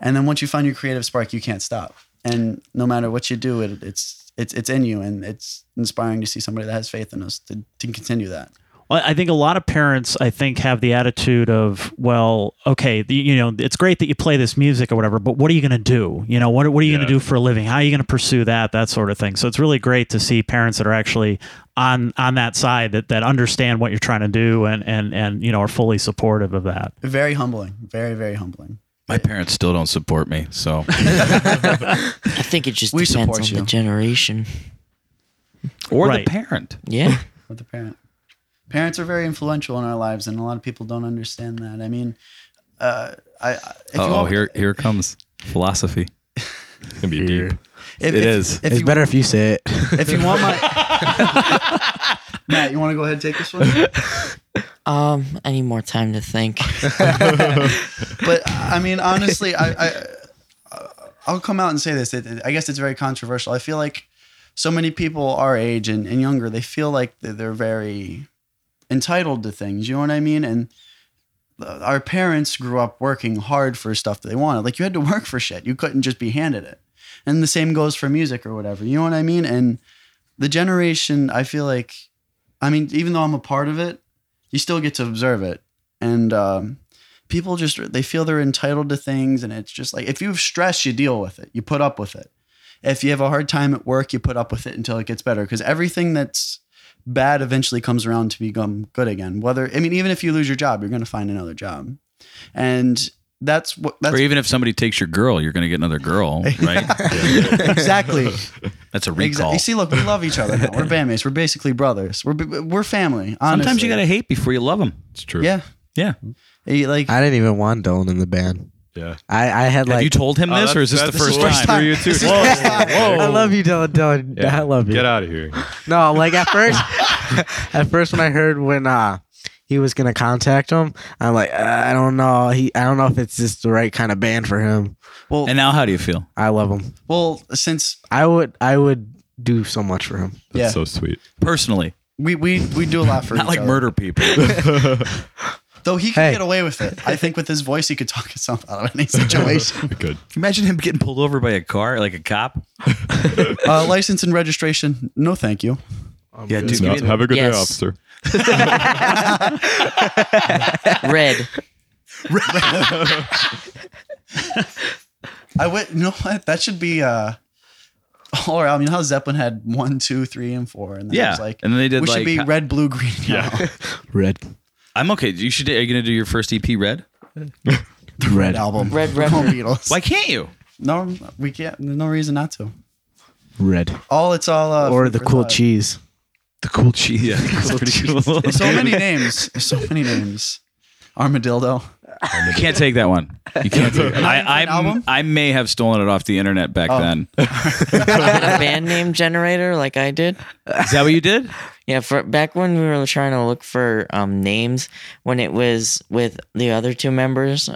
C: and then once you find your creative spark, you can't stop. And no matter what you do, it, it's it's it's in you, and it's inspiring to see somebody that has faith in us to to continue that.
A: Well, I think a lot of parents, I think, have the attitude of, well, okay, the, you know, it's great that you play this music or whatever, but what are you going to do? You know, what, what are you going to
E: Yeah.
A: do for a living? How are you going to pursue that? That sort of thing. So it's really great to see parents that are actually on on that side that, that understand what you're trying to do and and and you know are fully supportive of that.
C: Very humbling, very very humbling.
B: My parents still don't support me, so
D: I think it just
C: We
D: depends
C: support
D: on
C: you.
D: the generation.
B: or
A: Right.
B: the parent.
D: Yeah.
C: with the parent. Parents are very influential in our lives, and a lot of people don't understand that. I mean, uh, I, I if
B: Oh,
C: want-
B: here here comes philosophy.
E: It's gonna be deep.
C: if,
B: it
C: if-
B: is.
C: If
F: it's
C: you,
F: better if you say it.
C: if you want my Matt, you want to go ahead and take this one?
D: Um, I need more time to think.
C: But I mean, honestly, I, I I'll come out and say this. It, it- I guess it's very controversial. I feel like so many people our age and, and younger, they feel like that they're very entitled to things. You know what I mean? And uh, our parents grew up working hard for stuff that they wanted. Like you had to work for shit. You couldn't just be handed it. And the same goes for music or whatever. You know what I mean? And the generation, I feel like, I mean, even though I'm a part of it, you still get to observe it. And um, people just they feel they're entitled to things, and it's just like if you have stress, you deal with it, you put up with it. If you have a hard time at work, you put up with it until it gets better. Because everything that's bad eventually comes around to become good again. Whether I mean, even if you lose your job, you're going to find another job, and that's what that's
B: or even if somebody takes your girl, you're going to get another girl, right?
C: exactly.
B: That's a
C: Exactly.
B: recall.
C: You see, look, we love each other. Now. We're bandmates. We're basically brothers. We're we're family. Honestly.
B: Sometimes you got to hate before you love them.
E: It's true.
C: Yeah.
B: Yeah.
C: You, Like
F: I didn't even want Dolan in the band.
E: Yeah.
F: I, I
B: Have
F: had like
B: you told him
E: Oh,
B: this, or is this the
E: that's-
B: first
E: that's
B: time?
E: the worst time.
B: Whoa.
F: I love you, Dylan. Dylan,
E: Yeah.
F: I love you.
E: Get out of here.
F: No, like at first, at first when I heard when uh he was gonna contact him, I'm like, uh, I don't know. He, I don't know if it's just the right kind of band for him.
C: well,
B: And now, how do you feel?
F: I love him.
C: well, since
F: I would, I would do so much for him.
E: That's
C: Yeah.
E: so sweet.
B: Personally,
C: we we we do a lot for
B: not
C: each
B: like
C: other.
B: murder people.
C: Though he could
F: Hey.
C: get away with it. I think with his voice, he could talk himself out of any situation.
E: Good.
B: Imagine him getting pulled over by a car, like a cop.
C: uh, license and registration, no, thank you.
B: yeah, dude.
E: No,
B: give me
E: have a good
D: Yes.
E: day, officer.
D: Red.
C: I would. You know what? That should be. uh or I mean, how Zeppelin had one, two, three, and four, and then it
B: Yeah,
C: was like,
B: and then they did
C: we
B: like-
C: should be red, blue, green. Yeah,
F: Red,
B: I'm okay. You should. Are you gonna do your first EP red?
F: red.
C: album,
D: Red
C: We're going Beatles.
B: Why can't you?
C: no, we can't. There's no reason not to.
F: red,
C: All it's all uh,
F: or
C: food
F: the
C: for
F: cool
C: thought.
F: cheese.
B: The cool cheese. Yeah, that's pretty cool.
C: There's so many names. There's so many names. Armadillo.
B: You can't take that one. You can't take it.
C: Not even
B: I,
C: an album?
B: I, I may have stolen it off the internet back then.
D: Get a band name generator like I did.
B: Is that what you did?
D: Yeah, for back when we were trying to look for um, names when it was with the other two members,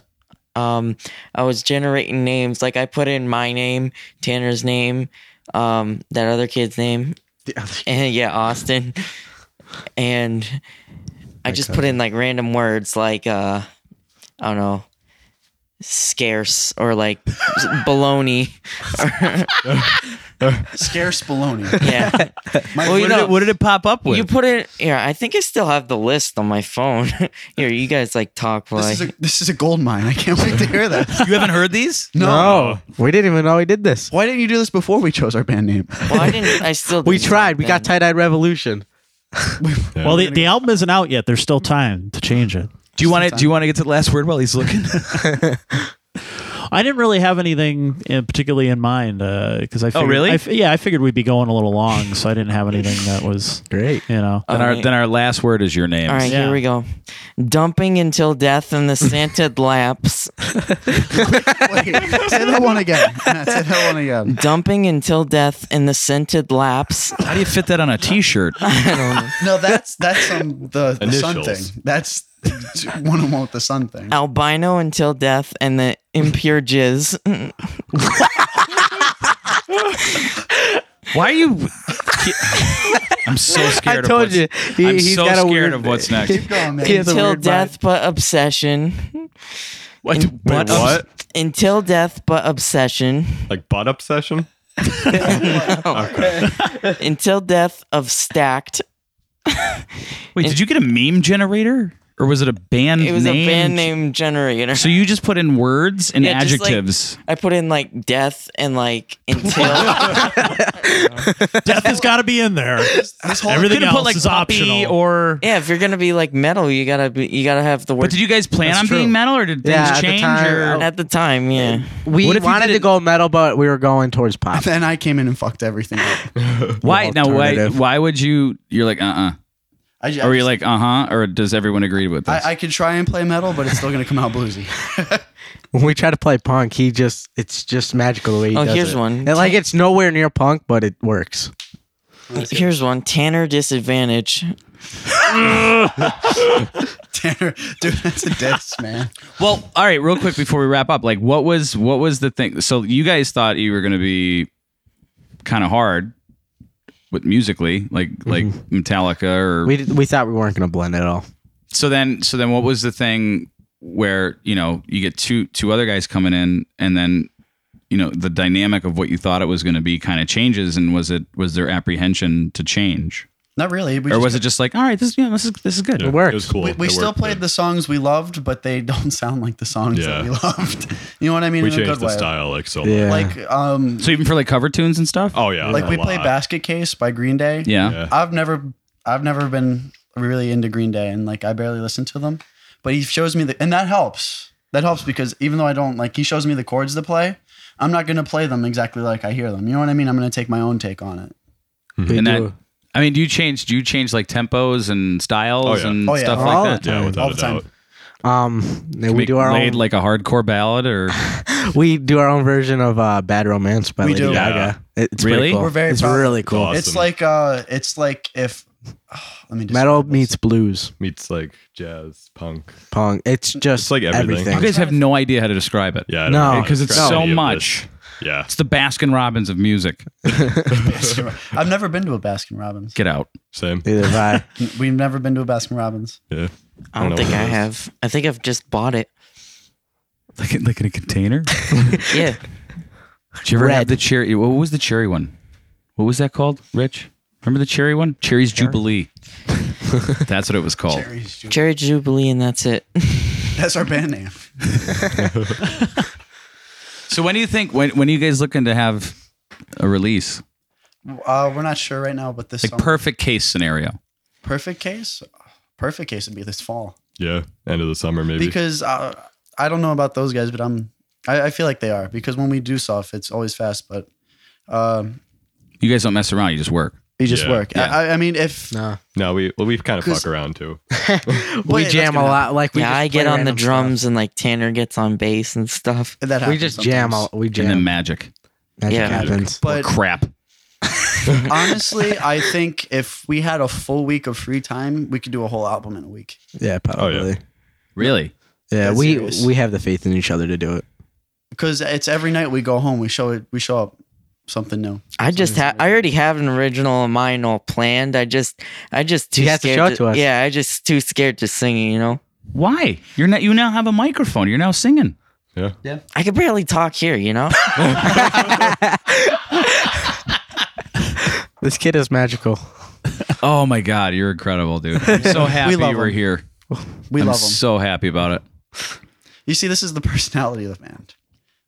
D: um, I was generating names. Like I put in my name, Tanner's name, um, that other kid's name, and yeah, Austin, and I just put in like random words like uh, I don't know, scarce or like baloney.
C: Scarce baloney.
D: Yeah.
C: My
D: Well, you
B: What,
D: know-
B: did it, what did it pop up with?
D: You put it here. I think I still have the list on my phone. here, you guys like talk while
C: this
D: I
C: is a this is a gold mine. I can't wait to hear that.
B: you haven't heard these?
C: No.
F: we didn't even know he did this.
C: Why didn't you do this before we chose our band name?
D: Well, I didn't. I still.
F: We
D: didn't
F: tried.
D: talk
F: We got
D: then.
F: Tight Eyed Revolution.
A: Well, the, the album isn't out yet. There's still time to change it.
B: Do you want to? Do you want to get to the last word while he's looking?
A: I didn't really have anything in, particularly in mind because I figured,
B: really?
A: I f- yeah, I figured we'd be going a little long, so I didn't have anything that was
F: Great.
A: you know.
B: then our then our last word is your name.
D: All right,
A: Yeah.
D: here we go. Dumping until death in the scented laps.
C: Wait, say that one again. Matt, say that one again.
D: Dumping until death in the scented laps.
B: How do you fit that on a T-shirt?
C: No, that's that's um, the, the sun
E: Initials.
C: thing. That's one of them with the sun thing.
D: Albino until death and the impure jizz.
B: Why are you? I'm so
F: I
B: scared.
F: told
B: of what's,
F: you. He,
B: I'm
F: he's
B: so
F: got a
B: scared
F: weird-
B: of what's next.
C: Keep going, man.
F: He has a
D: until
F: weird vibe.
D: death but obsession.
E: What? Wait, what?
D: Until death but obsession.
E: Like butt obsession?
D: Until death of stacked.
B: Wait, did you get a meme generator or was it a band?
D: It was
B: name?
D: a band name generator.
B: So you just put in words and
D: Yeah, just like-
B: adjectives.
D: I put in like death and like until.
A: Death has got to be in there.
C: This whole
A: Everything
B: Could've
A: else
B: put like
A: is
B: puppy
A: optional.
B: or.
D: yeah, if you're gonna be like metal, you gotta be, you gotta have the word.
B: But did you guys plan
F: That's
B: on
F: true.
B: being metal or did things
F: Yeah, at the
B: change?
F: time,
B: or-
F: I-
D: at the time, yeah.
F: We
B: What if you
F: wanted
B: did
F: to
B: it-
F: go metal, but we were going towards pop.
C: then I came in and fucked everything up.
B: why now? Why?
F: alternative.
B: Why would you? You're like uh uh
C: I, ju- I,
B: Or you
C: just-
B: like uh huh? Or does everyone agree with this?
C: I, I could try and play metal, but it's still gonna come out bluesy.
F: when we try to play punk, he just it's just magical the way he
D: Oh,
F: does
D: here's
F: it.
D: one.
F: And like it's nowhere near punk, but it works.
D: Here's one Tanner disadvantage.
C: Tanner, dude, that's a diss, man.
B: Well, all right, real quick before we wrap up, like what was what was the thing? So you guys thought you were going to be kind of hard with musically, like like Metallica or
F: We did, we thought we weren't gonna blend at all.
B: So then so then what was the thing where, you know, you get two two other guys coming in and then you know, the dynamic of what you thought it was going to be kind of changes and was it was there apprehension to change?
C: Not really. We
B: Or
C: just-
B: was it just like, all right, this you know, this is this is good.
E: Yeah,
F: works.
E: It was cool.
C: we, we
E: It
C: still
E: worked,
C: played
E: yeah.
C: the songs we loved, but they don't sound like the songs that we
E: Yeah.
C: loved. You know what I mean?
E: We
C: in a
E: changed
C: good
E: the
C: way.
E: style like so.
F: Yeah.
C: Like, um,
B: So even for like cover tunes and stuff?
E: Oh yeah.
C: like
E: a
C: we play
E: lot.
C: Basket Case by Green Day.
B: yeah.
E: Yeah.
C: I've never, I've never been really into Green Day, and like I barely listen to them. But he shows me that, and that helps. That helps because even though I don't like, he shows me the chords to play. I'm not gonna play them exactly like I hear them. You know what I mean? I'm gonna take my own take on it.
F: Mm-hmm.
B: And that, I mean, do you change? Do you change like tempos and styles
E: Oh, yeah.
B: and
C: Oh, yeah.
B: stuff
F: All
B: like that?
F: the
E: Yeah,
F: All
E: without
C: the
E: a
C: time.
E: doubt.
F: um, then we
B: Make-
F: do our
B: laid
F: own.
B: like a hardcore ballad, or
F: we do our own version of uh, "Bad Romance" by
C: We
F: Lady
C: do.
F: Gaga. It- It's
B: Really?
F: really cool.
C: We're very
F: it's
C: proud.
F: really cool.
E: Awesome.
C: It's like uh, it's like if let me just
F: Metal meets blues,
E: Meets like jazz, punk.
F: punk. It's just
E: It's like everything.
B: you guys have no idea how to describe it.
E: Yeah. I don't know
F: No,
E: how to
F: because
B: it's
E: describe
B: so
E: any of this.
B: much.
E: Yeah.
B: It's the Baskin Robbins of music.
C: Baskin- I've never been to a Baskin Robbins.
B: Get out.
E: Same.
F: Neither have I.
C: We've never been to a Baskin Robbins.
E: Yeah.
D: I don't,
E: know
D: think
E: what
D: I
E: it is.
D: have. I think I've just bought it.
B: Like in, like in a container.
D: Yeah.
B: Did you ever have
F: Red.
B: the cherry? What was the cherry one? What was that called, Rich? Remember the cherry one? Cherry's Jubilee. That's what it was called.
C: Cherry's Juice.
D: Cherry Jubilee, and that's it.
C: That's our band name.
B: So when do you think? When when are you guys looking to have a release?
C: Uh, we're not sure right now, but this
B: Like
C: summer-
B: perfect case scenario.
C: perfect case, perfect case would be this fall
E: Yeah. End of the summer, maybe.
C: because uh, I don't know about those guys, but I'm I, I feel like they are because when we do stuff, it's always fast, but um,
B: You guys don't mess around. You just work.
C: you just
E: Yeah.
C: work.
B: Yeah.
C: I, I mean, if
F: No,
E: no, we well, we kind of
C: 'Cause-
E: fuck around too.
F: we
C: Wait, that's
F: jam a
C: gonna-
F: lot. Like we
D: yeah,
F: just
D: I get
F: play
D: on the
F: random stuff.
D: drums, and like Tanner gets on bass and stuff.
C: that happens
F: We just jam.
C: sometimes.
F: A, we
B: And then
F: jam.
B: magic.
F: Magic
D: Yeah.
F: happens.
C: But
B: Crap.
C: honestly, I think if we had a full week of free time, we could do a whole album in a week.
F: Yeah, probably.
E: Oh, yeah.
B: Really?
F: Yeah,
C: That's
F: we
C: serious.
F: we have the faith in each other to do it.
C: Because it's every night we go home, we show it, we show up something new.
D: I just ha- I already have an original of mine all planned. I just I just too
F: You have to
D: scared
F: show it to us.
D: Yeah, I just too scared to sing. it, You know,
B: Why? You're not. You now have a microphone. You're now singing.
E: Yeah.
D: I could barely talk here. You know,
F: This kid is magical.
B: Oh my God, you're incredible, dude. I'm so happy
C: love
B: you were
C: him.
B: here.
C: We
B: I'm
C: love them.
B: so happy about it.
C: You see, this is the personality of the band.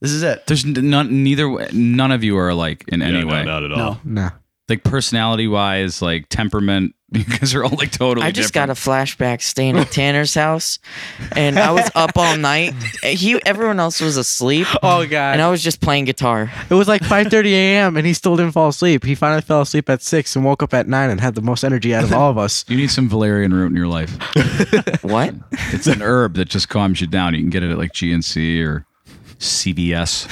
C: This is it.
B: There's n- none. Neither. None of you are alike in
E: Yeah,
B: any
E: no,
B: way.
E: not at all.
C: No,
F: No.
B: Like personality wise, like temperament. You guys are all like totally.
D: I just got a
B: different.
D: flashback staying at Tanner's house, and I was up all night. He everyone else was asleep,
F: Oh god.
D: and I was just playing guitar.
F: It was like 5:30 a.m. and he still didn't fall asleep. He finally fell asleep at six and woke up at nine and had the most energy out of all of us.
B: You need some valerian root in your life.
D: What?
B: It's an herb that just calms you down. You can get it at like GNC or CVS.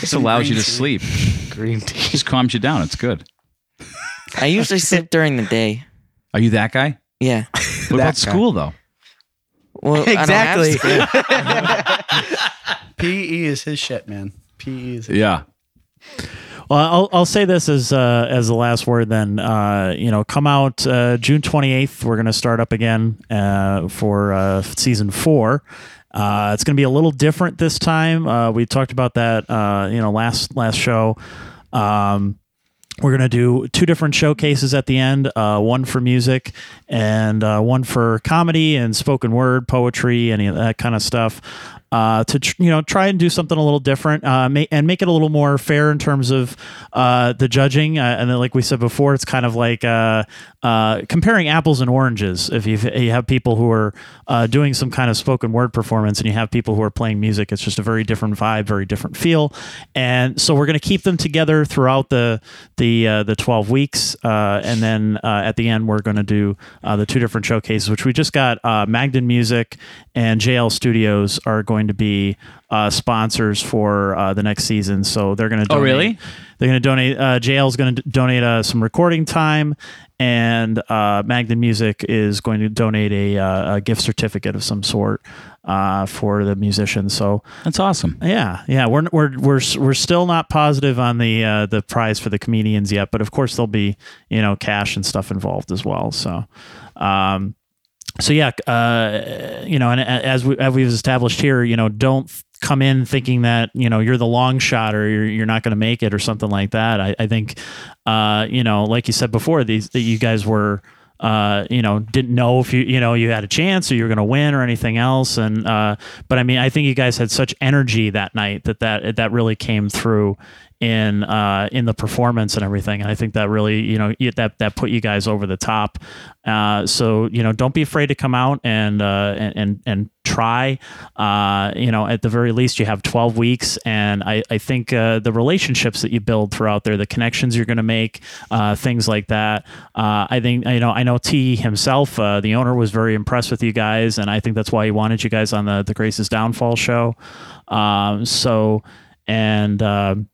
B: just allows you to sleep.
F: Green tea.
B: Just calms you down. It's good.
D: I usually sleep during the day.
B: Are you that guy?
D: Yeah.
B: What about
F: That guy.
B: school though?
D: Well, I
F: Exactly.
D: don't have school.
C: PE E is his shit, man. PE is.
B: Yeah.
A: Well, I'll, I'll say this as uh, as the last word. Then uh, you know, come out uh, June twenty eighth. We're going to start up again uh, for uh, season four. Uh, it's going to be a little different this time. Uh, we talked about that, uh, you know, last last show. Um, we're going to do two different showcases at the end uh, one for music and uh, one for comedy and spoken word poetry any of that kind of stuff uh, to tr- you know try and do something a little different uh, ma- and make it a little more fair in terms of uh, the judging uh, and then like we said before it's kind of like uh, uh, comparing apples and oranges if you've, you have people who are uh, doing some kind of spoken word performance and you have people who are playing music it's just a very different vibe very different feel and so we're going to keep them together throughout the the uh, the 12 weeks uh, and then uh, at the end we're going to do uh, the two different showcases which we just got uh, Magden Music and JL Studios are going to be uh, sponsors for uh, the next season so they're going to
B: Oh, really?
A: they're going to donate. Uh, JL's going to donate uh, some recording time, and uh, Magden Music is going to donate a, uh, a gift certificate of some sort uh, for the musician. So
B: That's awesome.
A: yeah, yeah, we're we're we're we're still not positive on the uh, the prize for the comedians yet, but of course there'll be you know cash and stuff involved as well. So. Um, so yeah, uh, you know, and a- as we as we've established here, you know, don't th- come in thinking that you know you're the long shot or you're, you're not going to make it or something like that. I, I think, uh, you know, like you said before, these that you guys were. Uh, you know, didn't know if you you know you had a chance or you were going to win or anything else, and uh, but I mean, I think you guys had such energy that night that that that really came through in uh, in the performance and everything. And I think that really you know you- that that put you guys over the top. Uh, so you know don't be afraid to come out and uh, and and, and try. Uh, you know at the very least you have 12 weeks, and I I think uh, the relationships that you build throughout there, the connections you're going to make, uh, things like that. Uh, I think you know I know T himself, uh, the owner, was very impressed with you guys, and I think that's why he wanted you guys on the the Grace's Downfall show. Um, so and. um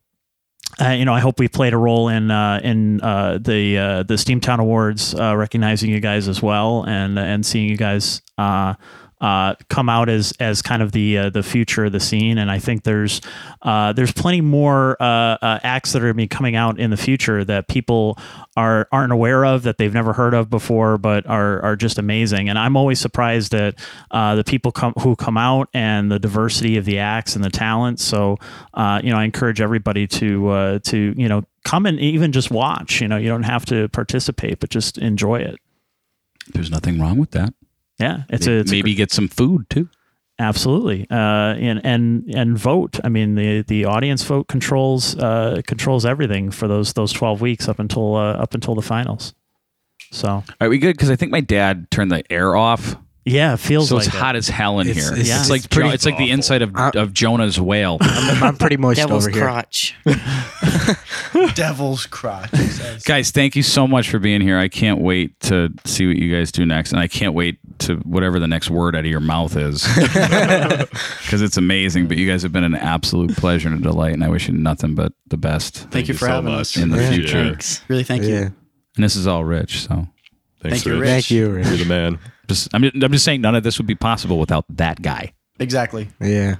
A: uh, you know, I hope we played a role in uh, in uh, the uh, the Steamtown Awards, uh, recognizing you guys as well, and and seeing you guys uh, uh, come out as as kind of the uh, the future of the scene. And I think there's uh, there's plenty more uh, uh, acts that are going to be coming out in the future that people are aren't aware of that they've never heard of before, but are are just amazing. And I'm always surprised at uh, the people come who come out and the diversity of the acts and the talent. So uh, you know, I encourage everybody to uh, to you know come and even just watch. You know, you don't have to participate, but just enjoy it.
B: There's nothing wrong with that.
A: Yeah, it's a it's a
B: Maybe get some food too.
A: Absolutely, uh, and and and vote. I mean, the the audience vote controls uh, controls everything for those those twelve weeks up until uh, up until the finals. So
B: Are we good? Because I think my dad turned the air off,
A: yeah, it feels
B: so
A: like
B: it's
A: it.
B: hot as hell in
F: It's-
B: here. It's,
F: it's-
A: Yeah.
B: like
F: it's pretty
B: Jo- it's like the
E: awful.
B: inside of,
F: Uh,
B: of Jonah's whale.
F: I'm, I'm pretty moist
D: Devil's
F: over here.
D: crotch.
C: Devil's crotch. he says.
B: guys, thank you so much for being here. I can't wait to see what you guys do next, and I can't wait to whatever the next word out of your mouth is, because it's amazing. But you guys have been an absolute pleasure and a delight, and I wish you nothing but the best
C: Thank you for
E: so
C: having us.
E: much.
B: in the
F: Yeah.
B: future.
D: Thanks.
C: Really, thank you.
F: Yeah.
B: And this is all Rich, so
E: Thanks,
C: Thank you,
E: Rich.
C: Rich.
F: Thank you. Rich.
E: You're the man.
B: just, I'm just, I'm just saying none of this would be possible without that guy.
C: Exactly.
F: Yeah.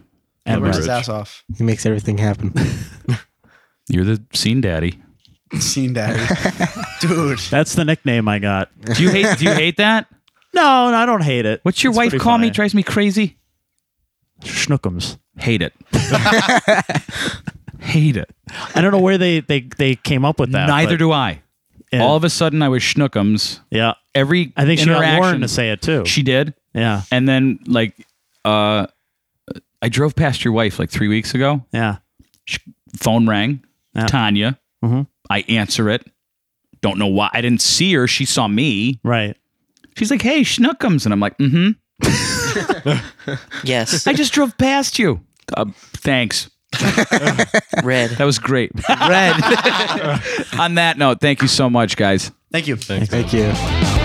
C: He works his
E: Rich.
C: ass off.
F: He makes everything happen.
B: You're the scene daddy.
C: Seen that, dude.
A: That's the nickname I got.
B: Do you hate? do you hate that?
A: No, no I don't hate it.
B: What's your
A: It's
B: wife
A: pretty
B: call me?
A: funny.
B: Drives me crazy.
A: Schnookums.
B: Hate it. Hate it.
A: I don't know where they they they came up with that.
B: Neither do I.
A: do
B: All of a sudden, I was schnookums.
A: yeah.
B: Every
A: I think she got
B: interaction,
A: Lauren to say it too.
B: She did,
A: yeah,
B: and then like, uh, I drove past your wife like three weeks ago.
A: yeah.
B: Phone rang.
A: Yeah.
B: Tanya.
A: Mhm.
B: I answer it. Don't know why. I didn't see her. She saw me.
A: Right.
B: She's like, "Hey, schnookums," and I'm like, "Mm-hmm."
D: Yes,
B: I just drove past you. Uh, thanks.
D: red.
B: That was great. Red. On that note, thank you so much, guys.
C: Thank you.
F: Thank you.